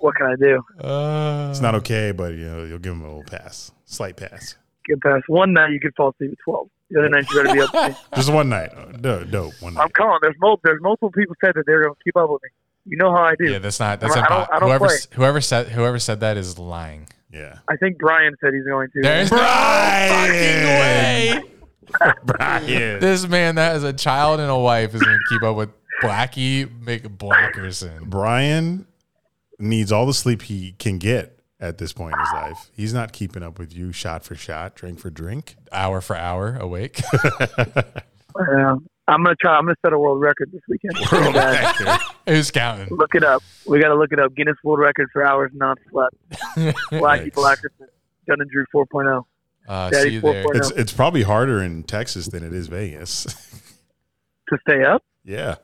K: what can I do?
A: Uh,
B: It's not okay, but you know you'll give him a little pass, slight pass.
K: Get past one night, you could fall asleep at twelve. The other night, you got to be up.
B: Just one night. Uh, No, dope. One night.
K: I'm calling. There's multiple. There's multiple people said that they're going to keep up with me. You know how I do.
A: Yeah, that's not. That's
K: I don't.
A: impo-
K: I don't
A: whoever
K: play.
A: s- whoever said whoever said that is lying.
K: [LAUGHS]
B: Yeah.
K: I think Brian said he's going to.
A: There's no
B: Brian!
A: fucking way. [LAUGHS]
B: Brian.
A: This man that has a child and a wife is going to keep up with Blackie McBlackerson.
B: Brian needs all the sleep he can get at this point in his life. He's not keeping up with you shot for shot, drink for drink, [LAUGHS]
A: hour for hour, awake. [LAUGHS]
K: Uh, I'm going to try. I'm going to set a world record this weekend.
A: [LAUGHS] World
K: Guys,
A: record. Who's counting? [LAUGHS]
K: look it up. We got to look it up. Guinness World Record for hours not slept. Blackie Blackerson, Gun and Drew oh. 4.0.
A: Uh,
K: Daddy see you there. 4.0.
B: It's it's probably harder in Texas than it is Vegas. [LAUGHS]
K: To stay up.
B: yeah.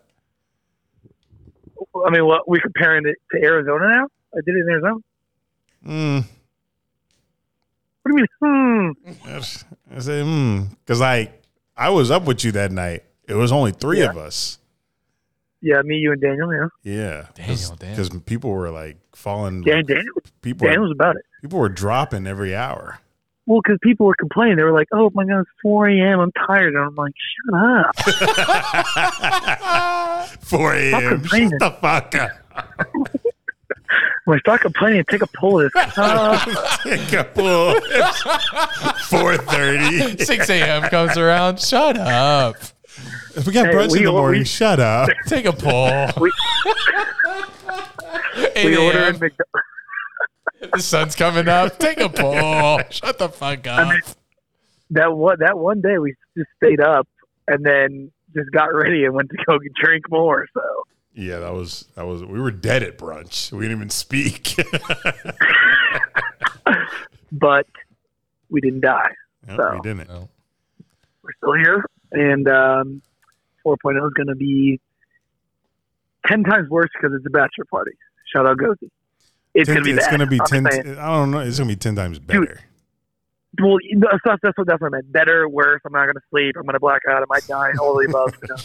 K: I mean, what we comparing it to Arizona now? I did it in Arizona.
B: Mm.
K: What do you mean? Hmm.
B: I say, hmm, because like I was up with you that night. It was only three of us.
K: Yeah, me, you, and Daniel. Yeah.
B: Yeah,
A: Daniel, damn.
B: because people were like falling.
K: Dan, Daniel,
B: people,
K: Daniel was
B: were,
K: about it.
B: people were dropping every hour. [LAUGHS]
K: Well, because people were complaining. They were like, oh, my God, it's 4 a.m. I'm tired. And I'm like, shut up.
B: 4 a.m. Shut the fuck up. [LAUGHS]
K: when I start complaining, take a pull of this. Uh,
B: Take a pull.
A: [LAUGHS]
B: Four thirty.
A: 6 a.m. comes around. Shut up.
B: If we got
A: Hey,
B: brunch
A: we-
B: in the
A: we-
B: morning, shut up.
A: Take a poll.
K: [LAUGHS]
A: [LAUGHS]
K: we, we
A: 8 a.m.
K: ordered McDonald's.
A: The sun's coming up. Take a
K: [LAUGHS]
A: poll. Shut the fuck up.
K: That one, that one day we just stayed up and then just got ready and went to go [LAUGHS] drink more. So
B: [LAUGHS] Yeah, that was that was. We were dead at brunch. We didn't even speak. [LAUGHS]
K: but we didn't die.
B: Nope,
K: so
B: we didn't.
K: we're still here. And um, 4.0 is going to be 10 times worse because it's a bachelor party. Shout out Gozi. It's
B: Ten-
K: going to be
B: It's
K: bad.
B: gonna be
K: I'm
B: ten.
K: saying.
B: I don't know. It's gonna be ten times better.
K: Well, you know, that's, that's, what, that's what I meant. Better, worse. I'm not going to sleep. I'm going to black out. I might die. All the above. You know?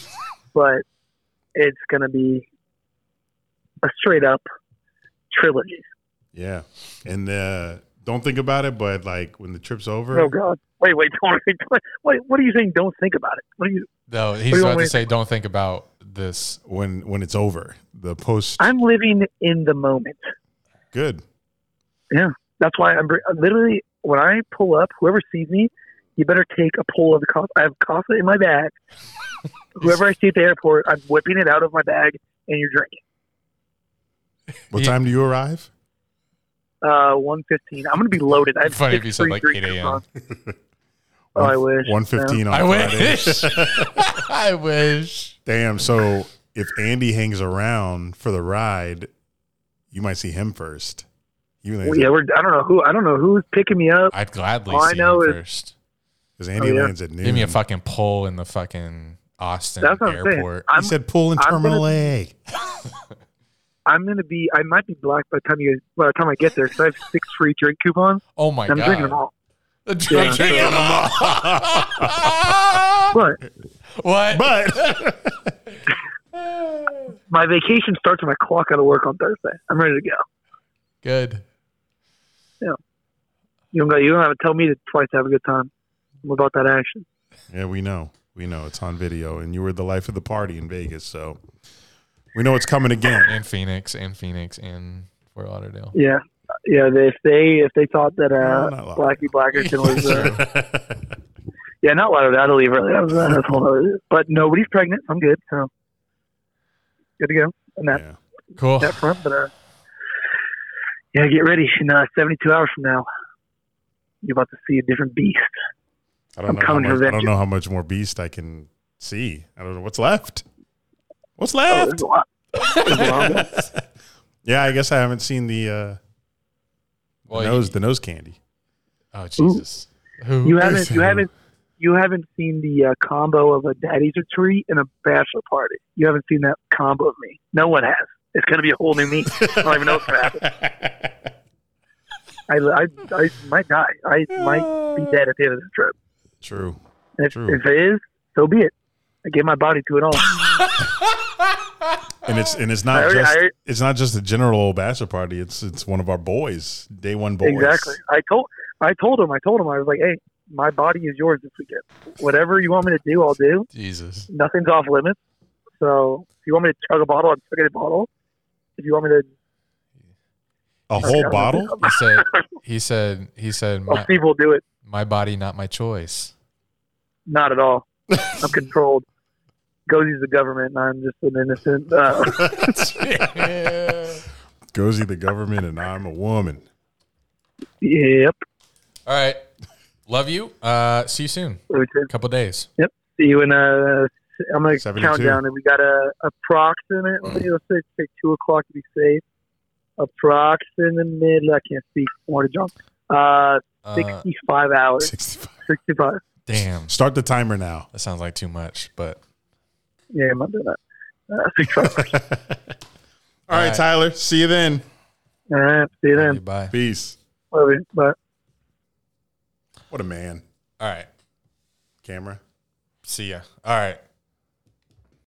K: But it's going to be a straight up trilogy.
B: Yeah, and uh, don't think about it. But like when the trip's over,
K: Oh, God. Wait, wait, don't. [LAUGHS] Wait, what are you saying? Don't think about it. What are you?
A: No,
K: What do
A: he's
K: you
A: about
K: want me
A: to
K: to
A: say, don't think about this. [LAUGHS]
B: When when it's over, the post
K: I'm living in the moment.
B: good.
K: Yeah, that's why I'm br- literally when I pull up, whoever sees me, you better take a pull of the coffee. I have coffee in my bag. whoever I see at the airport, I'm whipping it out of my bag, and you're drinking.
B: What time do you arrive?
K: Uh, one fifteen. I'm gonna be loaded. I have
A: Funny if
K: six
A: you said
K: free
A: like
K: drinks
A: 8 a.m.
K: on. Oh, I wish.
B: One fifteen on
A: I wish. [LAUGHS]
B: Fridays.
A: I wish.
B: [LAUGHS] Damn. So if Andy hangs around for the ride, you might see him first. You
K: Well, yeah, we're. I don't know who. I don't know who's picking me up.
A: I'd gladly
K: All I
A: see
K: know
A: him
K: is-
A: first.
B: Because Andy Oh, yeah. lands at
A: Give me a
B: noon.
A: fucking pull in the fucking Austin
K: That's what I'm saying.
A: airport.
K: I'm- He said pull in I'm Terminal gonna-
B: A.
K: I'm gonna be. I might be black by the time you. By the time I get there, because I have six free drink coupons.
A: Oh my
K: I'm drinking
A: God.
K: them all.
A: Drinking them
K: [LAUGHS] But
A: [LAUGHS] what?
B: But
K: my vacation starts when I clock out of work on Thursday. I'm ready to go.
A: Good.
K: Yeah. You don't. Go, you don't have to tell me to twice to have a good time. I'm about that action.
B: Yeah, we know. We know it's on video, and you were the life of the party in Vegas, so we know it's coming again.
K: [LAUGHS]
A: And Phoenix, and Phoenix, and Fort Lauderdale.
K: Yeah. Yeah, they- if they if they thought that
A: No,
K: uh,
A: not
K: Blackie Blackerton was uh, yeah, not Lauderdale. I had to leave early. That was uh, that's a whole other- But nobody's pregnant. I'm good. So good to go. And that
A: cool.
K: that front, but uh, yeah, get ready. In uh, 72 hours from now, you're about to see a different beast.
B: I don't
K: I'm
B: know. How
K: coming
B: much,
K: for
B: I don't
K: vengeance.
B: know how much more beast I can see. I don't know what's left. What's
K: Oh,
B: left?
K: there's a lot. There's a lot.
B: yeah, I guess I haven't seen the uh,
A: Well,
B: the nose the nose candy.
A: Oh Jesus! Who?
K: You haven't you haven't you haven't seen the uh, combo of a daddy's retreat and a bachelor party. You haven't seen that combo of me. No one has. It's going to be a whole new me. I don't even know what's going to happen. I, I, I might die. I might be dead at the end of this trip.
B: True.
K: And if,
B: True.
K: if it is, so be it. I gave my body to it all.
B: And it's and it's
K: I
B: not
K: already-
B: just
K: I already-
B: it's not just a general old bachelor party. It's it's one of our boys, day one boys.
K: Exactly. I told I told him. I told him. I was like, "Hey, my body is yours this weekend. Whatever you want me to do, I'll do.
A: Jesus.
K: Nothing's off limits. So if you want me to chug a bottle, I'll chug a bottle. If you want me to,
B: A
K: whole bottle? [LAUGHS]
A: He said. He said. He said.
K: I'll see if we'll oh, do it.
A: my body, not my choice.
K: Not at all. I'm controlled. Gozi's the government, and I'm just an innocent. Uh, [LAUGHS]
B: Gozy the government and I'm a woman.
K: yep.
A: All right. Love you. Uh, see you soon. Couple days.
K: Yep. See you in uh, I'm gonna
A: 72.
K: count down. And we got a approximately let's say, say two o'clock to be safe. Approximately, I can't speak. More to jump. Uh,
A: Uh,
K: sixty-five hours. Sixty-five.
A: Damn.
B: Start the timer now.
A: That sounds like too much, but
K: Yeah, I'm not doing that. Uh,
B: [LAUGHS]
K: sixty-five.
B: All right,
A: right.
B: Tyler. See you then.
K: All right. See you then.
A: bye.
B: Peace.
K: Love you. Bye.
B: What a man.
A: All right.
B: Camera.
A: See ya. All right.